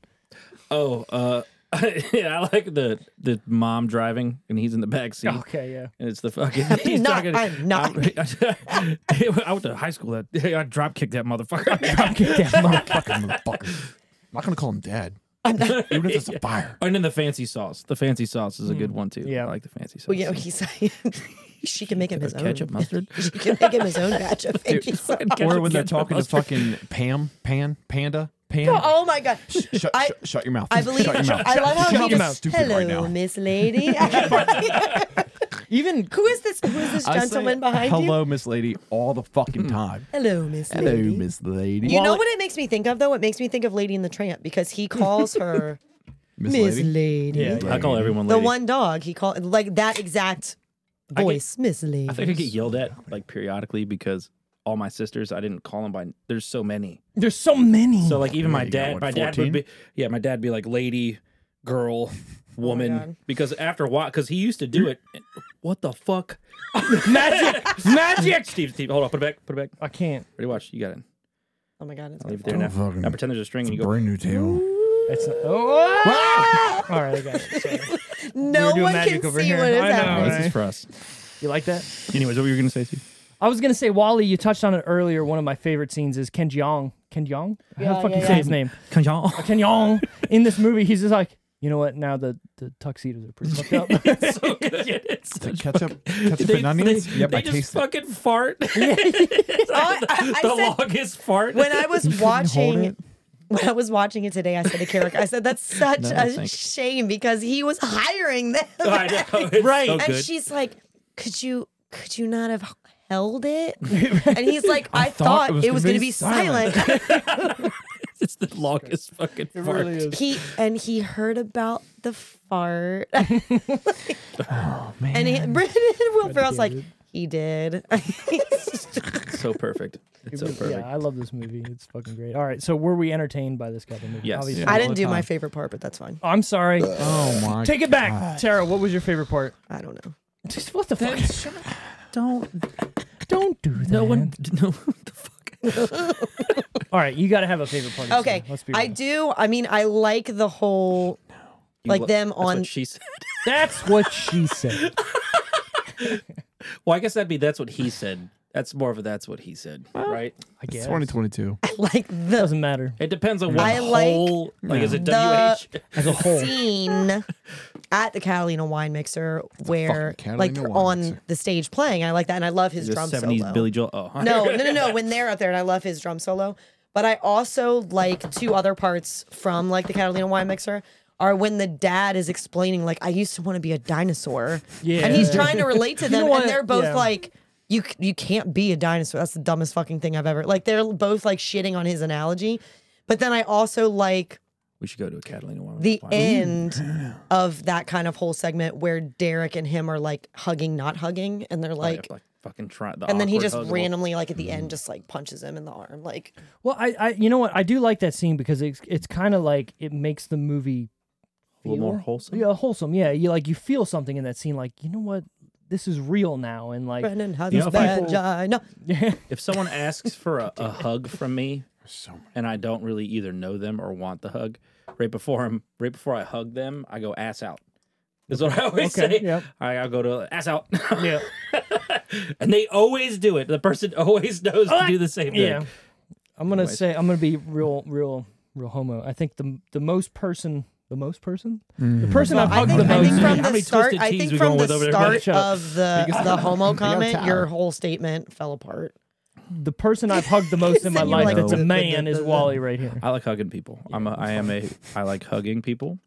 Speaker 2: Oh, uh, yeah, I like the the mom driving and he's in the back seat.
Speaker 1: Okay, yeah.
Speaker 2: And it's the fucking. He's
Speaker 3: not-
Speaker 2: talking,
Speaker 3: I'm not.
Speaker 2: I'm- I went to high school. That I drop kicked that motherfucker.
Speaker 4: Motherfucking motherfucker. I'm not gonna call him dad. Even if it's a fire.
Speaker 2: and then the fancy sauce. The fancy sauce is a good one too.
Speaker 1: Yeah.
Speaker 2: I like the fancy sauce.
Speaker 3: well, you know, he's like, she can make him his own
Speaker 2: ketchup mustard.
Speaker 3: She can make him his own batch of baking sauce.
Speaker 4: Or when they're
Speaker 2: Ketchup
Speaker 4: talking to
Speaker 2: mustard.
Speaker 4: fucking Pam, Pan, Panda, Pan.
Speaker 3: Oh my god!
Speaker 4: Shut, shut,
Speaker 3: I-
Speaker 4: shut your mouth.
Speaker 3: I believe.
Speaker 4: Shut your mouth.
Speaker 3: I love how
Speaker 4: Shut
Speaker 3: he
Speaker 4: your
Speaker 3: just,
Speaker 4: mouth. Stupid
Speaker 3: hello,
Speaker 4: right now.
Speaker 3: Miss Lady.
Speaker 1: Even
Speaker 3: who is this? Who is this
Speaker 4: I say,
Speaker 3: gentleman behind you?
Speaker 4: Hello, Miss Lady, all the fucking time.
Speaker 3: Hello, Miss
Speaker 4: Hello,
Speaker 3: Lady.
Speaker 4: Miss Lady.
Speaker 3: You know what it makes me think of though? It makes me think of Lady and the Tramp because he calls her
Speaker 4: Miss
Speaker 3: Miss
Speaker 4: Lady.
Speaker 3: Lady.
Speaker 1: yeah, yeah.
Speaker 2: I call everyone
Speaker 3: The
Speaker 2: lady.
Speaker 3: one dog he called like that exact
Speaker 2: get-
Speaker 3: voice, Miss Lady.
Speaker 2: I think I get yelled at like periodically because all my sisters, I didn't call them by. There's so many.
Speaker 1: there's so many.
Speaker 2: So like even my
Speaker 4: you got,
Speaker 2: dad,
Speaker 4: what,
Speaker 2: my dad
Speaker 4: 14?
Speaker 2: would be yeah, my dad would be like lady, girl, woman
Speaker 3: God.
Speaker 2: because after a while because he used to do it. What the fuck?
Speaker 1: magic, magic.
Speaker 2: Steve, Steve, hold on, put it back, put it back.
Speaker 1: I can't.
Speaker 2: Ready, watch. You got it.
Speaker 3: oh my god, it's
Speaker 2: I'll leave
Speaker 3: good.
Speaker 2: it there now.
Speaker 4: fucking-
Speaker 2: Now pretend there's a string and you go.
Speaker 4: Brand new tale.
Speaker 1: It's not, oh, all right, I got it. Sorry. We
Speaker 3: Ah! No
Speaker 1: were doing
Speaker 3: one
Speaker 1: magic
Speaker 3: can see
Speaker 1: over
Speaker 3: what is
Speaker 1: here. I know,
Speaker 3: happening.
Speaker 1: right?
Speaker 2: This is for us.
Speaker 1: You like that?
Speaker 2: Anyways, what were you gonna say, Steve?
Speaker 1: I was gonna say, Wally, you touched on it earlier. One of my favorite scenes is Ken Jeong. Ken Jeong? How
Speaker 3: Yeah,
Speaker 1: the fuck
Speaker 3: yeah,
Speaker 1: do you
Speaker 3: yeah.
Speaker 1: say his name?
Speaker 2: Can y'all?
Speaker 1: Ken Jeong. In this movie, he's just like, you know what? Now the, the tuxedos are pretty fucked up.
Speaker 2: it's so good. It's such
Speaker 4: Ketchup, ketchup
Speaker 2: They,
Speaker 4: and onions.
Speaker 2: they,
Speaker 4: yep,
Speaker 2: they
Speaker 4: I
Speaker 2: just
Speaker 4: taste it.
Speaker 2: fucking fart.
Speaker 3: Oh, I, I
Speaker 2: the
Speaker 3: said
Speaker 2: longest fart.
Speaker 3: when I was watching
Speaker 4: it?
Speaker 3: when I was watching it today, I said to Carrick, I said that's such a
Speaker 2: thanks.
Speaker 3: shame because he was hiring them.
Speaker 2: I know, it's
Speaker 1: Right.
Speaker 2: so
Speaker 1: And
Speaker 3: and
Speaker 2: good.
Speaker 3: she's like, "Could you could you not have held it?" and he's like, "I, thought,
Speaker 4: thought it was
Speaker 3: it was
Speaker 4: gonna
Speaker 3: going to
Speaker 4: be
Speaker 3: be silent."
Speaker 2: it's the longest fucking fart.
Speaker 3: he and he heard about the fart. And he, Brandon Will Ferrell's like, "He did."
Speaker 2: so perfect. It's so perfect.
Speaker 1: Yeah, I love this movie. It's fucking great. All right, so were we entertained by this kind of movie?
Speaker 2: Yes.
Speaker 1: Obviously.
Speaker 3: I didn't do my favorite part, but that's fine.
Speaker 1: I'm sorry.
Speaker 4: Oh my.
Speaker 1: Take it back, Tara. What was your favorite part?
Speaker 3: I don't know.
Speaker 1: Just what the fuck?
Speaker 2: Don't.
Speaker 1: Don't do that.
Speaker 2: No one. No. What the fuck?
Speaker 1: All right, you got to have a favorite part.
Speaker 3: Okay,
Speaker 1: let's be.
Speaker 3: I
Speaker 1: real.
Speaker 3: do. I mean, I like the whole like
Speaker 2: Look,
Speaker 3: them
Speaker 2: that's
Speaker 3: on
Speaker 2: What she said.
Speaker 1: That's what she said.
Speaker 2: Well, I guess that'd be that's what he said. That's more of a that's what he said, right?
Speaker 1: I guess.
Speaker 4: 2022.
Speaker 3: like the
Speaker 1: Doesn't matter.
Speaker 2: It depends on what
Speaker 3: I like
Speaker 2: whole like, is it
Speaker 3: the-
Speaker 2: WH?
Speaker 1: As a whole.
Speaker 3: scene at the Catalina Wine Mixer where
Speaker 4: fucking
Speaker 3: like
Speaker 4: Catalina
Speaker 3: they're
Speaker 4: Wine
Speaker 3: on
Speaker 4: Mixer.
Speaker 3: the stage playing. I like that, and I love his
Speaker 2: The
Speaker 3: drum
Speaker 2: 70s
Speaker 3: solo.
Speaker 2: Billy Joel. Oh,
Speaker 3: No, no, no, no. When they're up there, and I love his drum solo. But I also like two other parts from like the Catalina Wine Mixer are when the dad is explaining like I used to want to be a dinosaur,
Speaker 1: Yeah.
Speaker 3: and he's trying to relate to them,
Speaker 1: know what?
Speaker 3: and they're both
Speaker 1: Yeah.
Speaker 3: like. You, c- you can't be a dinosaur. That's the dumbest fucking thing I've ever. Like they're both like shitting on his analogy, but then I also like
Speaker 2: We should go to a Catalina one.
Speaker 3: the end of that kind of whole segment where Derek and him are like hugging, not hugging, and they're like,
Speaker 2: like fucking try the
Speaker 3: and then he
Speaker 2: awkward
Speaker 3: just
Speaker 2: hug.
Speaker 3: randomly like at the end just like punches him in the arm, like
Speaker 1: Well, I, I, you know what? I do like that scene because it's, it's kind of like it makes the movie
Speaker 2: a little more
Speaker 1: feel-
Speaker 2: wholesome.
Speaker 1: Yeah, wholesome. Yeah, you like you feel something in that scene. Like you know what? This is real now, and like
Speaker 3: Brennan has
Speaker 2: You
Speaker 3: his
Speaker 2: know, if I-
Speaker 3: vagina.
Speaker 2: If someone asks for a, a hug from me, and I don't really either know them or want the hug, right before I'm, right before I hug them, I go ass out. Is what I always
Speaker 1: Okay,
Speaker 2: say.
Speaker 1: yep.
Speaker 2: I, I go to ass out. yeah. and they always do it. The person always knows to do the same thing.
Speaker 1: Yeah. I'm gonna say I'm gonna be real, real, real homo. I think the the most person, the most person, the
Speaker 2: Mm.
Speaker 1: person I've
Speaker 3: I
Speaker 1: hugged
Speaker 3: think,
Speaker 1: the
Speaker 3: I
Speaker 1: most.
Speaker 3: think from
Speaker 2: How
Speaker 3: the
Speaker 2: many
Speaker 3: start,
Speaker 2: twisted
Speaker 3: I
Speaker 2: teas
Speaker 3: think
Speaker 2: we
Speaker 3: from
Speaker 2: going
Speaker 3: the
Speaker 2: with over there, buddy?
Speaker 3: start of the the homo comment,
Speaker 4: towel.
Speaker 3: your whole statement fell apart.
Speaker 1: the person I've hugged the most in my
Speaker 3: Said you were
Speaker 1: life
Speaker 3: like,
Speaker 1: that's a
Speaker 3: "Duh, duh,
Speaker 1: man
Speaker 3: duh,
Speaker 1: is
Speaker 3: duh, duh."
Speaker 1: Wally right here.
Speaker 2: I like hugging people. I'm a, I am a I like hugging people.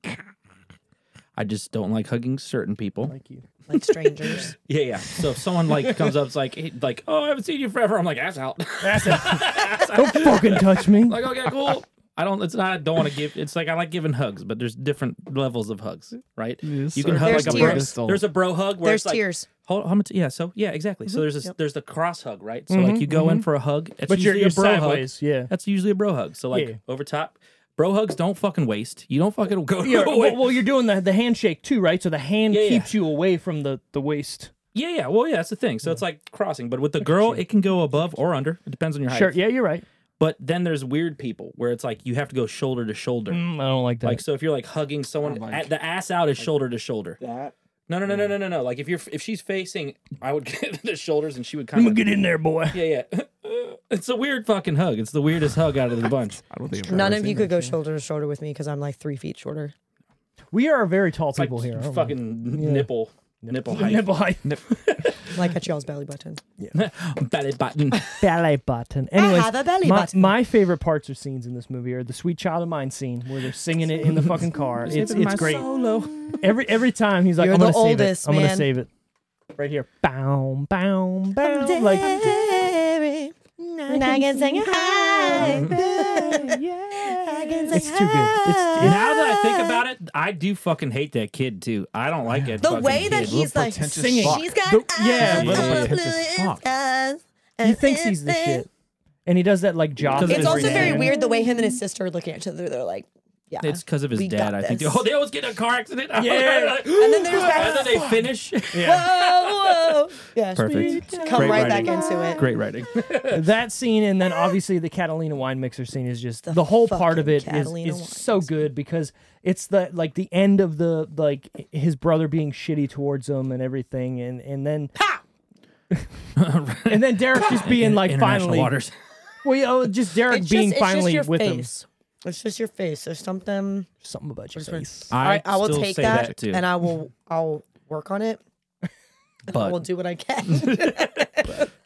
Speaker 2: I just don't like hugging certain people.
Speaker 1: Thank you.
Speaker 3: Like strangers,
Speaker 2: yeah, yeah. So if someone like comes up, it's like hey, like oh I haven't seen you forever. I'm like ass out.
Speaker 1: Don't fucking touch me.
Speaker 2: like okay cool. I don't. It's not. I don't want to give. It's like I like giving hugs, but there's different levels of hugs, right? you can
Speaker 4: sir.
Speaker 2: hug
Speaker 3: There's
Speaker 2: like
Speaker 3: tears.
Speaker 2: a bro. There's a bro hug. Where
Speaker 3: There's
Speaker 2: it's like,
Speaker 3: tears. Mm-hmm.
Speaker 2: Hold, how much? Yeah. So yeah, exactly. So there's a, there's the cross hug, right? So like you go in for a hug, it's
Speaker 1: But you're,
Speaker 2: usually
Speaker 1: you're
Speaker 2: a bro hug.
Speaker 1: sideways. Yeah.
Speaker 2: That's usually a bro hug. So like
Speaker 1: Yeah.
Speaker 2: over top, bro hugs don't fucking waste. You don't fucking go to
Speaker 1: Yeah,
Speaker 2: a wa-
Speaker 1: well, well, you're doing the, the handshake too, right? So the hand
Speaker 2: Yeah, yeah.
Speaker 1: keeps you away from the, the waist.
Speaker 2: Yeah, yeah. Well, yeah, that's the thing. So it's like crossing, but with the girl, it can go above or under. It depends on your height.
Speaker 1: Sure. Yeah, you're right.
Speaker 2: But then there's weird people where it's like you have to go shoulder to shoulder.
Speaker 1: Mm, I don't like that.
Speaker 2: Like so, if you're like hugging
Speaker 1: Oh
Speaker 2: someone, at the ass out is shoulder to shoulder. No, no, no, no, no, no, no. Like if you're if she's facing, I would get the shoulders, and she would kind of
Speaker 1: Get in there, boy.
Speaker 2: yeah, yeah. it's a weird fucking hug. It's the weirdest hug out of the bunch.
Speaker 4: I don't think I've
Speaker 3: none
Speaker 4: ever
Speaker 3: of you
Speaker 4: seen
Speaker 3: could go shoulder to shoulder with me because I'm like three feet shorter.
Speaker 1: We are very tall
Speaker 2: Like
Speaker 1: people here. aren't we?
Speaker 2: fucking nipple, nipple height,
Speaker 1: Nipple height.
Speaker 3: Like at y'all's belly button.
Speaker 2: belly button.
Speaker 1: belly button. Anyways,
Speaker 3: have a belly
Speaker 1: my,
Speaker 3: button.
Speaker 1: my favorite parts or scenes in this movie are the "Sweet Child of Mine" scene where they're singing it in the fucking car. It's it's great. Every every time he's like,
Speaker 3: You're
Speaker 1: "I'm
Speaker 3: the
Speaker 1: gonna save
Speaker 3: oldest,
Speaker 1: it. I'm
Speaker 3: man."
Speaker 1: gonna save it." Right here, bow, bow, bow. Like
Speaker 3: And I can sing high. I can sing
Speaker 1: it's too good. It's
Speaker 2: Now that I think about it, I do fucking hate that kid too. I don't like it.
Speaker 3: The way that he's like
Speaker 4: pretentious
Speaker 3: singing,
Speaker 4: fuck.
Speaker 3: she's got
Speaker 1: The- yeah,
Speaker 3: eyes,
Speaker 1: little
Speaker 3: all
Speaker 4: pretentious
Speaker 3: blue
Speaker 4: fuck.
Speaker 3: eyes,
Speaker 1: he thinks he's the shit, and he does that like job.
Speaker 2: Because of
Speaker 3: It's
Speaker 2: his
Speaker 3: also
Speaker 2: reaction.
Speaker 3: very weird the way him and his sister are looking at each other. They're like, yeah. Oh,
Speaker 2: It's because of his
Speaker 3: We
Speaker 2: dad,
Speaker 3: got
Speaker 2: I think.
Speaker 3: this.
Speaker 2: Oh, they always get in a car accident.
Speaker 1: Yeah.
Speaker 2: Like,
Speaker 3: and then there's
Speaker 2: and then
Speaker 3: that.
Speaker 2: they finish.
Speaker 3: Whoa, whoa. Yeah.
Speaker 2: Perfect.
Speaker 3: Come
Speaker 2: Great
Speaker 3: right
Speaker 2: writing.
Speaker 3: back into it.
Speaker 2: Great writing.
Speaker 1: that scene, and then obviously the Catalina wine mixer scene is just the, whole part of
Speaker 3: fucking
Speaker 1: it is,
Speaker 3: Catalina wine
Speaker 1: is so good because it's the like the end of the like his brother being shitty towards him and everything, and and then and then Derek just being like finally,
Speaker 2: waters.
Speaker 1: well, you know, just Derek
Speaker 3: It's
Speaker 1: being
Speaker 3: just, it's just
Speaker 1: finally
Speaker 3: your
Speaker 1: with him.
Speaker 3: face. It's just your face. There's something.
Speaker 1: Something about your face.
Speaker 3: All right, I will
Speaker 2: still
Speaker 3: take
Speaker 2: say
Speaker 3: that,
Speaker 2: too.
Speaker 3: and I will. I'll work on it. I
Speaker 2: but
Speaker 3: will do what I can.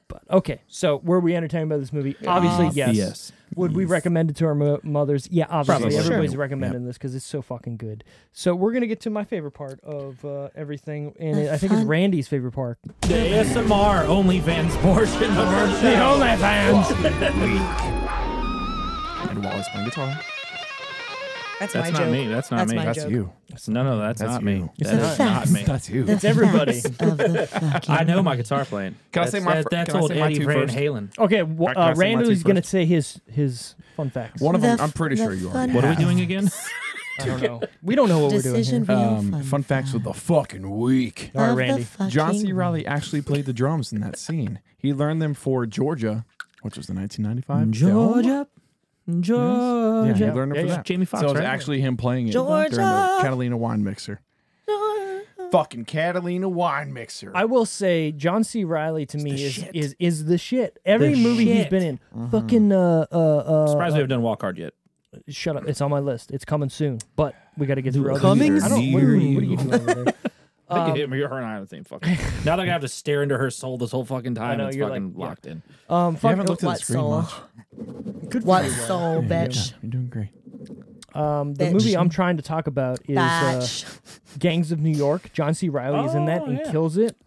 Speaker 1: But okay, so were we entertained by this movie? Obviously, Ah. yes.
Speaker 2: Ah, yes.
Speaker 1: Would we recommend it to our mo- mothers? Yeah, obviously.
Speaker 2: Probably.
Speaker 1: Everybody's
Speaker 4: Sure.
Speaker 1: recommending this because it's so fucking good. So we're gonna get to my favorite part of uh, everything, and I think it's Randy's favorite part.
Speaker 2: the ASMR OnlyFans portion of our show.
Speaker 1: OnlyFans.
Speaker 4: it. And Wallace playing guitar.
Speaker 3: That's,
Speaker 2: That's
Speaker 3: my
Speaker 2: not
Speaker 3: joke.
Speaker 2: me. That's not
Speaker 3: That's
Speaker 2: me.
Speaker 3: my
Speaker 4: That's
Speaker 3: joke.
Speaker 4: you.
Speaker 2: No, no, that's,
Speaker 4: That's
Speaker 2: not
Speaker 4: you.
Speaker 2: me.
Speaker 1: It's
Speaker 2: That
Speaker 1: not
Speaker 2: is not me.
Speaker 4: That's you.
Speaker 1: It's everybody.
Speaker 2: I know my guitar playing.
Speaker 4: Can I
Speaker 2: That's-
Speaker 4: say my
Speaker 2: that-
Speaker 4: fir-
Speaker 2: That's
Speaker 4: can I
Speaker 2: old
Speaker 4: say my
Speaker 2: Eddie
Speaker 4: two
Speaker 2: Van
Speaker 4: first?
Speaker 2: Halen.
Speaker 1: Okay, well,
Speaker 4: can I
Speaker 1: uh,
Speaker 4: say my
Speaker 1: Randall's
Speaker 4: two
Speaker 1: gonna
Speaker 4: first?
Speaker 1: say his his fun facts.
Speaker 4: One of them,
Speaker 3: The
Speaker 4: I'm pretty
Speaker 3: f-
Speaker 4: sure
Speaker 3: the
Speaker 4: you
Speaker 3: fun
Speaker 4: already
Speaker 2: What are we
Speaker 4: have.
Speaker 2: doing again?
Speaker 1: I don't know. We don't know what we're doing. Here.
Speaker 4: Um, fun, facts with the fucking week.
Speaker 1: All right, Randy.
Speaker 4: John C. Riley actually played the drums in that scene. He learned them for Georgia, which was the 1995 film.
Speaker 2: Georgia. Georgia.
Speaker 4: Yeah, he learned them
Speaker 1: Yeah,
Speaker 4: for
Speaker 1: yeah.
Speaker 4: that.
Speaker 2: Jamie Foxx,
Speaker 4: So it was
Speaker 2: right?
Speaker 4: actually him playing it during
Speaker 3: Georgia.
Speaker 4: the Catalina wine mixer. fucking Catalina wine mixer.
Speaker 1: I will say John C. Riley to me is, is is the shit. Every movie he's been in, fucking uh uh uh,
Speaker 2: Surprised we haven't done Walk Hard yet.
Speaker 1: shut up. It's on my list. It's coming soon, but we got to get through. other
Speaker 3: Coming
Speaker 1: movies. I don't- what are
Speaker 4: near
Speaker 1: you- what are you
Speaker 4: you.
Speaker 1: doing over there?
Speaker 2: I think it- her and I are the same fucking. now they're gonna have to stare into her soul this whole fucking time.
Speaker 1: know,
Speaker 2: it's
Speaker 1: you're
Speaker 2: fucking
Speaker 1: like- yeah.
Speaker 2: locked in.
Speaker 1: Um,
Speaker 4: you
Speaker 1: fuck,
Speaker 4: haven't looked at the
Speaker 3: What
Speaker 4: screen
Speaker 3: soul?
Speaker 4: much.
Speaker 3: What soul, bitch?
Speaker 4: You're doing great.
Speaker 1: um, the
Speaker 3: Bitch.
Speaker 1: movie I'm trying to talk about is uh,
Speaker 3: Batch.
Speaker 1: Gangs of New York. John C. Riley is in that
Speaker 2: Oh,
Speaker 1: and
Speaker 2: yeah.
Speaker 1: kills it.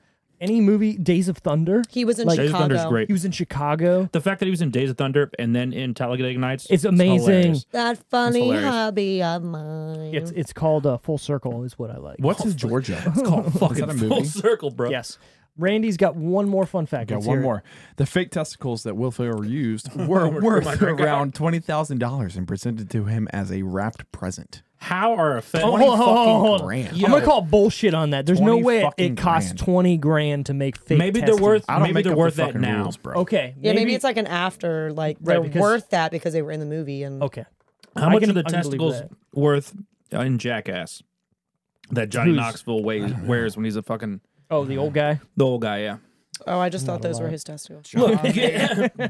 Speaker 1: Any movie, Days of Thunder.
Speaker 3: He was in
Speaker 1: Like-
Speaker 2: Days of Thunder's
Speaker 3: Chicago.
Speaker 2: great.
Speaker 1: He was in Chicago.
Speaker 2: The fact that he was in Days of Thunder and then in Talladega Nights,
Speaker 1: It's amazing.
Speaker 2: hilarious.
Speaker 3: That funny
Speaker 2: hilarious.
Speaker 3: hobby of mine.
Speaker 1: It's it's called uh, Full Circle is what I like.
Speaker 4: What's his Georgia?
Speaker 2: It's called fucking
Speaker 4: that a
Speaker 2: full
Speaker 4: movie?
Speaker 2: circle, bro.
Speaker 1: Yes. Randy's got one more fun fact.
Speaker 4: Got
Speaker 1: Let's
Speaker 4: one
Speaker 1: hear it.
Speaker 4: more. The fake testicles that Will Ferrell used were
Speaker 2: my
Speaker 4: worth
Speaker 2: God.
Speaker 4: around twenty thousand dollars and presented to him as a wrapped present.
Speaker 2: How are offended?
Speaker 1: Oh, hold on, hold on,
Speaker 4: fucking
Speaker 1: hold on.
Speaker 4: grand.
Speaker 1: I'm gonna call bullshit on that. There's no
Speaker 4: 20
Speaker 1: way it
Speaker 4: fucking
Speaker 1: costs
Speaker 4: grand.
Speaker 1: twenty grand to make fake.
Speaker 2: Maybe they're
Speaker 1: testes.
Speaker 2: worth.
Speaker 4: I don't
Speaker 2: Maybe
Speaker 4: make
Speaker 2: they're
Speaker 4: up
Speaker 2: worth
Speaker 4: the
Speaker 2: that
Speaker 4: fucking
Speaker 2: now.
Speaker 4: rules, bro.
Speaker 1: Okay.
Speaker 3: yeah, maybe it's like an after. Like
Speaker 1: Right,
Speaker 3: they're
Speaker 1: because-
Speaker 3: worth that because they were in the movie
Speaker 2: Oh,
Speaker 3: and
Speaker 1: okay.
Speaker 2: How
Speaker 1: I
Speaker 2: much
Speaker 1: can-
Speaker 2: are
Speaker 1: I
Speaker 2: the
Speaker 1: can believe
Speaker 2: testicles
Speaker 1: that.
Speaker 2: worth in Jackass? That Johnny
Speaker 1: Who's-
Speaker 2: Knoxville wears, wears when he's a fucking
Speaker 1: Oh, the old guy.
Speaker 2: the old guy. Yeah.
Speaker 3: Oh, I just thought those were his testicles.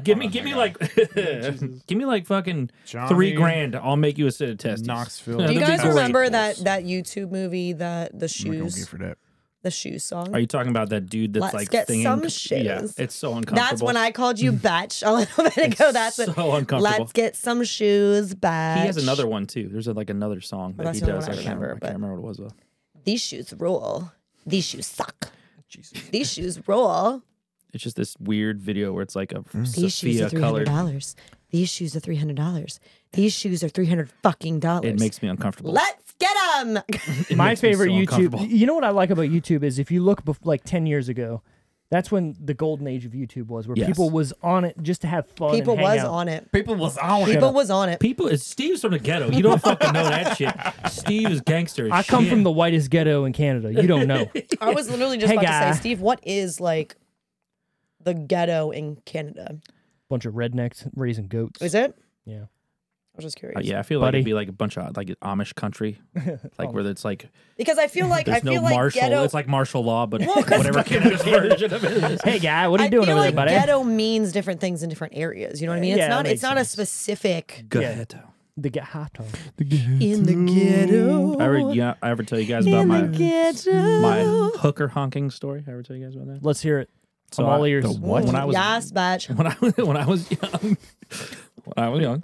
Speaker 2: give me, give me like, give me like fucking three
Speaker 4: Johnny
Speaker 2: grand. I'll make you a set of testes.
Speaker 4: Knoxville.
Speaker 2: Yeah,
Speaker 3: Do
Speaker 4: Do
Speaker 3: you
Speaker 2: that'd be
Speaker 3: guys
Speaker 2: great.
Speaker 3: remember that that YouTube movie
Speaker 2: Oh
Speaker 3: that the
Speaker 4: I'm not gonna give
Speaker 3: shoes
Speaker 4: for that.
Speaker 3: the shoe song?
Speaker 2: Are you talking about that dude that's
Speaker 3: Let's
Speaker 2: like
Speaker 3: get
Speaker 2: singing?
Speaker 3: some
Speaker 2: Yeah,
Speaker 3: shiz.
Speaker 2: it's so uncomfortable.
Speaker 3: that's when I called you batch a little bit ago. That's
Speaker 2: so
Speaker 3: when,
Speaker 2: uncomfortable.
Speaker 3: Let's get some shoes batch.
Speaker 2: He has another one too. There's like another song that
Speaker 3: that's
Speaker 2: he
Speaker 3: the only
Speaker 2: does.
Speaker 3: one I
Speaker 2: can't
Speaker 3: remember,
Speaker 2: I
Speaker 3: but-
Speaker 2: can't remember what it was though.
Speaker 3: These shoes rule. These shoes suck. These shoes rule.
Speaker 2: It's just this weird video where it's like a
Speaker 3: These shoes
Speaker 2: sepia
Speaker 3: are three
Speaker 2: colored.
Speaker 3: hundred dollars. These shoes are three hundred dollars. These shoes are three hundred fucking dollars.
Speaker 2: It makes me uncomfortable.
Speaker 3: Let's get them.
Speaker 2: It
Speaker 1: My
Speaker 2: makes me
Speaker 1: favorite
Speaker 2: so uncomfortable.
Speaker 1: YouTube. You know what I like about YouTube is if you look bef- like ten years ago, that's when the golden age of YouTube was, where
Speaker 2: Yes.
Speaker 1: people was on it just to have fun. and
Speaker 3: People
Speaker 1: hang
Speaker 3: was
Speaker 1: out.
Speaker 3: on it.
Speaker 4: People was on
Speaker 3: People was on it.
Speaker 2: People, it's Steve's from the ghetto. You don't fucking know that shit. Steve is gangster. as
Speaker 1: I come
Speaker 2: shit.
Speaker 1: from the whitest ghetto in Canada. You don't know.
Speaker 3: I was literally just
Speaker 1: Hey,
Speaker 3: about
Speaker 1: guy.
Speaker 3: to say, Steve, what is like the ghetto in Canada?
Speaker 1: Bunch of rednecks raising goats.
Speaker 3: Is it?
Speaker 1: Yeah.
Speaker 3: I was just curious.
Speaker 2: Uh, yeah, I feel like
Speaker 1: Buddy.
Speaker 2: it'd be like a bunch of like Amish country, like where it's like
Speaker 3: Because I feel like I
Speaker 2: there's
Speaker 3: feel
Speaker 2: no
Speaker 3: like
Speaker 2: martial.
Speaker 3: ghetto.
Speaker 2: It's like martial law, but
Speaker 3: 'cause-
Speaker 2: whatever Canada's version of it is.
Speaker 1: Hey guy, what are you
Speaker 3: I
Speaker 1: doing
Speaker 3: feel
Speaker 1: over
Speaker 3: like
Speaker 1: there, buddy?
Speaker 3: ghetto means different things in different areas. You know what I mean? It's
Speaker 1: Yeah, that
Speaker 3: not.
Speaker 1: makes
Speaker 3: It's not a
Speaker 1: sense.
Speaker 3: specific
Speaker 2: Ghetto.
Speaker 1: The ghetto.
Speaker 3: in the ghetto.
Speaker 2: I ever, yeah, I ever tell you guys about
Speaker 3: in the
Speaker 2: my
Speaker 3: ghetto.
Speaker 2: my hooker honking story? I ever tell you guys about that?
Speaker 1: Let's hear it.
Speaker 2: So
Speaker 1: I'm all
Speaker 2: I-
Speaker 1: ears.
Speaker 2: the what? When I was
Speaker 3: yes, batch.
Speaker 2: when I was- when I was young, when I was young,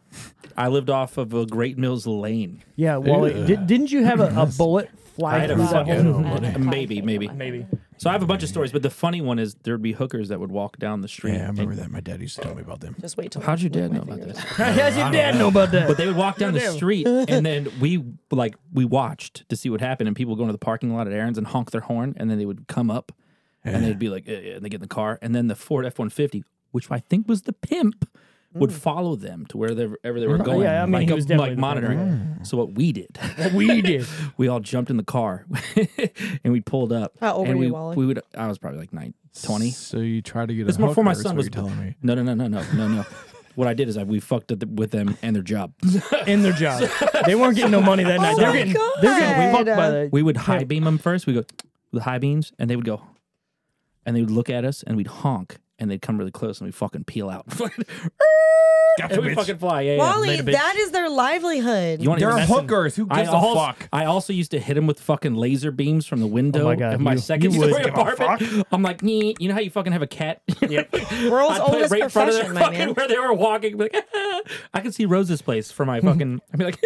Speaker 2: I lived off of a Great Mills Lane.
Speaker 1: Yeah, Wally. Did, didn't you have a, a bullet
Speaker 2: I
Speaker 1: fly
Speaker 2: had a
Speaker 1: through that
Speaker 2: fucking-
Speaker 1: hole?
Speaker 2: maybe, maybe, maybe. So I have a bunch of stories, but the funny one is there'd be hookers that would walk down the street.
Speaker 4: Yeah, I remember
Speaker 2: and-
Speaker 4: that. My dad used to tell me about them.
Speaker 3: Just wait till.
Speaker 2: How'd your dad know about this?
Speaker 1: How's your dad know about that?
Speaker 2: But they would walk down the street, and then we like we watched to see what happened. And people go into the parking lot at errands and honk their horn, and then they would come up, and they'd be like, eh, eh, and they get in the car, and then the Ford F one fifty, which I think was the pimp, would follow them to wherever they were going.
Speaker 1: Mm. yeah, I mean,
Speaker 2: like,
Speaker 1: he was
Speaker 2: um,
Speaker 1: definitely
Speaker 2: like
Speaker 1: the
Speaker 2: monitoring.
Speaker 4: Mm.
Speaker 2: So what we did,
Speaker 1: we did.
Speaker 2: we all jumped in the car, and we pulled up.
Speaker 3: How old
Speaker 2: and
Speaker 3: were you,
Speaker 2: we,
Speaker 3: Wally?
Speaker 2: We would. I was probably like nine, twenty.
Speaker 4: So you try to get
Speaker 2: This
Speaker 4: a
Speaker 2: is before my
Speaker 4: hooker, is
Speaker 2: son
Speaker 4: what
Speaker 2: was
Speaker 4: you're telling me.
Speaker 2: No, no, no, no, no, no, no. What I did is I, we fucked up with them and their job.
Speaker 1: In their job. They weren't getting no money that night. they're,
Speaker 3: Oh my
Speaker 1: getting, they're getting
Speaker 3: God.
Speaker 1: fucked by the.
Speaker 2: we would high beam them first. We go the high beams, and they would go, and they would look at us, and we'd honk, and they'd come really close, and we fucking peel out. and we fucking fly. Yeah, yeah.
Speaker 3: Wally,
Speaker 2: Later, bitch.
Speaker 3: that is their livelihood.
Speaker 2: You want
Speaker 4: They're
Speaker 2: to
Speaker 4: hookers. Who
Speaker 2: I
Speaker 4: gives a
Speaker 2: also,
Speaker 4: fuck?
Speaker 2: I also used to hit him with fucking laser beams from the window
Speaker 1: my God,
Speaker 2: of Oh my
Speaker 1: you-
Speaker 2: second
Speaker 1: you would
Speaker 2: story
Speaker 1: give a
Speaker 2: apartment. I'm like, "Nee." you know how you fucking have a cat? Yep.
Speaker 3: World's
Speaker 2: I put it
Speaker 3: oldest
Speaker 2: right in front of their
Speaker 3: profession, my
Speaker 2: fucking
Speaker 3: man.
Speaker 2: where they were walking. Like, I could see Rose's place for my fucking. I'd be like,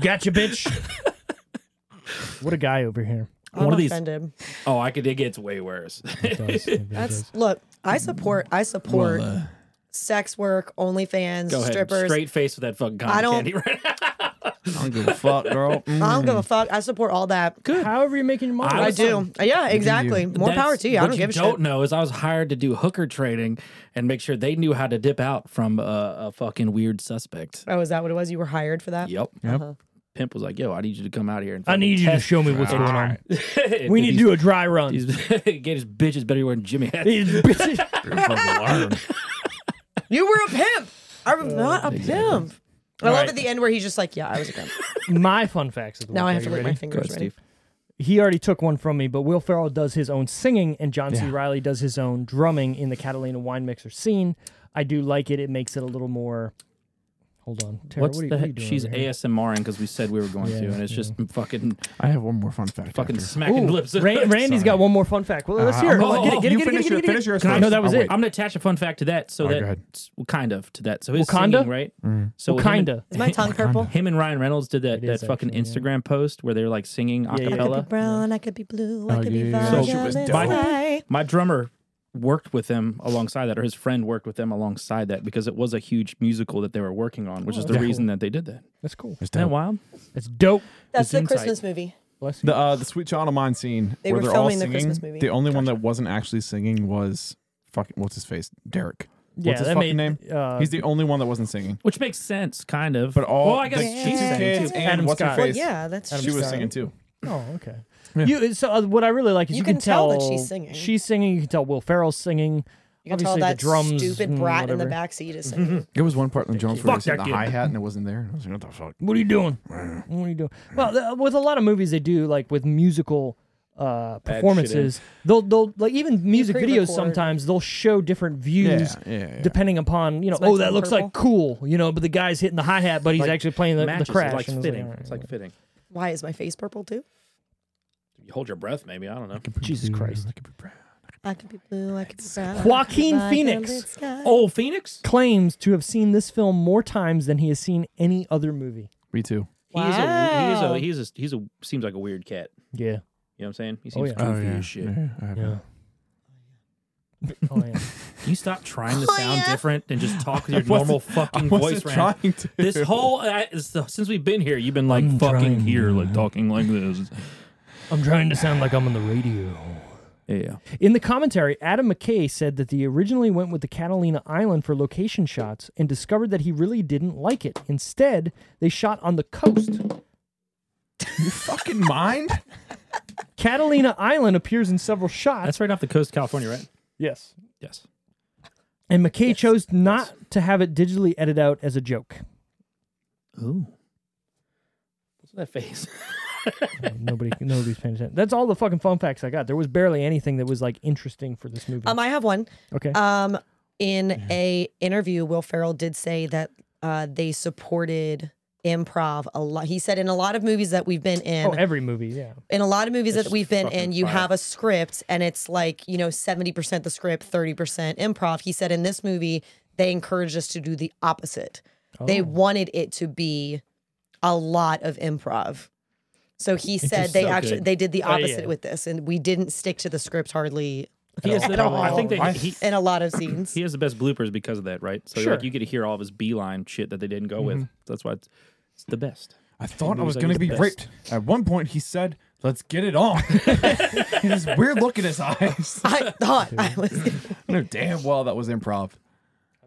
Speaker 1: Gotcha, bitch. what a guy over here.
Speaker 3: I'm
Speaker 2: one of these-
Speaker 3: offended.
Speaker 2: oh, I could. It gets way worse.
Speaker 3: That's look. I support. I support sex work, OnlyFans,
Speaker 2: uh, Go ahead,
Speaker 3: strippers.
Speaker 2: straight face with that fucking cotton
Speaker 3: I don't-
Speaker 2: candy right now.
Speaker 4: I don't give a fuck, girl. Mm.
Speaker 3: I don't give
Speaker 2: Mm.
Speaker 3: a fuck. I support all that.
Speaker 1: However, you're making your money.
Speaker 3: I do. Yeah, exactly. More
Speaker 2: That's-
Speaker 3: power to you. I
Speaker 2: what
Speaker 3: don't give a
Speaker 2: don't
Speaker 3: shit.
Speaker 2: know is I was hired to do hooker trading and make sure they knew how to dip out from a, a fucking weird suspect.
Speaker 3: Oh, is that what it was? You were hired for that?
Speaker 2: Yep. Pimp was like, "Yo, I need you to come out here and
Speaker 1: I need you to show me what's going on.
Speaker 2: show.
Speaker 1: We need to do a dry run.
Speaker 2: These, get his bitches better wearing Jimmy hats.
Speaker 1: These bitches-
Speaker 3: You were a pimp. I was
Speaker 2: Uh,
Speaker 3: not a pimp. I love at the end where he's just like, yeah, I was a pimp.
Speaker 1: my fun facts. Of the
Speaker 3: Now
Speaker 1: week.
Speaker 3: I
Speaker 1: Are
Speaker 3: have to
Speaker 1: you
Speaker 3: lick
Speaker 1: ready?
Speaker 3: my fingers. right?
Speaker 1: he already took one from me, but Will Ferrell does his own singing and John C. Riley does his own drumming in the Catalina wine mixer scene. I do like it. It makes it a little more. Hold on, Tara,
Speaker 2: What's
Speaker 1: what are, what
Speaker 2: the
Speaker 1: are
Speaker 2: heck?
Speaker 1: you doing
Speaker 2: She's
Speaker 1: over here?
Speaker 2: ASMRing because we said we were going to,
Speaker 1: Yeah,
Speaker 2: and it's just fucking
Speaker 4: I have one more fun fact.
Speaker 2: fucking
Speaker 4: after.
Speaker 2: smacking
Speaker 1: Ooh,
Speaker 2: lips.
Speaker 1: Ran- Randy's got one more fun fact. Well, let's
Speaker 4: Uh,
Speaker 1: hear it.
Speaker 4: I'm
Speaker 1: Well,
Speaker 4: gonna-
Speaker 1: get it, get it,
Speaker 4: you
Speaker 1: get it,
Speaker 4: finish
Speaker 1: get it,
Speaker 4: your-
Speaker 1: get it,
Speaker 4: finish yours
Speaker 1: get it.
Speaker 4: first.
Speaker 1: No, that was
Speaker 4: I'll
Speaker 1: it.
Speaker 4: wait.
Speaker 2: I'm gonna attach a fun fact to that. So
Speaker 4: All right,
Speaker 2: that
Speaker 4: go ahead.
Speaker 2: it's kind of to that. So his
Speaker 1: Wakanda?
Speaker 2: singing, right?
Speaker 4: Mm.
Speaker 2: So him and-
Speaker 1: Wakanda.
Speaker 3: Is my tongue purple?
Speaker 2: Him and Ryan Reynolds did that,
Speaker 1: It
Speaker 2: that
Speaker 1: is
Speaker 2: fucking
Speaker 1: actually, yeah.
Speaker 2: Instagram post where they were like singing a
Speaker 1: yeah.
Speaker 3: I could
Speaker 2: cappella.
Speaker 3: be brown, I could be blue, I
Speaker 4: Oh,
Speaker 3: could be
Speaker 4: yeah.
Speaker 2: So
Speaker 3: violet.
Speaker 2: she
Speaker 4: was
Speaker 3: and
Speaker 4: dope.
Speaker 3: I-
Speaker 2: My drummer worked with them alongside that, or his friend worked with them alongside that because it was a huge musical that they were working on, which is the reason that they did that.
Speaker 1: That's cool.
Speaker 4: It's
Speaker 2: Oh, Isn't that
Speaker 4: dope.
Speaker 2: wild?
Speaker 1: That's dope.
Speaker 3: That's
Speaker 2: It's
Speaker 3: the
Speaker 2: insight.
Speaker 3: Christmas movie.
Speaker 1: Bless you.
Speaker 4: The uh, the Sweet Child of Mine scene
Speaker 3: They
Speaker 4: where
Speaker 3: were
Speaker 4: they're all
Speaker 3: filming the
Speaker 4: singing.
Speaker 3: Christmas movie.
Speaker 4: The only one that wasn't actually singing was fucking what's his face, Derek. What's
Speaker 1: Yeah,
Speaker 4: his
Speaker 1: that
Speaker 4: fucking
Speaker 1: made-
Speaker 4: name?
Speaker 1: uh,
Speaker 4: He's the only one that wasn't singing.
Speaker 2: Which makes sense, kind of.
Speaker 4: But all
Speaker 2: well, I guess
Speaker 4: the,
Speaker 2: she
Speaker 4: the two
Speaker 2: sang
Speaker 4: kids
Speaker 2: too.
Speaker 4: and
Speaker 1: Adam
Speaker 4: what's
Speaker 1: Scott.
Speaker 4: her
Speaker 3: Well,
Speaker 4: face,
Speaker 3: yeah, that's
Speaker 4: she was
Speaker 3: true.
Speaker 4: singing too.
Speaker 1: Oh, okay. You so uh, what I really like is
Speaker 3: You
Speaker 1: you, can,
Speaker 3: can tell that she's singing.
Speaker 1: She's singing. You can tell Will Ferrell's singing.
Speaker 3: You can tell
Speaker 1: Obviously,
Speaker 3: that
Speaker 1: the drums.
Speaker 3: stupid
Speaker 1: and
Speaker 3: brat in the
Speaker 1: whatever. Mm-hmm.
Speaker 3: backseat is singing.
Speaker 4: There was one part when Jones
Speaker 2: Fuck
Speaker 4: was hitting
Speaker 2: that
Speaker 4: the
Speaker 2: kid.
Speaker 4: hi hat and it wasn't there. And I was like, what the fuck?
Speaker 1: What are you doing?
Speaker 4: Mm.
Speaker 1: What are you doing? Well, th- with a lot of movies, they do like with musical uh performances they'll they'll like even music videos
Speaker 3: pre-record.
Speaker 1: sometimes they'll show different views
Speaker 4: Yeah, yeah, yeah.
Speaker 1: depending upon you know
Speaker 3: my
Speaker 1: oh that
Speaker 3: tongue
Speaker 1: looks like cool you know but the guy's hitting the hi-hat but he's
Speaker 2: Like,
Speaker 1: actually playing the, the
Speaker 2: matches.
Speaker 1: crash and
Speaker 2: It's like
Speaker 1: it's
Speaker 2: fitting.
Speaker 1: alright,
Speaker 2: It's like fitting.
Speaker 3: Why is my face purple too?
Speaker 2: You hold your breath, maybe. I don't know.
Speaker 1: Jesus Christ
Speaker 3: I could be blue, I could be brown.
Speaker 1: Joaquin
Speaker 3: I could be
Speaker 1: Phoenix.
Speaker 3: violet sky.
Speaker 2: Oh, Phoenix?
Speaker 1: claims to have seen this film more times than he has seen any other movie
Speaker 4: Me too.
Speaker 3: Wow.
Speaker 2: He's a, he's a, he's a, he's a, seems like a weird cat.
Speaker 1: yeah
Speaker 2: You know what I'm saying? He
Speaker 1: Oh,
Speaker 2: seems
Speaker 1: yeah.
Speaker 2: goofy as shit.
Speaker 1: yeah oh yeah
Speaker 2: Can you stop trying
Speaker 3: Oh,
Speaker 2: to sound different and just talk with your
Speaker 4: wasn't-
Speaker 2: normal fucking
Speaker 4: I wasn't
Speaker 2: voice? Rand?
Speaker 4: trying to.
Speaker 2: This whole uh, is the- since we've been here, you've been like fucking
Speaker 1: trying,
Speaker 2: here, like talking like this.
Speaker 1: I'm trying to sound like I'm on the radio.
Speaker 2: Yeah,
Speaker 1: In the commentary, Adam McKay said that they originally went with the Catalina Island for location shots and discovered that he really didn't like it. Instead, they shot on the coast.
Speaker 4: You fucking mind?
Speaker 1: Catalina Island appears in several shots.
Speaker 2: that's right off the coast of California, right?
Speaker 1: Yes.
Speaker 2: Yes.
Speaker 1: And McKay chose not to have it digitally edited out as a joke.
Speaker 2: Ooh. What's that face?
Speaker 1: Nobody, nobody's paying attention. That's all the fucking fun facts I got. There was barely anything that was like interesting for this movie.
Speaker 3: Um, I have one.
Speaker 1: okay.
Speaker 3: Um, in a interview, Will Ferrell did say that uh, they supported improv a lot. He said in a lot of movies that we've been in,
Speaker 1: oh, every movie, yeah.
Speaker 3: in a lot of movies that
Speaker 2: just
Speaker 3: we've been
Speaker 2: fucking
Speaker 3: in, you
Speaker 2: fire.
Speaker 3: have a script and it's like, you know, 70% the script, 30% improv. He said in this movie, they encouraged us to do the opposite.
Speaker 2: Oh.
Speaker 3: They wanted it to be a lot of improv. So he said
Speaker 2: just
Speaker 3: they
Speaker 2: so
Speaker 3: actually
Speaker 2: good.
Speaker 3: they did the
Speaker 1: Oh, yeah.
Speaker 3: opposite with this and we didn't stick to the script hardly
Speaker 2: He has the,
Speaker 3: At all.
Speaker 2: I think they, he,
Speaker 3: in a lot of scenes.
Speaker 2: he has the best bloopers because of that, right? So
Speaker 1: Sure.
Speaker 2: like you get to hear all of his beeline shit that they didn't go with. That's why it's, it's the best.
Speaker 4: I thought I
Speaker 2: Maybe
Speaker 4: was
Speaker 2: he's
Speaker 4: going
Speaker 2: like
Speaker 4: to
Speaker 2: the
Speaker 4: be
Speaker 2: best.
Speaker 4: raped. At one point, he said, let's get it on. His weird look in his eyes.
Speaker 3: I thought I was
Speaker 4: I know damn well that was improv.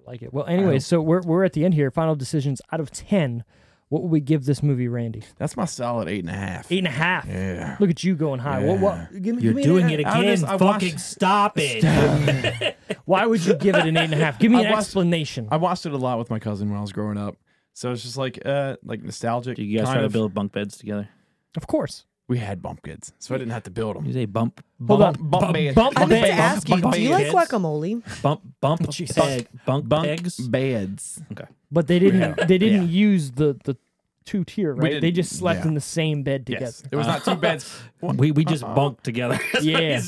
Speaker 1: like it. Well, anyway, so we're we're at the end here. Final decisions out of ten. What would we give this movie, Randy?
Speaker 4: That's my solid eight and a half.
Speaker 1: Eight and a half.
Speaker 4: Yeah.
Speaker 1: Look at you going high. What? what give me,
Speaker 2: You're
Speaker 1: give me an
Speaker 2: doing
Speaker 1: eight and
Speaker 2: it
Speaker 1: a
Speaker 4: I
Speaker 2: again.
Speaker 4: just- I
Speaker 2: Fucking
Speaker 4: watched-
Speaker 2: stop it.
Speaker 1: half. Why would you give it an eight and a half? Give me
Speaker 4: I
Speaker 1: an
Speaker 4: watched-
Speaker 1: explanation.
Speaker 4: I watched it a lot with my cousin when I was growing up. So it's just like uh like nostalgic.
Speaker 2: Do you guys
Speaker 4: kind
Speaker 2: try to
Speaker 4: of.
Speaker 2: build bunk beds together?
Speaker 1: of course.
Speaker 4: We had bump kids, so I didn't have to build them.
Speaker 2: You say bump,
Speaker 1: Hold
Speaker 2: bump,
Speaker 1: on.
Speaker 4: bump
Speaker 1: Bu-
Speaker 4: bed.
Speaker 1: Bump
Speaker 3: I need to
Speaker 1: bed.
Speaker 3: ask you,
Speaker 4: Bunk
Speaker 3: do you like
Speaker 4: beds.
Speaker 3: guacamole?
Speaker 2: bump, bump, peg, bunk,
Speaker 4: Bunk
Speaker 2: pegs.
Speaker 4: beds.
Speaker 2: Okay.
Speaker 1: But they didn't.
Speaker 4: Yeah.
Speaker 1: They didn't use the the two tier. Right.
Speaker 4: didn't-
Speaker 1: They just slept
Speaker 4: yeah.
Speaker 1: in the same bed together.
Speaker 4: Yes, there was not two beds. One-
Speaker 2: We we just bunked together.
Speaker 1: Yeah.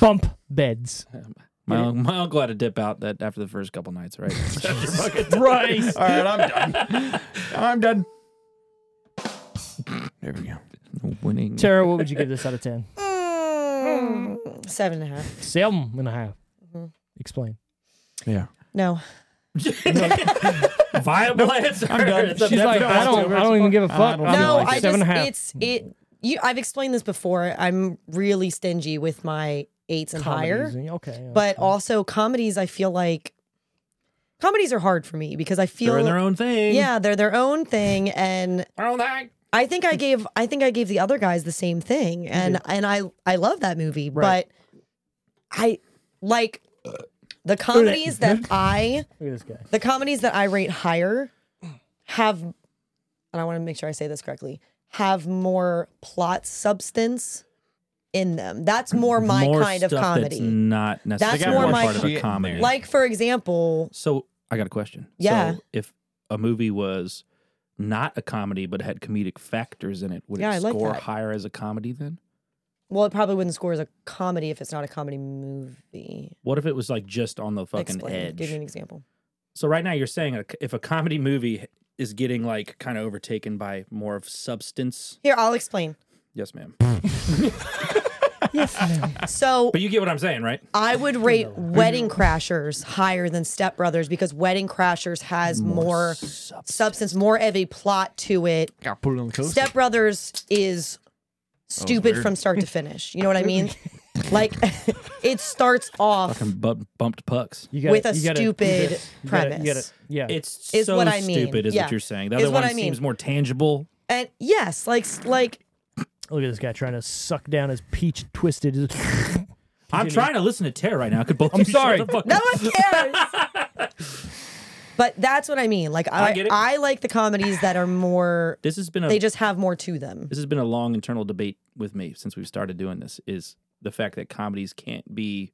Speaker 1: Bump beds.
Speaker 2: My, un- my uncle had to dip out that after the first couple nights, right?
Speaker 1: Right.
Speaker 4: All right, I'm done. I'm done. There we go.
Speaker 2: Winning.
Speaker 1: Tara, what would you give this out of ten?
Speaker 3: Mm, seven and a half.
Speaker 1: Seven and a half.
Speaker 3: Mm-hmm.
Speaker 1: Explain.
Speaker 4: Yeah.
Speaker 3: No.
Speaker 2: Viable answer.
Speaker 4: I'm done.
Speaker 2: It's a
Speaker 1: She's like,
Speaker 2: definite
Speaker 1: I don't. I don't even give a
Speaker 4: I
Speaker 1: fuck.
Speaker 4: don't
Speaker 1: I'm
Speaker 4: feel
Speaker 3: no,
Speaker 4: like
Speaker 3: I
Speaker 4: it.
Speaker 3: just
Speaker 1: seven and a half.
Speaker 3: it's it. You, I've explained this before. I'm really stingy with my eights and higher,
Speaker 1: Comedies and- Okay. yeah.
Speaker 3: but also comedies. I feel like comedies are hard for me because I feel
Speaker 2: They're in their own thing.
Speaker 3: yeah they're their own thing, and
Speaker 2: Their own thing.
Speaker 3: I think I gave I think I gave the other guys the same thing, and and I I love that movie, but I like the comedies that I
Speaker 1: Look at this guy.
Speaker 3: the comedies that I rate higher have, and I want to make sure I say this correctly, have more plot substance in them. That's more my
Speaker 2: more
Speaker 3: kind of
Speaker 2: stuff That's
Speaker 3: comedy.
Speaker 2: not necessarily
Speaker 3: That's more
Speaker 2: one
Speaker 3: my-
Speaker 2: part of
Speaker 4: Shit
Speaker 2: a
Speaker 4: in
Speaker 2: comedy.
Speaker 4: there.
Speaker 3: like for example,
Speaker 2: so I got a question.
Speaker 3: Yeah.
Speaker 2: So if a movie was not a comedy but had comedic factors in it, would
Speaker 3: Yeah, I
Speaker 2: it
Speaker 3: like
Speaker 2: score
Speaker 3: that.
Speaker 2: higher as a comedy then?
Speaker 3: well, it probably wouldn't score as a comedy if it's not a comedy movie.
Speaker 2: What if it was like just on the fucking
Speaker 3: Explain.
Speaker 2: edge?
Speaker 3: Give me an example.
Speaker 2: So right now you're saying a- if a comedy movie is getting like kind of overtaken by more of substance,
Speaker 3: Here, I'll explain.
Speaker 2: yes, ma'am.
Speaker 3: So
Speaker 2: But you get what I'm saying, right?
Speaker 3: I would rate Wedding Crashers higher than Step Brothers because Wedding Crashers has more, substance, more of a plot to it.
Speaker 4: Got put it on the coast.
Speaker 3: Step Brothers is stupid
Speaker 4: weird.
Speaker 3: from start to finish. You know what I mean? like it starts off
Speaker 2: Fucking bu- bumped pucks.
Speaker 1: You
Speaker 3: with a
Speaker 1: you gotta-
Speaker 3: stupid
Speaker 1: you gotta-
Speaker 3: premise.
Speaker 1: you gotta- yeah.
Speaker 2: It's
Speaker 3: Is
Speaker 2: so
Speaker 3: what I mean.
Speaker 2: stupid, is
Speaker 3: Yeah.
Speaker 2: what you're saying. The
Speaker 3: Is
Speaker 2: other
Speaker 3: what
Speaker 2: one
Speaker 3: I mean.
Speaker 2: seems more tangible.
Speaker 3: And yes, like like
Speaker 1: Look at this guy trying to suck down his peach twisted.
Speaker 2: I'm trying to listen to Tara right now. Could both I'm
Speaker 1: sorry.
Speaker 3: no one cares. but that's what I mean. Like I
Speaker 2: I get it.
Speaker 3: I like the comedies that are more
Speaker 2: This has been a
Speaker 3: they just have more to them.
Speaker 2: this has been a long internal debate with me since we've started doing this is the fact that comedies can't be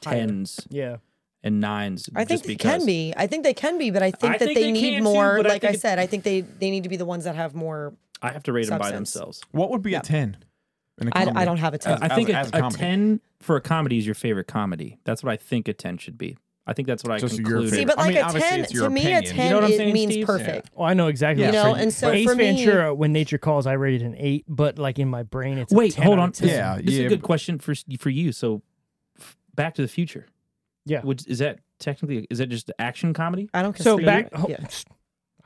Speaker 2: tens
Speaker 1: Yeah.
Speaker 2: and nines.
Speaker 3: I think
Speaker 2: just
Speaker 3: they
Speaker 2: because.
Speaker 3: can be. I think they can be, but I think
Speaker 2: I
Speaker 3: that
Speaker 2: think
Speaker 3: they,
Speaker 2: they
Speaker 3: need
Speaker 2: can
Speaker 3: more.
Speaker 2: too, but I
Speaker 3: like I,
Speaker 2: think it-
Speaker 3: said, I think they they need to be the ones that have more.
Speaker 2: I have to rate them by
Speaker 3: Substance.
Speaker 2: themselves.
Speaker 4: What would be a ten? in a
Speaker 3: I,
Speaker 4: comedy?
Speaker 3: I don't have a ten.
Speaker 2: Uh, I think
Speaker 4: as a
Speaker 2: a, a,
Speaker 4: comedy.
Speaker 2: ten for a comedy is your favorite comedy. That's what I think a ten should be. I think that's what
Speaker 4: Just
Speaker 2: I
Speaker 4: your
Speaker 2: concluded.
Speaker 4: favorite.
Speaker 3: See, but
Speaker 4: I
Speaker 3: like
Speaker 4: mean,
Speaker 3: a
Speaker 4: obviously
Speaker 3: ten
Speaker 4: it's your
Speaker 3: to me, a
Speaker 4: opinion. You
Speaker 3: ten
Speaker 2: know what I'm
Speaker 3: it
Speaker 2: saying,
Speaker 3: means
Speaker 2: Steve?
Speaker 3: perfect.
Speaker 1: Oh, I know exactly.
Speaker 3: You
Speaker 1: what
Speaker 3: know,
Speaker 1: you're saying.
Speaker 3: and so
Speaker 1: Ace
Speaker 3: for me-
Speaker 1: Ventura, when nature calls, I rated an eight, but like in my brain, it's a
Speaker 2: Wait,
Speaker 1: 10
Speaker 2: hold
Speaker 1: out
Speaker 2: on.
Speaker 1: of 10.
Speaker 4: Yeah,
Speaker 2: this is
Speaker 4: yeah,
Speaker 2: a good question for s- for you. So, f- Back to the Future.
Speaker 1: Yeah.
Speaker 2: Would, is that technically is that just action comedy?
Speaker 3: I don't.
Speaker 1: So
Speaker 3: consider
Speaker 1: back.
Speaker 3: it-
Speaker 1: ho-
Speaker 3: yeah.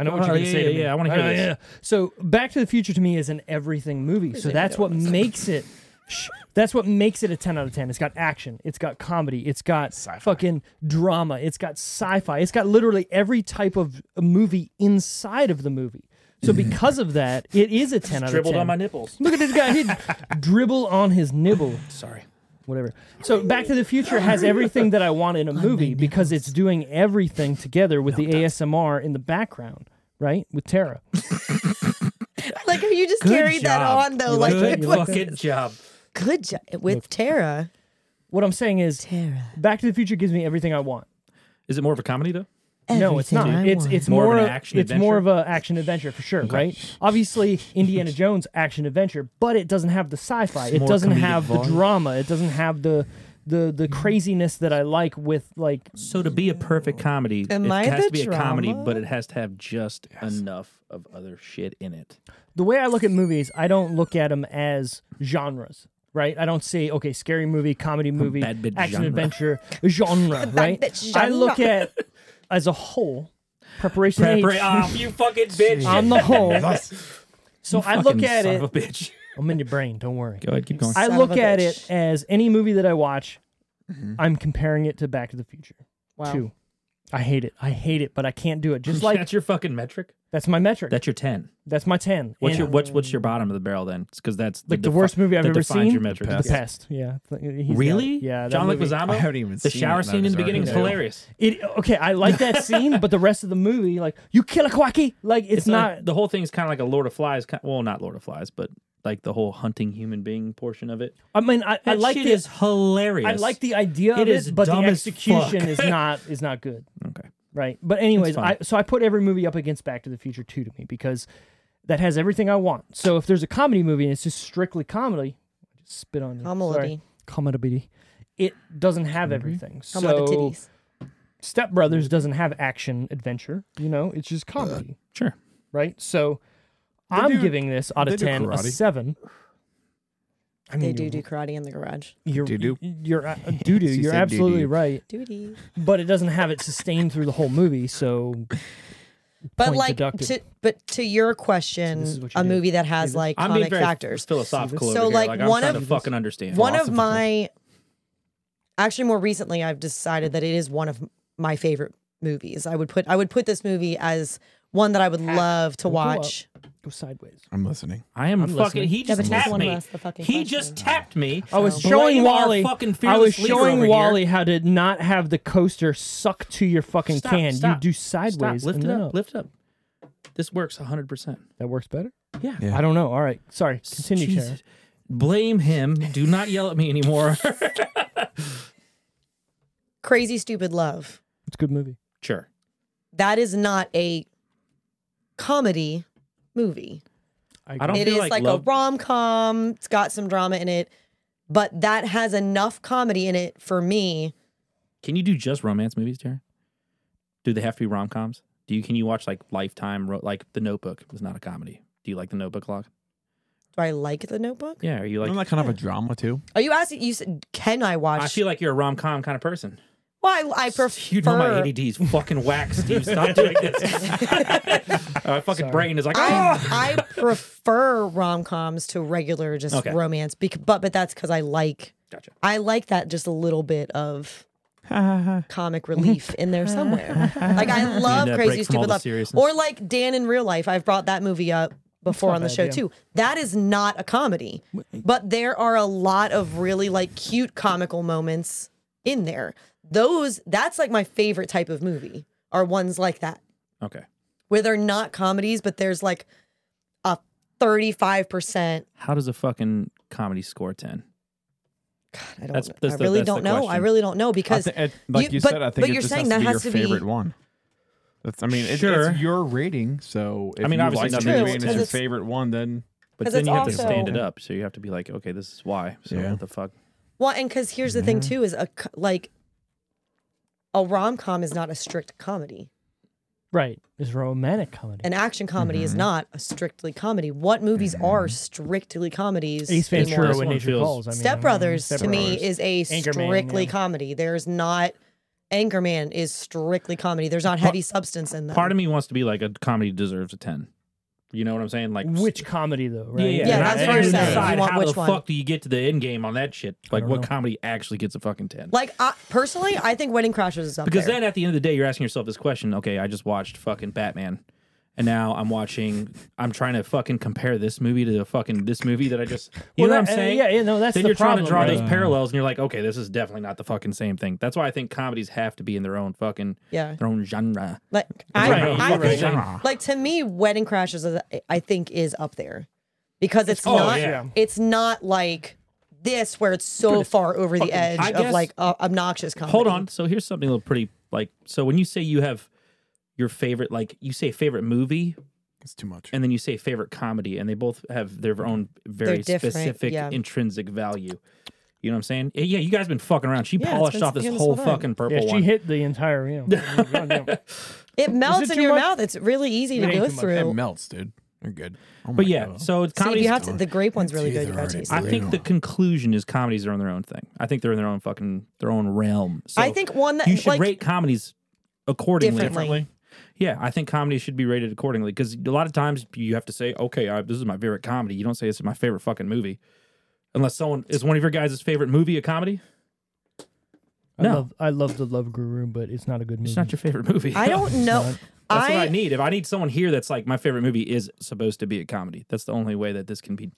Speaker 1: I know what
Speaker 2: Oh,
Speaker 1: you're gonna
Speaker 2: yeah,
Speaker 1: say.
Speaker 2: yeah,
Speaker 1: to me.
Speaker 2: yeah, I wanna hear
Speaker 1: know,
Speaker 2: this.
Speaker 1: So Back to the Future to me is an everything movie. So that's what makes it. Shh. That's what makes it a 10 out of 10. It's got action. It's got comedy. It's got fucking drama. It's got sci-fi. It's got literally every type of movie inside of the movie. So because of that, it is a 10 out of 10.
Speaker 2: Dribbled on my nipples.
Speaker 1: Look at this guy. He'd dribble on his nibble.
Speaker 2: Sorry.
Speaker 1: Whatever. So Back to the Future has everything that I want in a movie because it's doing everything together with the ASMR in the background, right? With Tara.
Speaker 3: Like you just carried that on though. Like
Speaker 2: good
Speaker 3: it was-
Speaker 2: fucking job.
Speaker 3: good job with Tara.
Speaker 1: What I'm saying is
Speaker 3: Tara.
Speaker 1: Back to the Future gives me everything I want.
Speaker 2: Is it more of a comedy though?
Speaker 1: no, it's not.
Speaker 3: Everything I
Speaker 1: It's
Speaker 3: want.
Speaker 1: it's
Speaker 2: More
Speaker 1: more,
Speaker 2: of an
Speaker 1: of-
Speaker 2: action
Speaker 1: it's more of
Speaker 2: adventure?
Speaker 1: a action adventure for sure, right? Obviously Indiana Jones action adventure, but it doesn't have the sci-fi. It
Speaker 2: more
Speaker 1: doesn't
Speaker 2: comedic
Speaker 1: have the
Speaker 2: vibe. Mm-hmm.
Speaker 1: drama. It doesn't have the the the craziness that I like with like
Speaker 2: So to be a perfect comedy,
Speaker 3: Am
Speaker 2: it
Speaker 3: I
Speaker 2: has to
Speaker 3: the
Speaker 2: be a comedy,
Speaker 3: drama?
Speaker 2: but it has to have just enough of other shit in it.
Speaker 1: the way I look at movies, I don't look at them as genres, right? I don't say, okay, scary movie, comedy movie,
Speaker 2: bad
Speaker 1: action
Speaker 2: bitch genre.
Speaker 1: adventure genre, right?
Speaker 3: bitch
Speaker 1: I look
Speaker 3: genre.
Speaker 1: at as a whole preparation.
Speaker 2: Prepara-
Speaker 1: H,
Speaker 2: Ah, you fucking bitch.
Speaker 1: on the whole, so I look
Speaker 2: Fucking
Speaker 1: at
Speaker 2: son
Speaker 1: it.
Speaker 2: Of a bitch.
Speaker 1: I'm in your brain. Don't worry.
Speaker 2: Go ahead, keep going.
Speaker 1: I
Speaker 3: Son of
Speaker 1: look
Speaker 3: a
Speaker 1: at
Speaker 3: bitch.
Speaker 1: it as any movie that I watch.
Speaker 2: Mm-hmm.
Speaker 1: I'm comparing it to Back to the Future.
Speaker 3: Wow.
Speaker 1: Two. I hate it. I hate it, but I can't do it. Just like
Speaker 2: that's your fucking metric.
Speaker 1: that's my metric.
Speaker 2: That's your ten.
Speaker 1: that's my ten.
Speaker 2: What's
Speaker 1: And
Speaker 2: your what's what's your bottom of the barrel then? Because that's
Speaker 1: like the
Speaker 2: defi-
Speaker 1: worst movie I've
Speaker 2: that
Speaker 1: ever
Speaker 2: defines
Speaker 1: seen?
Speaker 2: Your metric.
Speaker 1: The Pest? Yeah. He's got-
Speaker 2: Really?
Speaker 1: Yeah. that
Speaker 2: John
Speaker 1: movie-
Speaker 2: Leguizamo.
Speaker 4: I haven't even
Speaker 2: the
Speaker 4: seen
Speaker 2: shower
Speaker 4: it, and I
Speaker 2: scene in the
Speaker 4: deserve
Speaker 2: beginning
Speaker 4: it.
Speaker 2: is hilarious.
Speaker 1: It okay. I like that scene, but the rest of the movie, like you kill a quacky, like it's,
Speaker 2: It's
Speaker 1: not.
Speaker 2: not the whole thing's kind of like a Lord of Flies. Kind, well, not Lord of Flies, but like the whole hunting human being portion of it.
Speaker 1: I mean, I, I
Speaker 2: That
Speaker 1: like
Speaker 2: shit
Speaker 1: the
Speaker 2: is hilarious.
Speaker 1: I like the idea
Speaker 2: It
Speaker 1: of
Speaker 2: is
Speaker 1: it, but the
Speaker 2: dumb as
Speaker 1: execution
Speaker 2: fuck.
Speaker 1: is not is not good.
Speaker 2: Okay.
Speaker 1: Right. But anyways,
Speaker 2: fine.
Speaker 1: I so I put every movie up against Back to the Future 2 to me because that has everything I want. So if there's a comedy movie and it's just strictly comedy, I just spit on you.
Speaker 3: Comedy.
Speaker 1: Sorry. Comedy. It doesn't
Speaker 2: Mm-hmm.
Speaker 1: have everything.
Speaker 3: Come on, the
Speaker 1: So
Speaker 3: titties.
Speaker 1: Step Brothers doesn't have action adventure, you know? It's just comedy,
Speaker 2: Sure.
Speaker 1: right? So I'm
Speaker 4: do-
Speaker 1: giving this out of
Speaker 4: they do
Speaker 1: 10 a
Speaker 4: karate.
Speaker 1: 7. I
Speaker 3: They
Speaker 1: mean,
Speaker 3: do do karate in the garage.
Speaker 1: you're,
Speaker 4: Doo-doo.
Speaker 1: you're, you're, uh, doo-doo,
Speaker 4: She
Speaker 1: you're
Speaker 4: said
Speaker 1: absolutely
Speaker 4: doo-doo.
Speaker 1: right,
Speaker 3: Duty.
Speaker 1: but it doesn't have it sustained through the whole movie, so
Speaker 3: But
Speaker 1: Point
Speaker 3: like,
Speaker 1: deducted.
Speaker 3: to, but to your
Speaker 1: this is
Speaker 3: question,
Speaker 1: what you
Speaker 3: a
Speaker 1: do.
Speaker 3: movie that has like
Speaker 2: I'm being
Speaker 3: comic
Speaker 2: very
Speaker 3: factors.
Speaker 2: philosophical.
Speaker 3: So,
Speaker 2: over here.
Speaker 3: like,
Speaker 2: I'm
Speaker 3: one
Speaker 2: trying
Speaker 3: of-
Speaker 2: to fucking understand.
Speaker 3: one of my actually more recently i've decided that it is one of my favorite movies i would put i would put this movie as one that i would love to
Speaker 1: Don't go up.
Speaker 3: watch
Speaker 1: go sideways.
Speaker 4: I'm listening.
Speaker 2: I am
Speaker 1: I'm
Speaker 2: fucking.
Speaker 1: listening.
Speaker 2: He just
Speaker 3: Yeah, but he's the
Speaker 2: tapped
Speaker 3: one who
Speaker 2: me.
Speaker 3: asked the fucking
Speaker 2: He just
Speaker 3: question.
Speaker 2: tapped me.
Speaker 1: I was
Speaker 2: Blame
Speaker 1: showing
Speaker 2: our
Speaker 1: Wally.
Speaker 2: Fucking
Speaker 1: I was
Speaker 2: fearless leader over
Speaker 1: showing
Speaker 2: here.
Speaker 1: Wally how to not have the coaster suck to your fucking
Speaker 2: Stop,
Speaker 1: can. you
Speaker 2: stop,
Speaker 1: do
Speaker 2: stop.
Speaker 1: sideways.
Speaker 2: Lift
Speaker 1: and
Speaker 2: it
Speaker 1: then
Speaker 2: up.
Speaker 1: up.
Speaker 2: Lift up. This works 100. percent
Speaker 1: That works better.
Speaker 2: Yeah.
Speaker 4: Yeah.
Speaker 1: I don't know. All right, sorry. Continue,
Speaker 2: Jesus.
Speaker 1: Sharon.
Speaker 2: Blame him. Do not yell at me anymore.
Speaker 3: Crazy Stupid Love.
Speaker 1: It's a good movie.
Speaker 2: sure.
Speaker 3: That is not a comedy movie.
Speaker 2: I don't
Speaker 3: It
Speaker 2: feel
Speaker 3: is
Speaker 2: like,
Speaker 3: like,
Speaker 2: love.
Speaker 3: a rom com. It's got some drama in it, but that has enough comedy in it for me.
Speaker 2: Can you do just romance movies, Darren? Do they have to be rom coms? Do you can you watch like Lifetime, ro- like The Notebook was not a comedy. Do you like The Notebook a lot?
Speaker 3: Do I like The Notebook?
Speaker 2: Yeah. Are you like?
Speaker 4: Isn't that kind of a drama too?
Speaker 3: Are you asking? You said, can I watch?
Speaker 2: I feel like you're a rom com kind of person.
Speaker 3: well, I, I prefer.
Speaker 2: You know my ADD is fucking whack, Steve. Stop doing this. my fucking brain is like, ah!
Speaker 3: I, I prefer rom coms to regular just
Speaker 2: Okay.
Speaker 3: romance, bec- but but that's because I like
Speaker 2: Gotcha.
Speaker 3: I like that just a little bit of comic relief in there somewhere. like I love
Speaker 2: that uh,
Speaker 3: Crazy
Speaker 2: break from all
Speaker 3: Stupid
Speaker 2: the
Speaker 3: Love,
Speaker 2: seriousness.
Speaker 3: or like Dan in Real Life. I've brought that movie up before on the
Speaker 1: bad,
Speaker 3: show
Speaker 1: yeah. eh
Speaker 3: too. That is not a comedy, but there are a lot of really like cute comical moments in there. Those that's like my favorite type of movie are ones like that
Speaker 2: "Ah!" Okay.
Speaker 3: where they're not comedies, but there's like a 35%.
Speaker 2: How does a fucking comedy score ten?
Speaker 3: I don't.
Speaker 2: That's- that's
Speaker 3: I
Speaker 2: the-
Speaker 3: really
Speaker 2: that's the
Speaker 3: don't know. I
Speaker 2: question.
Speaker 3: really don't know because
Speaker 4: I thi- it- like you,
Speaker 3: but,
Speaker 4: said, I think
Speaker 3: but
Speaker 4: it
Speaker 3: you're
Speaker 4: just
Speaker 3: saying
Speaker 4: has
Speaker 3: that
Speaker 4: to be
Speaker 3: has
Speaker 4: your
Speaker 3: to
Speaker 4: favorite
Speaker 3: be
Speaker 4: one. That's I mean, it,
Speaker 2: Sure.
Speaker 4: it's your rating. So if
Speaker 2: I mean,
Speaker 4: you
Speaker 2: obviously
Speaker 4: like the
Speaker 2: nothing
Speaker 4: movie
Speaker 3: true,
Speaker 4: and
Speaker 3: because
Speaker 4: it's
Speaker 3: it's-
Speaker 4: your favorite one, then
Speaker 2: But
Speaker 3: 'Cause
Speaker 2: then
Speaker 3: it's
Speaker 2: you have to
Speaker 3: also-
Speaker 2: stand it up. So you have to be like, okay, this is why. So
Speaker 4: Yeah.
Speaker 2: what the fuck?
Speaker 3: well, and because here's the thing too is a co- like a rom com is not a strict comedy.
Speaker 1: Right. It's a romantic comedy.
Speaker 3: An action comedy
Speaker 4: Mm-hmm.
Speaker 3: is not a strictly comedy. What movies are strictly comedies?
Speaker 1: Ace Ventura
Speaker 3: anymore?
Speaker 2: This
Speaker 1: when
Speaker 2: one
Speaker 1: nature
Speaker 2: feels-
Speaker 1: calls. I mean,
Speaker 3: Step Brothers
Speaker 1: Step
Speaker 3: to me
Speaker 1: Brothers.
Speaker 3: is a
Speaker 1: Anchorman,
Speaker 3: strictly
Speaker 1: yeah.
Speaker 3: comedy. There's not Anchorman is strictly comedy. There's not heavy substance in them.
Speaker 2: Part of me wants to be like a comedy deserves a ten. You know what I'm saying? Like
Speaker 1: which comedy though, right?
Speaker 2: Yeah, yeah,
Speaker 3: Yeah,
Speaker 2: And I-
Speaker 3: that's
Speaker 2: and
Speaker 3: what I'm
Speaker 2: you
Speaker 3: saying.
Speaker 2: decide
Speaker 3: You want
Speaker 2: how the
Speaker 3: which one.
Speaker 2: fuck do you get to the end game on that shit? Like,
Speaker 1: don't
Speaker 2: what
Speaker 1: know.
Speaker 2: comedy actually gets a fucking ten?
Speaker 3: like I, personally, I think Wedding Crashers is up
Speaker 2: Because
Speaker 3: there.
Speaker 2: then at the end of the day, you're asking yourself this question: Okay, I just watched fucking Batman, and now I'm watching. I'm trying to fucking compare this movie to the fucking this movie that I just. You
Speaker 1: Well,
Speaker 2: know
Speaker 1: that-
Speaker 2: what I'm
Speaker 1: uh,
Speaker 2: saying?
Speaker 1: yeah, yeah, no, that's
Speaker 2: then
Speaker 1: the
Speaker 2: you're trying to draw
Speaker 1: problem,
Speaker 2: those
Speaker 1: right?
Speaker 2: parallels, and you're like, okay, this is definitely not the fucking same thing. That's why I think comedies have to be in their own fucking
Speaker 3: Yeah.
Speaker 2: their own genre.
Speaker 3: Like I,
Speaker 2: Right,
Speaker 3: I
Speaker 2: you're
Speaker 3: think,
Speaker 2: right.
Speaker 3: like to me, Wedding Crashers is, I think is up there because it's
Speaker 2: Oh,
Speaker 3: not
Speaker 2: yeah.
Speaker 3: it's not like this where it's so far over the edge
Speaker 2: I
Speaker 3: of
Speaker 2: guess-
Speaker 3: like uh, obnoxious comedy.
Speaker 2: Hold on. So here's something a little pretty like. So when you say you have your favorite, like you say favorite movie,
Speaker 4: it's too much.
Speaker 2: and then you say favorite comedy, and they both have their own very
Speaker 3: They're different,
Speaker 2: specific
Speaker 3: yeah.
Speaker 2: intrinsic value. You know what I'm saying? Yeah, Yeah, you guys been fucking around. She
Speaker 3: it's
Speaker 2: polished
Speaker 3: been-
Speaker 2: off this
Speaker 3: yeah, this
Speaker 2: whole
Speaker 3: whole time.
Speaker 2: fucking purple
Speaker 1: Yeah, she
Speaker 2: one.
Speaker 1: hit the entire. You know, goddamn.
Speaker 3: It
Speaker 1: it
Speaker 3: melts in
Speaker 1: too
Speaker 3: your
Speaker 1: much?
Speaker 3: mouth. It's really easy
Speaker 1: It
Speaker 3: to
Speaker 1: ain't
Speaker 3: go
Speaker 1: too much.
Speaker 4: it
Speaker 3: through.
Speaker 4: melts, dude. You're good. Oh
Speaker 2: but
Speaker 4: my
Speaker 2: yeah,
Speaker 4: God.
Speaker 2: so
Speaker 3: See, if
Speaker 2: comedies.
Speaker 3: you have to, the grape one's really good. You gotta taste
Speaker 2: I
Speaker 3: it.
Speaker 2: think the conclusion is comedies are on their own thing. I think they're in their own fucking their own realm. So
Speaker 3: I think one that
Speaker 2: you should
Speaker 3: like
Speaker 2: rate comedies accordingly.
Speaker 3: Differently.
Speaker 2: Yeah, I think comedies should be rated accordingly because a lot of times you have to say, okay, I, this is my favorite comedy. You don't say this is my favorite fucking movie, unless someone is one of your guys' favorite movie a comedy.
Speaker 1: I
Speaker 2: No.
Speaker 1: love, I love the Love Guru, but it's not a good movie.
Speaker 2: It's not your favorite movie.
Speaker 3: I don't know.
Speaker 2: That's
Speaker 3: I,
Speaker 2: what I need. If I need someone here that's like my favorite movie is supposed to be a comedy. That's the only way that this can be.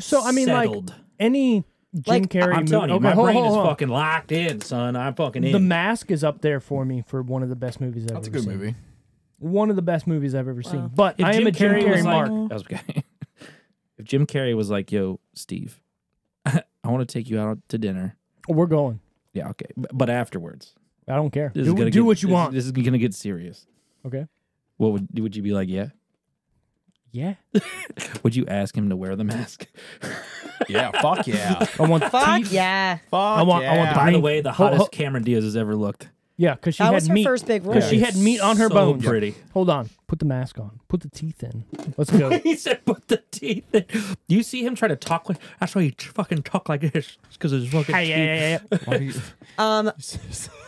Speaker 1: so I mean,
Speaker 2: Settled.
Speaker 1: like any Jim
Speaker 3: Like,
Speaker 1: Carrey
Speaker 2: I'm
Speaker 1: movie.
Speaker 2: telling you,
Speaker 1: okay,
Speaker 2: my
Speaker 1: hold,
Speaker 2: brain
Speaker 1: hold,
Speaker 2: is
Speaker 1: hold.
Speaker 2: fucking locked in, son. I'm fucking in.
Speaker 1: The Mask is up there for me for one of the best movies I've
Speaker 4: That's a
Speaker 1: ever
Speaker 4: good
Speaker 1: seen.
Speaker 4: movie.
Speaker 1: One of the best movies I've ever seen. But
Speaker 2: If
Speaker 1: I am
Speaker 2: Jim
Speaker 1: a Jim Carrey,
Speaker 2: was
Speaker 1: mark.
Speaker 2: like- That was okay. if Jim Carrey was like, "Yo, Steve, I want to take you out to dinner."
Speaker 1: We're going.
Speaker 2: Yeah, okay, B- but afterwards,
Speaker 1: I don't care.
Speaker 2: this is
Speaker 1: do
Speaker 2: gonna
Speaker 1: do
Speaker 2: get-
Speaker 1: what you
Speaker 2: this-
Speaker 1: want.
Speaker 2: This is gonna get serious.
Speaker 1: okay.
Speaker 2: What would would you be like? Yeah.
Speaker 1: Yeah.
Speaker 2: Would you ask him to wear the mask?
Speaker 4: Yeah, fuck yeah. fuck
Speaker 1: I want.
Speaker 3: fuck yeah.
Speaker 4: I
Speaker 1: want- I want
Speaker 4: yeah.
Speaker 1: the-
Speaker 2: By the
Speaker 1: mean,
Speaker 2: way, the
Speaker 1: ho- ho-
Speaker 2: hottest Cameron Diaz has ever looked.
Speaker 1: Yeah, because she
Speaker 3: That
Speaker 1: had
Speaker 3: was her
Speaker 1: meat.
Speaker 3: first big role.
Speaker 1: Because she had meat on her
Speaker 2: so
Speaker 1: bones.
Speaker 2: Pretty.
Speaker 1: Hold on. Put the mask on. Put the teeth in. Let's go.
Speaker 2: he said, "Put the teeth." in." You see him try to talk like that's why he fucking talk like this because his fucking teeth.
Speaker 4: Why do you,
Speaker 3: Um,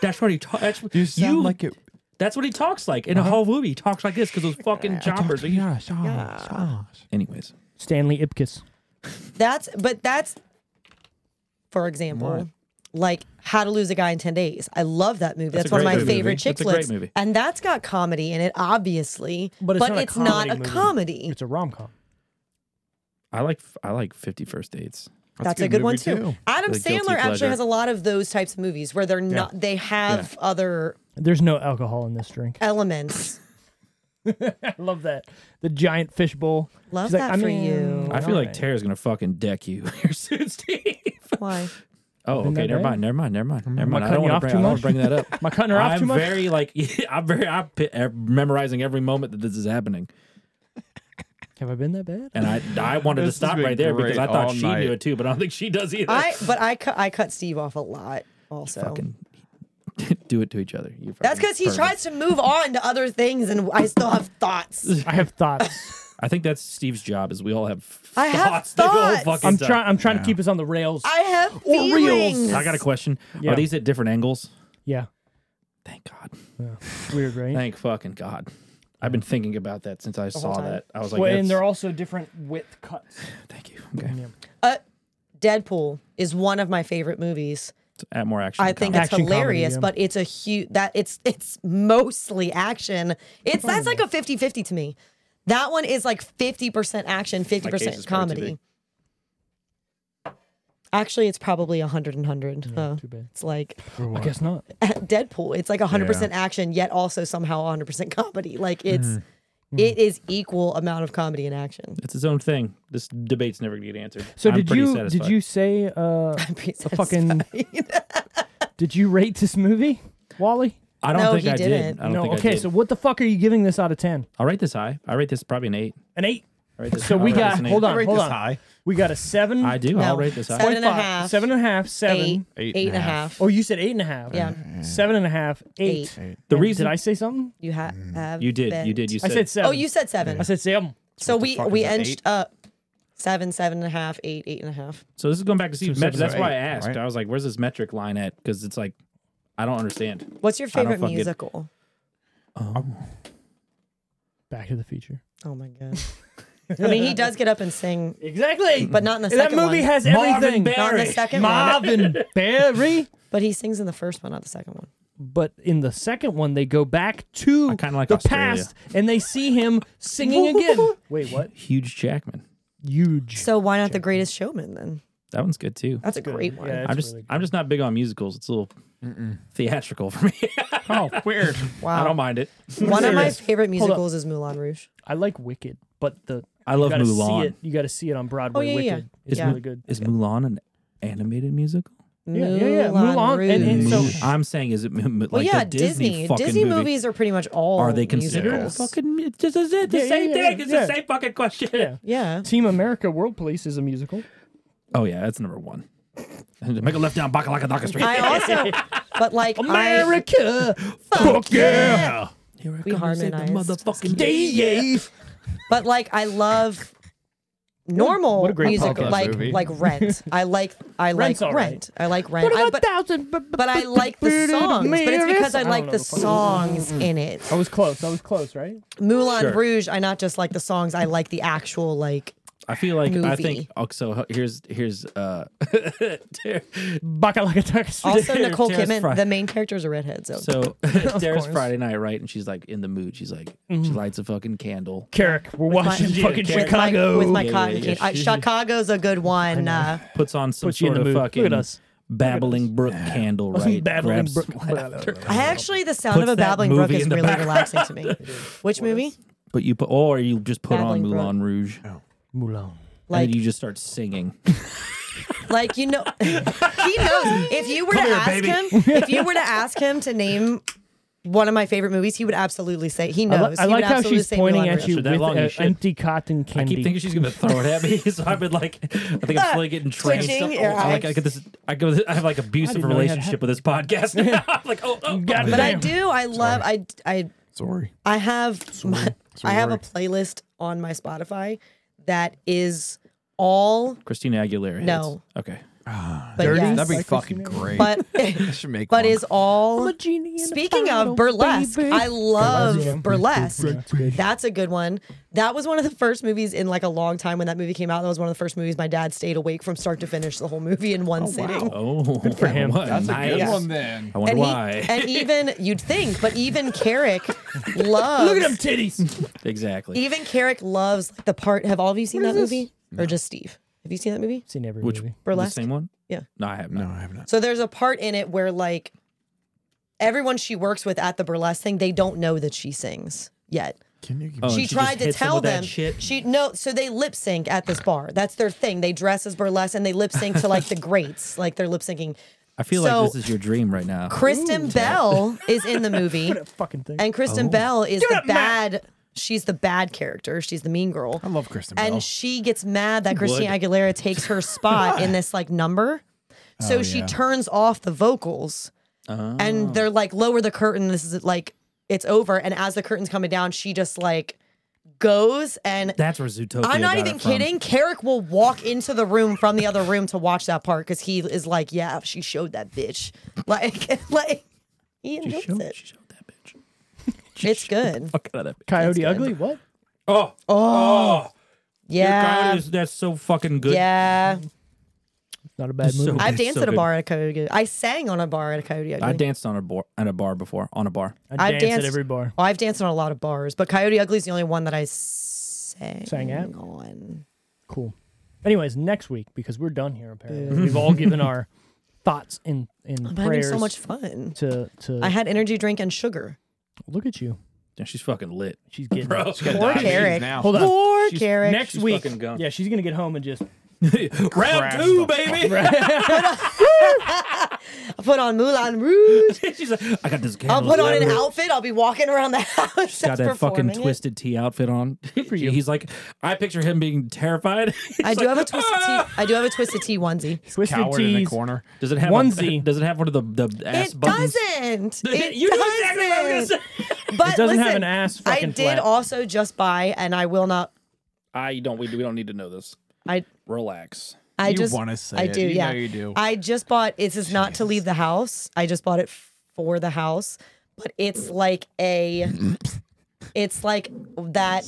Speaker 2: That's what he talks. That's what
Speaker 4: you sound like it.
Speaker 2: That's what he talks like in a whole movie. He talks like this because those fucking chompers. Are you-
Speaker 4: Yeah, Josh, Josh.
Speaker 2: Anyways,
Speaker 1: Stanley Ipkiss.
Speaker 3: That's but that's for example, like How to Lose a Guy in Ten Days. I love that movie. That's,
Speaker 2: That's a
Speaker 3: one of
Speaker 2: great
Speaker 3: my
Speaker 2: movie.
Speaker 3: favorite
Speaker 2: That's
Speaker 3: chick
Speaker 2: a great
Speaker 3: flicks.
Speaker 2: movie.
Speaker 3: And that's got comedy in it, obviously.
Speaker 1: But it's not a comedy movie.
Speaker 3: comedy.
Speaker 1: It's a rom com.
Speaker 2: I like I like Fifty First Dates.
Speaker 3: that's, a good, one
Speaker 4: movie,
Speaker 3: too. Adam
Speaker 2: Like Guilty
Speaker 3: Sandler actually
Speaker 2: Pleasure.
Speaker 3: has a lot of those types of movies where they're not they have other
Speaker 1: There's no alcohol in this drink.
Speaker 3: elements.
Speaker 1: I love that. The giant fish bowl.
Speaker 3: Love
Speaker 1: She's like,
Speaker 3: that
Speaker 1: I
Speaker 3: for
Speaker 1: mean,
Speaker 3: you.
Speaker 2: I feel like
Speaker 1: alright.
Speaker 2: Tara's gonna fucking deck you here soon, Steve.
Speaker 3: Why?
Speaker 2: Oh,
Speaker 1: that
Speaker 2: okay. Never
Speaker 1: bad?
Speaker 2: mind. Never mind. Never mind. Never mind. I
Speaker 1: cutting
Speaker 2: don't
Speaker 1: you off
Speaker 2: want to bring.
Speaker 1: too
Speaker 2: I don't
Speaker 1: much?
Speaker 2: wanna bring that up.
Speaker 1: Am I cutting her off
Speaker 2: I'm
Speaker 1: too much?
Speaker 2: very like I'm very I'm pi- uh, memorizing every moment that this is happening,
Speaker 1: Have I been that bad?
Speaker 2: and I I wanted to
Speaker 4: This has
Speaker 2: stop
Speaker 4: been
Speaker 2: right there because
Speaker 4: great
Speaker 2: I thought
Speaker 4: all
Speaker 2: she
Speaker 4: night.
Speaker 2: knew it too, but I don't think she does either.
Speaker 3: I but I cut I cut Steve off a lot. Also,
Speaker 2: fucking do it to each other. You
Speaker 3: that's
Speaker 2: fucking
Speaker 3: because he
Speaker 2: pervert.
Speaker 3: tries to move on to other things, and I still have thoughts.
Speaker 1: I have thoughts.
Speaker 2: I think that's Steve's job. Is we all have
Speaker 3: I have
Speaker 2: thoughts. the whole
Speaker 3: thoughts.
Speaker 2: fucking
Speaker 1: I'm
Speaker 2: time.
Speaker 1: trying. I'm trying to keep us on the rails.
Speaker 3: I have feelings.
Speaker 2: I got a question.
Speaker 1: Yeah.
Speaker 2: Are these at different angles?
Speaker 1: yeah.
Speaker 2: Thank God.
Speaker 1: Weird, right?
Speaker 2: Thank fucking God. I've been thinking about that since I saw
Speaker 3: time.
Speaker 2: that. I was like,
Speaker 1: well, and
Speaker 2: that's-
Speaker 1: they're also different width cuts.
Speaker 2: thank you. Okay.
Speaker 3: Uh, Deadpool is one of my favorite movies.
Speaker 2: Add more action.
Speaker 3: I
Speaker 2: and
Speaker 3: think
Speaker 2: comedy.
Speaker 3: it's
Speaker 1: Action comedy,
Speaker 3: hilarious,
Speaker 1: yeah.
Speaker 3: but it's a huge that it's it's mostly action. It's that's like a 50-50 to me. That one is like 50% action,
Speaker 2: case
Speaker 3: 50%
Speaker 2: is probably too
Speaker 3: comedy.
Speaker 2: big.
Speaker 3: Actually, it's probably 100 and 100. huh.
Speaker 1: too bad.
Speaker 3: It's like
Speaker 1: I guess not.
Speaker 3: Deadpool. It's like 100% action yet also somehow 100% comedy. Like it's
Speaker 1: Mm-hmm.
Speaker 3: it is equal amount of comedy and action.
Speaker 2: it's its own thing. This debate's never gonna get answered.
Speaker 1: So
Speaker 2: I'm
Speaker 1: did
Speaker 2: pretty
Speaker 1: you
Speaker 2: satisfied.
Speaker 1: did you say uh
Speaker 3: I'm pretty
Speaker 1: a fucking
Speaker 3: satisfied.
Speaker 1: did you rate this movie, Wally?
Speaker 2: I don't
Speaker 3: No,
Speaker 2: think
Speaker 3: he
Speaker 2: I
Speaker 3: didn't.
Speaker 2: did. I don't
Speaker 1: no.
Speaker 2: think
Speaker 1: okay.
Speaker 2: I did.
Speaker 1: So what the fuck are you giving this out of ten?
Speaker 2: I'll rate this high. I rate this probably an eight.
Speaker 1: An eight.
Speaker 2: I rate this,
Speaker 1: So we
Speaker 2: I'll rate this
Speaker 1: got
Speaker 2: an eight.
Speaker 1: hold
Speaker 5: I
Speaker 1: on,
Speaker 5: rate
Speaker 1: hold
Speaker 5: this
Speaker 1: on.
Speaker 5: high.
Speaker 1: we got a seven.
Speaker 2: I do. I'll
Speaker 3: No.
Speaker 2: rate this high.
Speaker 3: Seven and a
Speaker 1: five,
Speaker 3: half.
Speaker 1: seven and a half, seven.
Speaker 3: eight,
Speaker 4: Eight
Speaker 3: eight
Speaker 4: and
Speaker 3: and
Speaker 4: a
Speaker 3: a half.
Speaker 1: Oh, you said eight and a half.
Speaker 3: Yeah.
Speaker 1: Seven and a half, eight.
Speaker 3: Eight.
Speaker 2: The
Speaker 1: Did
Speaker 2: reason
Speaker 1: I say something?
Speaker 3: You ha- have
Speaker 2: you did, you
Speaker 3: been-
Speaker 2: did, you
Speaker 1: I
Speaker 2: said,
Speaker 1: said seven.
Speaker 3: Oh, you said seven.
Speaker 1: I said seven.
Speaker 3: So we
Speaker 4: fuck
Speaker 3: we
Speaker 4: is that,
Speaker 3: inched
Speaker 4: eight?
Speaker 3: up seven, seven and a half, eight, eight and a half.
Speaker 2: So this is going back to Steve's
Speaker 4: seven
Speaker 2: metric. That's
Speaker 4: to
Speaker 2: why I
Speaker 4: eight,
Speaker 2: asked.
Speaker 4: right?
Speaker 2: I was like, "Where's this metric line at?" Because it's like, I don't understand.
Speaker 3: What's your
Speaker 2: I don't
Speaker 3: favorite
Speaker 2: fucking-
Speaker 3: musical?
Speaker 1: Back to the Future.
Speaker 3: Oh my god. I mean, he does get up and sing,
Speaker 1: Exactly.
Speaker 3: but not in the
Speaker 1: that
Speaker 3: second
Speaker 1: movie
Speaker 3: one.
Speaker 1: has
Speaker 2: Marvin
Speaker 1: everything.
Speaker 2: Barry.
Speaker 3: not in the second one.
Speaker 1: Marvin Barry.
Speaker 3: But he sings in the first one, not the second one.
Speaker 1: But in the second one, they go back to
Speaker 2: I kinda like
Speaker 1: the
Speaker 2: Australia.
Speaker 1: past and they see him singing again. Wait, what?
Speaker 2: Huge Jackman.
Speaker 1: Huge.
Speaker 3: So why not the Greatest Showman then?
Speaker 2: That one's good too.
Speaker 3: That's a great one.
Speaker 1: Yeah,
Speaker 2: I'm
Speaker 1: it's
Speaker 2: just,
Speaker 1: really
Speaker 2: I'm just not big on musicals. It's a little theatrical for me. oh, weird.
Speaker 3: Wow.
Speaker 2: I don't mind it.
Speaker 3: One of my
Speaker 1: Serious.
Speaker 3: favorite
Speaker 1: up.
Speaker 3: musicals is Moulin Rouge.
Speaker 1: I like Wicked, but the
Speaker 2: I love
Speaker 1: you gotta
Speaker 2: Mulan.
Speaker 1: See it, you got to see it on Broadway.
Speaker 3: Oh, yeah, yeah,
Speaker 1: Wicked
Speaker 3: yeah.
Speaker 1: is
Speaker 3: Yeah.
Speaker 1: really good.
Speaker 2: Is Mulan an animated musical?
Speaker 1: Yeah, yeah, yeah. Mulan,
Speaker 3: Rouge.
Speaker 1: and- and so-
Speaker 2: Mu- I'm saying, is it mu- mu- like
Speaker 3: well, yeah,
Speaker 2: the Disney,
Speaker 3: Disney.
Speaker 2: fucking
Speaker 3: Disney
Speaker 2: movie?
Speaker 3: movies are pretty much all.
Speaker 2: Are they considered
Speaker 3: musicals.
Speaker 2: fucking? It's just it's the
Speaker 1: Yeah,
Speaker 2: same
Speaker 1: yeah, yeah,
Speaker 2: thing. It's
Speaker 1: yeah.
Speaker 2: the same fucking question.
Speaker 1: Yeah.
Speaker 3: Yeah.
Speaker 1: Team America World Police is a musical.
Speaker 2: Oh yeah, that's number one. Make a left down Bakalaka Daka Street.
Speaker 3: I also, but like I-
Speaker 1: America.
Speaker 3: fuck
Speaker 2: yeah. Here I
Speaker 3: We
Speaker 2: come to save the
Speaker 3: harmonized.
Speaker 2: motherfucking day. Yeah.
Speaker 3: but like I love normal
Speaker 1: what a great
Speaker 3: music
Speaker 4: podcast
Speaker 3: like
Speaker 4: movie.
Speaker 3: like Rent. I like I
Speaker 1: Rent's
Speaker 3: like
Speaker 1: all right.
Speaker 3: Rent. I like Rent. I, but,
Speaker 1: thousand?
Speaker 3: but I like the songs. But it's because I like the songs in it.
Speaker 1: I was close. I was close, right?
Speaker 3: Moulin
Speaker 2: Sure.
Speaker 3: Rouge. I not just like the songs. I like the actual like.
Speaker 2: I feel like I
Speaker 3: Movie.
Speaker 2: think. Oh, so here's here's uh.
Speaker 1: Bakalaka
Speaker 3: Also,
Speaker 2: Ter-
Speaker 3: Nicole
Speaker 2: Terrence
Speaker 3: Kidman.
Speaker 2: Fry.
Speaker 3: The main character is a redhead. So,
Speaker 2: So
Speaker 1: course.
Speaker 2: there's
Speaker 1: Mm-hmm.
Speaker 2: Friday night, right? And she's like in the mood. She's like she lights a fucking candle.
Speaker 1: Carrick, we're watching
Speaker 3: my-
Speaker 1: fucking
Speaker 2: Carrick.
Speaker 1: Chicago.
Speaker 3: with my,
Speaker 2: Yeah, yeah,
Speaker 3: with my cotton
Speaker 2: yeah.
Speaker 3: candy. I- Chicago's a good one. Uh,
Speaker 2: Puts on some
Speaker 1: Puts you in
Speaker 2: sort
Speaker 1: the
Speaker 2: of
Speaker 1: mood. Look
Speaker 2: fucking
Speaker 1: at us.
Speaker 2: babbling brook candle,
Speaker 1: Some
Speaker 2: right?
Speaker 1: babbling
Speaker 2: Grabs-
Speaker 1: brook-
Speaker 3: I actually, the sound
Speaker 2: Puts
Speaker 3: of a
Speaker 2: that
Speaker 3: babbling brook
Speaker 2: movie
Speaker 3: is
Speaker 2: in the
Speaker 3: really relaxing to me. Which movie?
Speaker 2: But you put, or you just put
Speaker 3: Babbling
Speaker 2: on
Speaker 3: brook.
Speaker 2: Moulin
Speaker 1: Mulan.
Speaker 2: Rouge, and
Speaker 3: Like,
Speaker 2: then you just start singing.
Speaker 3: Like you know, he knows. If you were to
Speaker 2: here,
Speaker 3: ask
Speaker 2: baby.
Speaker 3: him, if you were to ask him to name one of my favorite movies, he would absolutely say he
Speaker 1: I, li-
Speaker 3: knows.
Speaker 1: I
Speaker 3: he
Speaker 1: like
Speaker 3: would
Speaker 1: how
Speaker 3: absolutely
Speaker 1: she's
Speaker 3: say
Speaker 1: pointing
Speaker 3: Moulin
Speaker 1: at
Speaker 3: Rouge.
Speaker 1: you
Speaker 2: After that
Speaker 1: with
Speaker 2: long, you
Speaker 1: an
Speaker 2: should.
Speaker 1: empty cotton
Speaker 2: I
Speaker 1: candy.
Speaker 2: keep thinking she's gonna throw it at me, so I've been like, I think I'm slowly getting trained.
Speaker 3: Twitching your
Speaker 2: I like I
Speaker 3: eyes.
Speaker 2: get this, I go, I have like abusive
Speaker 1: know you had
Speaker 2: relationship with this podcast. I'm like, oh, oh,
Speaker 1: God
Speaker 2: oh.
Speaker 3: But I
Speaker 1: Damn.
Speaker 3: do. I love. I I
Speaker 4: Sorry.
Speaker 3: I have my, I have a
Speaker 4: Sorry.
Speaker 3: playlist on my Spotify that is all
Speaker 2: Christina Aguilera. hits.
Speaker 3: No.
Speaker 2: okay.
Speaker 3: but yes,
Speaker 4: That'd be
Speaker 1: Like
Speaker 4: fucking
Speaker 1: Christina.
Speaker 4: great.
Speaker 3: but
Speaker 4: I should make
Speaker 3: but
Speaker 4: one.
Speaker 3: is all.
Speaker 1: genie in a
Speaker 3: Speaking
Speaker 1: bottle,
Speaker 3: of burlesque,
Speaker 1: baby.
Speaker 3: I love
Speaker 1: Burlesque.
Speaker 3: burlesque. That's a good one. That was one of the first movies in like a long time when that movie came out. That was one of the first movies my dad stayed awake from start to finish the whole movie in one sitting.
Speaker 2: Oh, good for him.
Speaker 4: That's a good
Speaker 3: Yes.
Speaker 4: one then.
Speaker 2: I wonder
Speaker 3: And, he,
Speaker 2: why.
Speaker 3: and even you'd think, but even Carrick loves.
Speaker 1: Look at them titties.
Speaker 2: exactly.
Speaker 3: Even Carrick loves like, the part. Have all of you seen that movie, or just Steve? Have you seen that movie?
Speaker 1: Seen every
Speaker 2: Which
Speaker 1: movie.
Speaker 3: Burlesque?
Speaker 2: The same one?
Speaker 3: Yeah.
Speaker 2: No, I have
Speaker 4: No,
Speaker 2: not.
Speaker 4: I have not.
Speaker 3: So there's a part in it where like everyone she works with at the burlesque thing, they don't know that she sings. yet.
Speaker 4: Can you give
Speaker 2: Oh,
Speaker 4: me
Speaker 2: and
Speaker 3: she,
Speaker 2: she just
Speaker 3: tried to
Speaker 2: hits them
Speaker 3: tell
Speaker 2: with that
Speaker 3: them.
Speaker 2: shit?
Speaker 3: She no, so they lip sync at this bar. That's their thing. They dress as burlesque and they lip sync to like the greats, like they're lip syncing.
Speaker 2: I feel
Speaker 3: So-
Speaker 2: like this is your dream right now.
Speaker 3: Kristen Bell is in the movie,
Speaker 1: Fucking thing.
Speaker 3: and
Speaker 2: Oh.
Speaker 3: Kristen Bell is the bad. She's the bad character. She's the mean girl.
Speaker 4: I love Kristen Bell.
Speaker 3: and she gets mad that Christina Aguilera takes her spot in this like number.
Speaker 2: Oh,
Speaker 3: So she turns off the vocals
Speaker 2: Oh.
Speaker 3: and they're like, lower the curtain. This is like, it's over. And as the curtain's coming down, she just like goes and.
Speaker 2: That's where Zootopia.
Speaker 3: I'm not
Speaker 2: got
Speaker 3: even
Speaker 2: it from.
Speaker 3: kidding. Carrick will walk into the room from the other room to watch that part because he is like, "Yeah, she showed that bitch." Like, like he
Speaker 2: She
Speaker 3: admits
Speaker 2: showed,
Speaker 3: it.
Speaker 2: she showed that bitch.
Speaker 3: It's good.
Speaker 2: Fuck out of that. bitch.
Speaker 1: Coyote Ugly? What?
Speaker 2: Oh, oh,
Speaker 3: Yeah,
Speaker 2: that's so fucking good.
Speaker 3: yeah.
Speaker 1: It's not a bad
Speaker 2: So-
Speaker 1: movie.
Speaker 3: I've
Speaker 2: It's
Speaker 3: danced
Speaker 2: so
Speaker 3: at a
Speaker 2: good.
Speaker 3: bar at a Coyote. I sang on a bar at a Coyote.
Speaker 2: I
Speaker 3: Ugly.
Speaker 2: danced on a bar on a bar before on a bar.
Speaker 1: I
Speaker 3: I've
Speaker 1: dance at
Speaker 3: danced-
Speaker 1: every bar.
Speaker 3: Well, I've danced on a lot of bars, but Coyote Ugly is the only one that I sang,
Speaker 1: Sang at?
Speaker 3: on.
Speaker 1: Cool. Anyways, next week because we're done here. Apparently, we've all given our thoughts and and
Speaker 3: I'm having
Speaker 1: prayers
Speaker 3: so much fun.
Speaker 1: to to
Speaker 3: I had energy drink and sugar.
Speaker 1: look at you.
Speaker 2: Yeah, she's fucking lit.
Speaker 1: She's getting
Speaker 2: Bro,
Speaker 3: Poor Carrick.
Speaker 4: now.
Speaker 1: Hold on.
Speaker 3: Poor Carrick.
Speaker 1: Next
Speaker 2: She's
Speaker 1: week,
Speaker 2: fucking gone.
Speaker 1: yeah, she's gonna get home and just
Speaker 2: round two, baby.
Speaker 3: I'll put on Moulin Rouge.
Speaker 2: she's like, I got this.
Speaker 3: I'll
Speaker 2: candle
Speaker 3: put on an
Speaker 2: elaborate."
Speaker 3: outfit. I'll be walking around the house.
Speaker 2: She's got that fucking twisted tea outfit on. Good
Speaker 1: for you.
Speaker 2: He's like, I picture him being terrified.
Speaker 3: I
Speaker 2: He's
Speaker 3: do
Speaker 2: like,
Speaker 3: have a twisted tea. I do have a twisted tea onesie.
Speaker 1: twisted
Speaker 4: Coward in the
Speaker 1: tees.
Speaker 4: corner.
Speaker 2: Does it have A,
Speaker 1: Onesie.
Speaker 2: does it have one of the the ass
Speaker 3: It
Speaker 2: buttons?
Speaker 3: doesn't. It
Speaker 2: you know
Speaker 3: doesn't.
Speaker 2: exactly what I was gonna say.
Speaker 3: But
Speaker 1: It doesn't have
Speaker 3: listen,
Speaker 1: an ass
Speaker 3: I
Speaker 1: fucking
Speaker 3: did
Speaker 1: flap.
Speaker 3: also just buy, and I will not.
Speaker 2: I don't. We, we don't need to know this.
Speaker 3: I
Speaker 2: Relax.
Speaker 3: I
Speaker 4: You
Speaker 3: just
Speaker 4: wanna say
Speaker 3: I
Speaker 4: it.
Speaker 3: do.
Speaker 4: You know
Speaker 3: yeah,
Speaker 4: you do.
Speaker 3: I just bought. It's just not to leave the house. I just bought it for the house, but it's like a, it's like that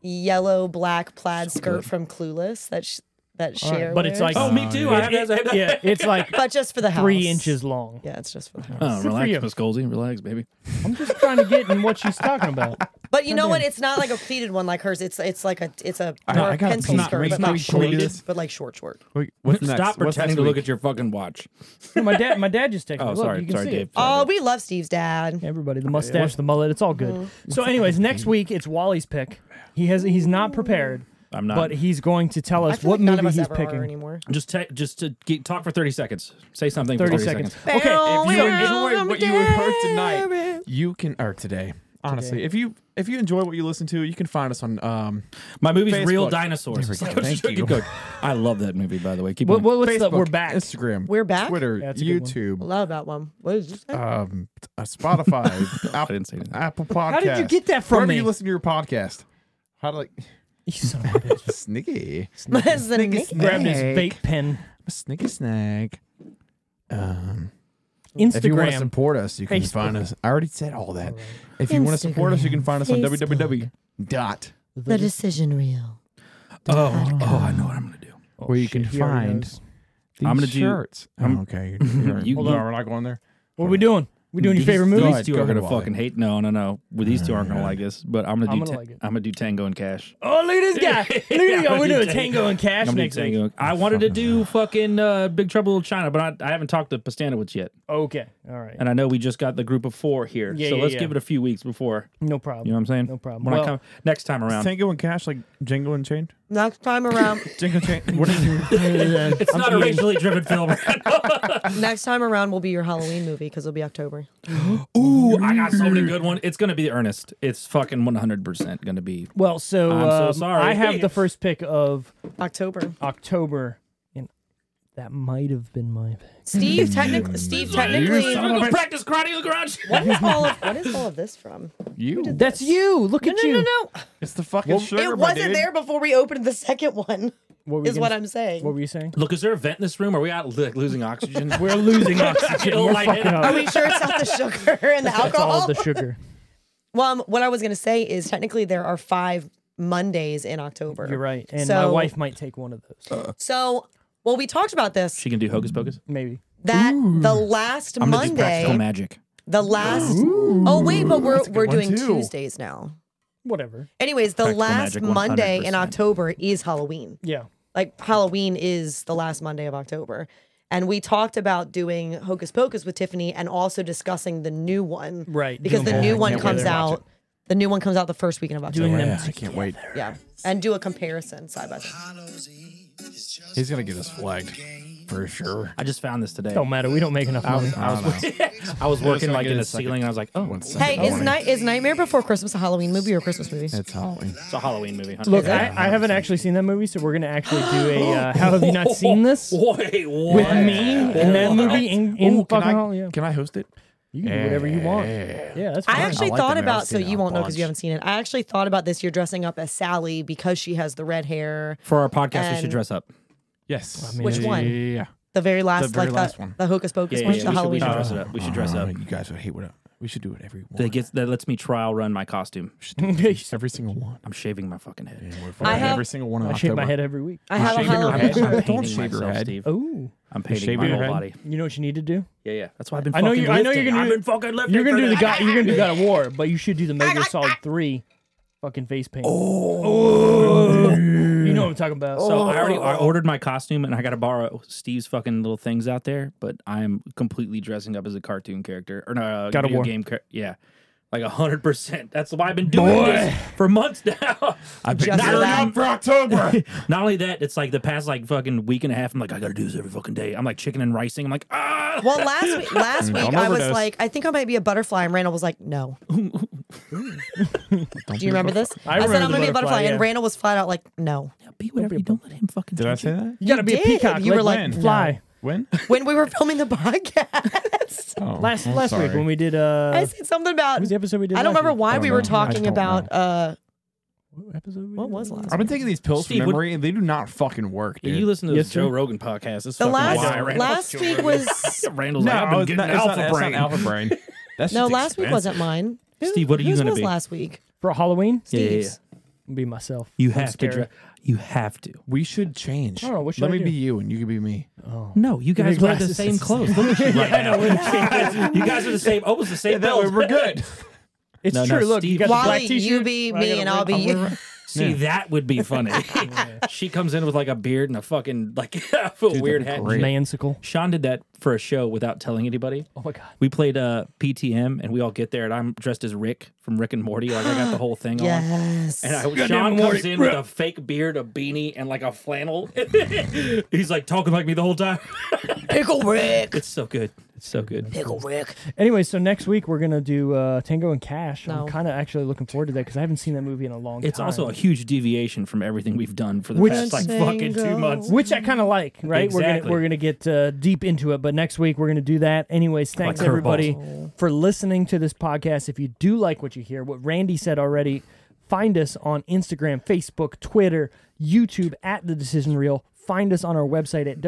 Speaker 3: yellow black plaid skirt from Clueless that sh- that
Speaker 1: All right,
Speaker 3: share.
Speaker 1: but it's like
Speaker 2: Oh, me too. I have that- I have that.
Speaker 1: yeah, it's like
Speaker 3: but just for the house.
Speaker 1: three inches long.
Speaker 3: Yeah, it's just for the house.
Speaker 2: Oh,
Speaker 1: you.
Speaker 2: relax, Miss Goldsey. Relax, baby.
Speaker 1: I'm just trying to get in what she's talking about.
Speaker 3: But you know what? It's not like a pleated one like hers. It's it's like a it's a
Speaker 4: I- I got a
Speaker 3: pencil
Speaker 4: piece.
Speaker 3: skirt,
Speaker 4: Can we-
Speaker 3: but
Speaker 4: can
Speaker 3: like
Speaker 4: we- can we do
Speaker 3: short,
Speaker 4: this?
Speaker 3: but like short short.
Speaker 4: Wait, what's next?
Speaker 2: Stop
Speaker 4: What's
Speaker 2: pretending
Speaker 4: next
Speaker 2: to look
Speaker 4: week?
Speaker 2: at your fucking watch.
Speaker 1: No, my dad, my dad just texted. me.
Speaker 2: Oh,
Speaker 1: Look,
Speaker 2: sorry,
Speaker 1: you can
Speaker 2: sorry,
Speaker 1: see
Speaker 2: Dave.
Speaker 1: it.
Speaker 3: Oh, we love Steve's dad.
Speaker 1: Everybody, the mustache, the mullet, it's all good.
Speaker 3: Uh-huh.
Speaker 1: So, anyways, next week it's Wally's pick. He has he's not prepared,
Speaker 2: I'm not.
Speaker 1: but he's going to tell
Speaker 3: Mm. I
Speaker 1: us
Speaker 3: feel
Speaker 1: what
Speaker 3: like none of
Speaker 1: movie
Speaker 3: us
Speaker 1: he's
Speaker 3: ever are
Speaker 1: picking.
Speaker 3: anymore.
Speaker 2: just te- just to get, talk for thirty seconds. Say something.
Speaker 1: Thirty
Speaker 2: for 30
Speaker 1: seconds.
Speaker 2: seconds.
Speaker 1: Okay,
Speaker 3: Bow,
Speaker 1: if you
Speaker 3: wow.
Speaker 1: enjoy-
Speaker 4: enjoy what you heard tonight, you can or today. Honestly, if you if you enjoy what you listen to, you can find us on um
Speaker 2: My movie's Real
Speaker 4: Facebook.
Speaker 2: Dinosaurs.
Speaker 4: There we go.
Speaker 2: Go,
Speaker 4: Thank
Speaker 2: go,
Speaker 4: you.
Speaker 2: go. I love that movie, by the way. Keep
Speaker 1: What,
Speaker 2: on.
Speaker 1: what, what's the,
Speaker 4: Facebook,
Speaker 1: we're back.
Speaker 4: Instagram,
Speaker 3: We're back?
Speaker 4: Twitter,
Speaker 1: Yeah, that's a good one.
Speaker 3: I
Speaker 4: YouTube,
Speaker 3: love that one. What did you say?
Speaker 4: um, uh, Spotify,
Speaker 2: I
Speaker 4: Apple,
Speaker 2: didn't say anything.
Speaker 4: Apple Podcast.
Speaker 1: did you get that from
Speaker 4: Wherever
Speaker 1: me?
Speaker 4: you listen to your podcast. How do like
Speaker 1: You son of a bitch.
Speaker 4: sneaky,
Speaker 3: That's the
Speaker 4: sneaky,
Speaker 3: nick-
Speaker 4: snake.
Speaker 1: Grabbed his vape pen.
Speaker 4: sneaky snag. Um, If you want to
Speaker 1: Instagram.
Speaker 4: support us, you can
Speaker 1: Facebook.
Speaker 4: find us. I already said all that. If you want to support us, you can find us on
Speaker 3: Instagram,
Speaker 4: www. Dot
Speaker 3: the decision reel.
Speaker 2: oh, oh, I know what I'm gonna do.
Speaker 4: where you can
Speaker 1: He already
Speaker 4: find
Speaker 1: knows.
Speaker 4: these
Speaker 2: I'm gonna do-
Speaker 4: shirts.
Speaker 2: I'm-
Speaker 4: oh, okay, you're,
Speaker 2: You-
Speaker 4: Hold on, we're not going there.
Speaker 1: What are we doing? We doing your
Speaker 4: These-
Speaker 1: favorite
Speaker 4: these-
Speaker 1: movies?
Speaker 4: Alright,
Speaker 2: these two
Speaker 4: go
Speaker 2: are
Speaker 4: ahead,
Speaker 2: gonna
Speaker 4: Wally.
Speaker 2: fucking hate. No, no, no. Well, these two aren't gonna like this. But I'm gonna do.
Speaker 1: I'm
Speaker 2: I'm
Speaker 1: gonna
Speaker 2: gonna,
Speaker 1: like it.
Speaker 2: I'm gonna do Tango and Cash.
Speaker 1: Oh, look at this guy. Look at
Speaker 2: I'm
Speaker 1: him. We're
Speaker 2: gonna
Speaker 1: doing
Speaker 2: do
Speaker 1: Tango and Cash
Speaker 2: I'm gonna do
Speaker 1: next week.
Speaker 2: Tango. I wanted to do fucking uh, Big Trouble in Little China, but I, I haven't talked to Pastanowicz yet,
Speaker 1: Okay. All right.
Speaker 2: and I know we just got the group of four here.
Speaker 1: Yeah,
Speaker 2: so
Speaker 1: yeah,
Speaker 2: let's
Speaker 1: yeah.
Speaker 2: give it a few weeks before.
Speaker 1: No problem.
Speaker 2: You know what I'm saying?
Speaker 1: No problem.
Speaker 2: When I
Speaker 1: Well-
Speaker 2: come next time around,
Speaker 4: Tango and Cash, like Django and Chain.
Speaker 3: Next time around,
Speaker 4: Django and Chain. What is your
Speaker 2: it's not a racially driven film.
Speaker 3: next time around will be your Halloween movie because it'll be October.
Speaker 2: Ooh, I got so many good ones. It's gonna be Ernest. It's fucking one hundred percent gonna be.
Speaker 1: Well, so,
Speaker 2: I'm so
Speaker 1: um,
Speaker 2: sorry.
Speaker 1: I have the first pick of
Speaker 3: October.
Speaker 1: October, and that might have been my pick.
Speaker 3: Steve, technically, Steve, technically,
Speaker 2: I'm gonna practice karate in the garage.
Speaker 3: what is all of what is all of this from?
Speaker 4: you?
Speaker 1: That's you. Look
Speaker 3: No,
Speaker 1: at
Speaker 3: no,
Speaker 1: you.
Speaker 3: no, no.
Speaker 4: It's the fucking sugar. my
Speaker 3: it wasn't
Speaker 4: dude.
Speaker 3: there before we opened the second one.
Speaker 1: What were you
Speaker 3: Is what
Speaker 1: gonna-
Speaker 3: I'm saying.
Speaker 1: What were you saying?
Speaker 2: Look, is there a vent in this room? Are we out like, losing oxygen?
Speaker 1: We're losing oxygen.
Speaker 2: We're fucking up.
Speaker 3: Are we sure it's not the sugar and the
Speaker 1: That's all
Speaker 3: alcohol?
Speaker 1: the sugar.
Speaker 3: well, um, what I was gonna say is technically there are five Mondays in October.
Speaker 1: You're right. And my
Speaker 3: So-
Speaker 1: wife might take one of those.
Speaker 3: So, well, we talked about this.
Speaker 2: she can do hocus pocus.
Speaker 1: Maybe.
Speaker 3: that the last
Speaker 2: I'm gonna do practical
Speaker 3: Monday,
Speaker 2: magic.
Speaker 3: the last. Oh wait, but we're we're
Speaker 4: one,
Speaker 3: doing
Speaker 4: too.
Speaker 3: Tuesdays now.
Speaker 1: Whatever.
Speaker 3: Anyways, the
Speaker 2: Practical
Speaker 3: last
Speaker 2: magic,
Speaker 3: Monday
Speaker 2: 100%.
Speaker 3: in October is Halloween.
Speaker 1: Yeah.
Speaker 3: Like Halloween is the last Monday of October. And we talked about doing Hocus Pocus with Tiffany and also discussing the new one.
Speaker 1: Right.
Speaker 3: Because the
Speaker 1: Doing
Speaker 3: new
Speaker 1: both.
Speaker 3: one
Speaker 4: Can't wait
Speaker 3: comes
Speaker 4: to watch
Speaker 3: out The new one comes out the first weekend of October.
Speaker 1: Doing them
Speaker 4: Yeah, I can't wait.
Speaker 3: Yeah. And do a comparison side by side.
Speaker 4: He's gonna get us flagged for sure.
Speaker 2: I just found this today.
Speaker 1: Don't matter. We don't make enough money.
Speaker 4: I don't know.
Speaker 2: I was working
Speaker 4: gonna
Speaker 2: like
Speaker 4: get
Speaker 2: in
Speaker 4: a
Speaker 2: a
Speaker 4: second.
Speaker 2: ceiling, and I was like, oh,
Speaker 4: One second.
Speaker 3: Hey,
Speaker 4: I
Speaker 3: is
Speaker 4: wanna-
Speaker 3: night is Nightmare Before Christmas a Halloween movie or a Christmas movie?
Speaker 4: It's Halloween.
Speaker 2: it's a Halloween movie. Hunter.
Speaker 1: Look, I, I haven't actually seen that movie, so we're gonna actually do a. Uh, how have you not seen this
Speaker 2: Wait, what?
Speaker 1: with me and that movie in, in
Speaker 4: Ooh,
Speaker 1: fucking
Speaker 4: can,
Speaker 1: hall?
Speaker 4: I,
Speaker 1: Yeah,
Speaker 4: can I host it?
Speaker 1: you can do whatever you want. Yeah, that's fine.
Speaker 3: I actually
Speaker 4: like
Speaker 3: thought
Speaker 4: the
Speaker 3: about
Speaker 4: Mouse
Speaker 3: so
Speaker 4: Scene
Speaker 3: you
Speaker 4: a
Speaker 3: won't know because
Speaker 4: bunch.
Speaker 3: you haven't seen it. I actually thought about this year dressing up as Sally because she has the red hair.
Speaker 2: For our podcast, we
Speaker 3: And-
Speaker 2: should dress up.
Speaker 4: Yes.
Speaker 3: Which one?
Speaker 4: Yeah.
Speaker 3: The very last,
Speaker 4: very
Speaker 3: like
Speaker 4: last
Speaker 3: the,
Speaker 4: one.
Speaker 3: the Hocus Pocus
Speaker 2: Yeah, yeah,
Speaker 3: one,
Speaker 2: yeah,
Speaker 3: the
Speaker 2: we, should, we
Speaker 3: Halloween.
Speaker 2: should
Speaker 3: one.
Speaker 2: dress it up. We should dress up.
Speaker 4: You guys would hate what I- we should do it every one.
Speaker 2: That gets that lets me trial run my costume.
Speaker 4: every single one.
Speaker 2: I'm shaving my fucking head.
Speaker 3: I have-
Speaker 4: every single one. in
Speaker 1: I shave my
Speaker 4: October.
Speaker 1: head every week.
Speaker 3: I have a
Speaker 4: Shaving her
Speaker 3: Halloween.
Speaker 4: head.
Speaker 2: I'm, I'm
Speaker 4: Don't
Speaker 2: painting
Speaker 4: shave your
Speaker 2: myself,
Speaker 4: head.
Speaker 2: Steve.
Speaker 1: Oh,
Speaker 2: I'm painting
Speaker 4: shaving
Speaker 2: my
Speaker 4: your
Speaker 2: whole
Speaker 4: head?
Speaker 2: body.
Speaker 1: you know what you need to do?
Speaker 2: Yeah, yeah. That's why I've been.
Speaker 1: I know
Speaker 2: fucking
Speaker 1: you- I know you're
Speaker 2: lifting.
Speaker 1: gonna
Speaker 2: I've
Speaker 1: do-
Speaker 2: been fucking lifting.
Speaker 1: You're gonna
Speaker 2: for
Speaker 1: do the
Speaker 2: that.
Speaker 1: God. You're gonna do God of War, but you should do the Metal Gear Solid Three, fucking face paint. Oh, you know what I'm talking about.
Speaker 2: So
Speaker 1: So
Speaker 2: I already I ordered my costume, and I got to borrow Steve's fucking little things out there. But I'm completely dressing up as a cartoon character or no, a
Speaker 1: God of
Speaker 2: video
Speaker 1: War.
Speaker 2: game. Char- yeah, like hundred percent. That's why I've been doing this for months now. I've been
Speaker 3: Just for that.
Speaker 4: for October.
Speaker 2: Not only that, it's like the past like fucking week and a half. I'm like, I gotta do this every fucking day. I'm like chicken and ricing. I'm like, ah.
Speaker 3: Well, last week, last week
Speaker 4: Don't
Speaker 3: I was
Speaker 4: overdose.
Speaker 3: like, I think I might be a butterfly, and Randall was like, No. Do you remember this?
Speaker 1: I remember
Speaker 3: said
Speaker 1: the
Speaker 3: I'm gonna be a
Speaker 1: butterfly,
Speaker 3: butterfly,
Speaker 1: yeah.
Speaker 3: and Randall was flat out like, No.
Speaker 2: be whatever. You don't let him fucking.
Speaker 4: Did I say that?
Speaker 1: you gotta be a
Speaker 3: did.
Speaker 1: peacock.
Speaker 3: You were
Speaker 1: let
Speaker 3: like,
Speaker 1: fly.
Speaker 4: When?
Speaker 3: When we were filming the podcast,
Speaker 4: Oh,
Speaker 1: Last
Speaker 4: I'm
Speaker 1: last week
Speaker 4: sorry.
Speaker 1: when we did uh,
Speaker 3: I said something about.
Speaker 1: who's the episode we did?
Speaker 3: I don't
Speaker 1: last
Speaker 3: remember
Speaker 1: week?
Speaker 3: why
Speaker 4: I
Speaker 3: we
Speaker 4: don't
Speaker 3: were
Speaker 4: know. I
Speaker 3: talking
Speaker 4: don't
Speaker 3: about. uh
Speaker 1: What episode? we
Speaker 3: What
Speaker 1: did?
Speaker 3: was last?
Speaker 4: I've been taking these pills
Speaker 2: Steve,
Speaker 4: for
Speaker 2: what-
Speaker 4: memory, and they do not fucking work, dude.
Speaker 2: You listen to this
Speaker 1: Yes, sir.
Speaker 2: Joe Rogan podcast. It's
Speaker 3: The
Speaker 2: fucking
Speaker 3: last
Speaker 2: wild. Randall's
Speaker 3: last
Speaker 2: Joe
Speaker 3: week
Speaker 2: Rogan.
Speaker 3: was
Speaker 2: Randall's
Speaker 4: no,
Speaker 2: like, I've been
Speaker 4: it's
Speaker 2: getting
Speaker 4: not, it's
Speaker 2: alpha
Speaker 4: not,
Speaker 2: brain.
Speaker 4: That's not alpha brain. That's
Speaker 3: no
Speaker 4: just
Speaker 3: last week
Speaker 4: expensive.
Speaker 3: wasn't mine. Who-
Speaker 2: Steve, what are you
Speaker 3: whose
Speaker 2: gonna
Speaker 3: was
Speaker 2: be?
Speaker 3: last week?
Speaker 1: for Halloween.
Speaker 2: Yeah, yeah, yeah.
Speaker 3: Steve's.
Speaker 1: Be myself.
Speaker 2: You
Speaker 1: I'm
Speaker 2: have
Speaker 1: scared.
Speaker 2: to. Dre- you have to.
Speaker 4: We should change.
Speaker 1: I don't know, what should
Speaker 4: Let
Speaker 1: I
Speaker 4: me
Speaker 1: do?
Speaker 4: be you, and you can be me.
Speaker 2: No, you guys
Speaker 1: your
Speaker 2: wear the
Speaker 1: glasses.
Speaker 2: same clothes. Look at you right now. you guys are the same. Almost the same.
Speaker 4: That way
Speaker 2: build.
Speaker 4: we're good.
Speaker 1: It's
Speaker 2: No, no,
Speaker 1: true. Look, you
Speaker 2: Steve-
Speaker 1: got the black
Speaker 3: Wally,
Speaker 1: t-shirt.
Speaker 3: you be
Speaker 1: I got
Speaker 3: me,
Speaker 1: a
Speaker 3: and
Speaker 1: red
Speaker 3: I'll be
Speaker 1: collar.
Speaker 3: you.
Speaker 2: See, that would be funny. she comes in with like a beard and a fucking like a weird hat.
Speaker 4: great.
Speaker 1: Mansicle.
Speaker 2: Sean did that for a show without telling anybody.
Speaker 1: Oh my god.
Speaker 2: We played uh, PTM and we all get there and I'm dressed as Rick from Rick and Morty. Like I got the whole thing on.
Speaker 3: Yes.
Speaker 2: And I, Sean comes in with a fake beard, a beanie, and like a flannel. He's like talking like me the whole time.
Speaker 3: Pickle Rick.
Speaker 2: It's so good. It's so good.
Speaker 3: Pickle Rick.
Speaker 1: Anyway, so next week we're gonna do uh, Tango and Cash.
Speaker 3: No.
Speaker 1: I'm kind of actually looking forward to that because I haven't seen that movie in a long
Speaker 2: It's
Speaker 1: time.
Speaker 2: also a huge deviation from everything we've done for the
Speaker 1: Which-
Speaker 2: past like fucking two
Speaker 3: Single.
Speaker 2: months.
Speaker 1: which I kind of like, right? We're
Speaker 2: Exactly.
Speaker 1: gonna we're gonna get uh, deep into it, but next week we're gonna do that. Anyways, thanks
Speaker 2: curveballs.
Speaker 1: everybody for listening to this podcast. If you do like what you hear, what Randy said already, find us on Instagram, Facebook, Twitter, YouTube at the Decision Reel. Find us on our website at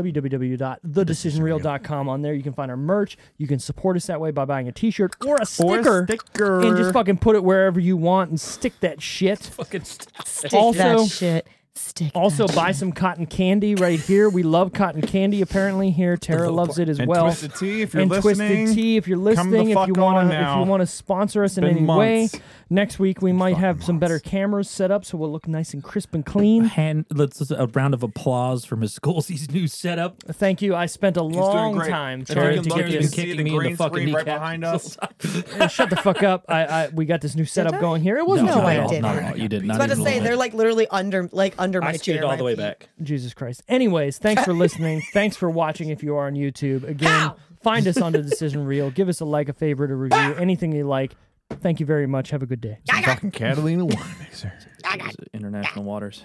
Speaker 1: www.thedecisionreel.com. On there, you can find our merch. You can support us that way by buying a T-shirt or a sticker,
Speaker 4: sticker.
Speaker 1: and just fucking put it wherever you want and stick that shit.
Speaker 2: Fucking
Speaker 3: Stick
Speaker 1: Also-
Speaker 3: that shit. Stick.
Speaker 1: Also,
Speaker 3: that
Speaker 1: buy
Speaker 4: Mm.
Speaker 3: shit.
Speaker 1: some cotton candy right here. We love cotton candy. Apparently, here Tara loves it as
Speaker 4: And
Speaker 1: well.
Speaker 4: Twisted Tea, if you're
Speaker 1: and
Speaker 4: listening,
Speaker 1: Twisted Tea, if you're
Speaker 4: come the
Speaker 1: listening, if
Speaker 4: fuck
Speaker 1: you
Speaker 4: on
Speaker 1: want to, if
Speaker 4: now.
Speaker 1: you want to sponsor us in
Speaker 4: been
Speaker 1: any way,
Speaker 4: months.
Speaker 1: next week we might have some better cameras set up, so we'll look nice and crisp and clean.
Speaker 2: hand let's let's- a round of applause for Miscolsi's new setup.
Speaker 1: Thank you. I spent a long time trying to
Speaker 2: Fucking
Speaker 1: get
Speaker 2: Logan's
Speaker 1: this.
Speaker 2: kid- kicking me in the fucking kneecap.
Speaker 4: us.
Speaker 1: Shut the fuck up. I, I we got this new setup
Speaker 3: I?
Speaker 1: going here. It wasn't
Speaker 3: No,
Speaker 1: too
Speaker 3: I
Speaker 1: bad.
Speaker 3: didn't.
Speaker 2: No, no, you did
Speaker 3: I
Speaker 2: not.
Speaker 3: was about to
Speaker 2: even
Speaker 3: say
Speaker 2: know
Speaker 3: they're
Speaker 2: that.
Speaker 3: like literally under like under my
Speaker 2: I
Speaker 3: chair.
Speaker 2: scooted all
Speaker 3: my
Speaker 2: the way
Speaker 3: feet.
Speaker 2: back.
Speaker 1: Jesus Christ. Anyways, thanks for listening. thanks for watching if you are on YouTube. Again,
Speaker 3: Ow!
Speaker 1: find us on the Decision Reel. Give us a like, a favorite, a review, anything you like. Thank you very much. Have a good day.
Speaker 4: Fucking Catalina wine mixer.
Speaker 2: International waters.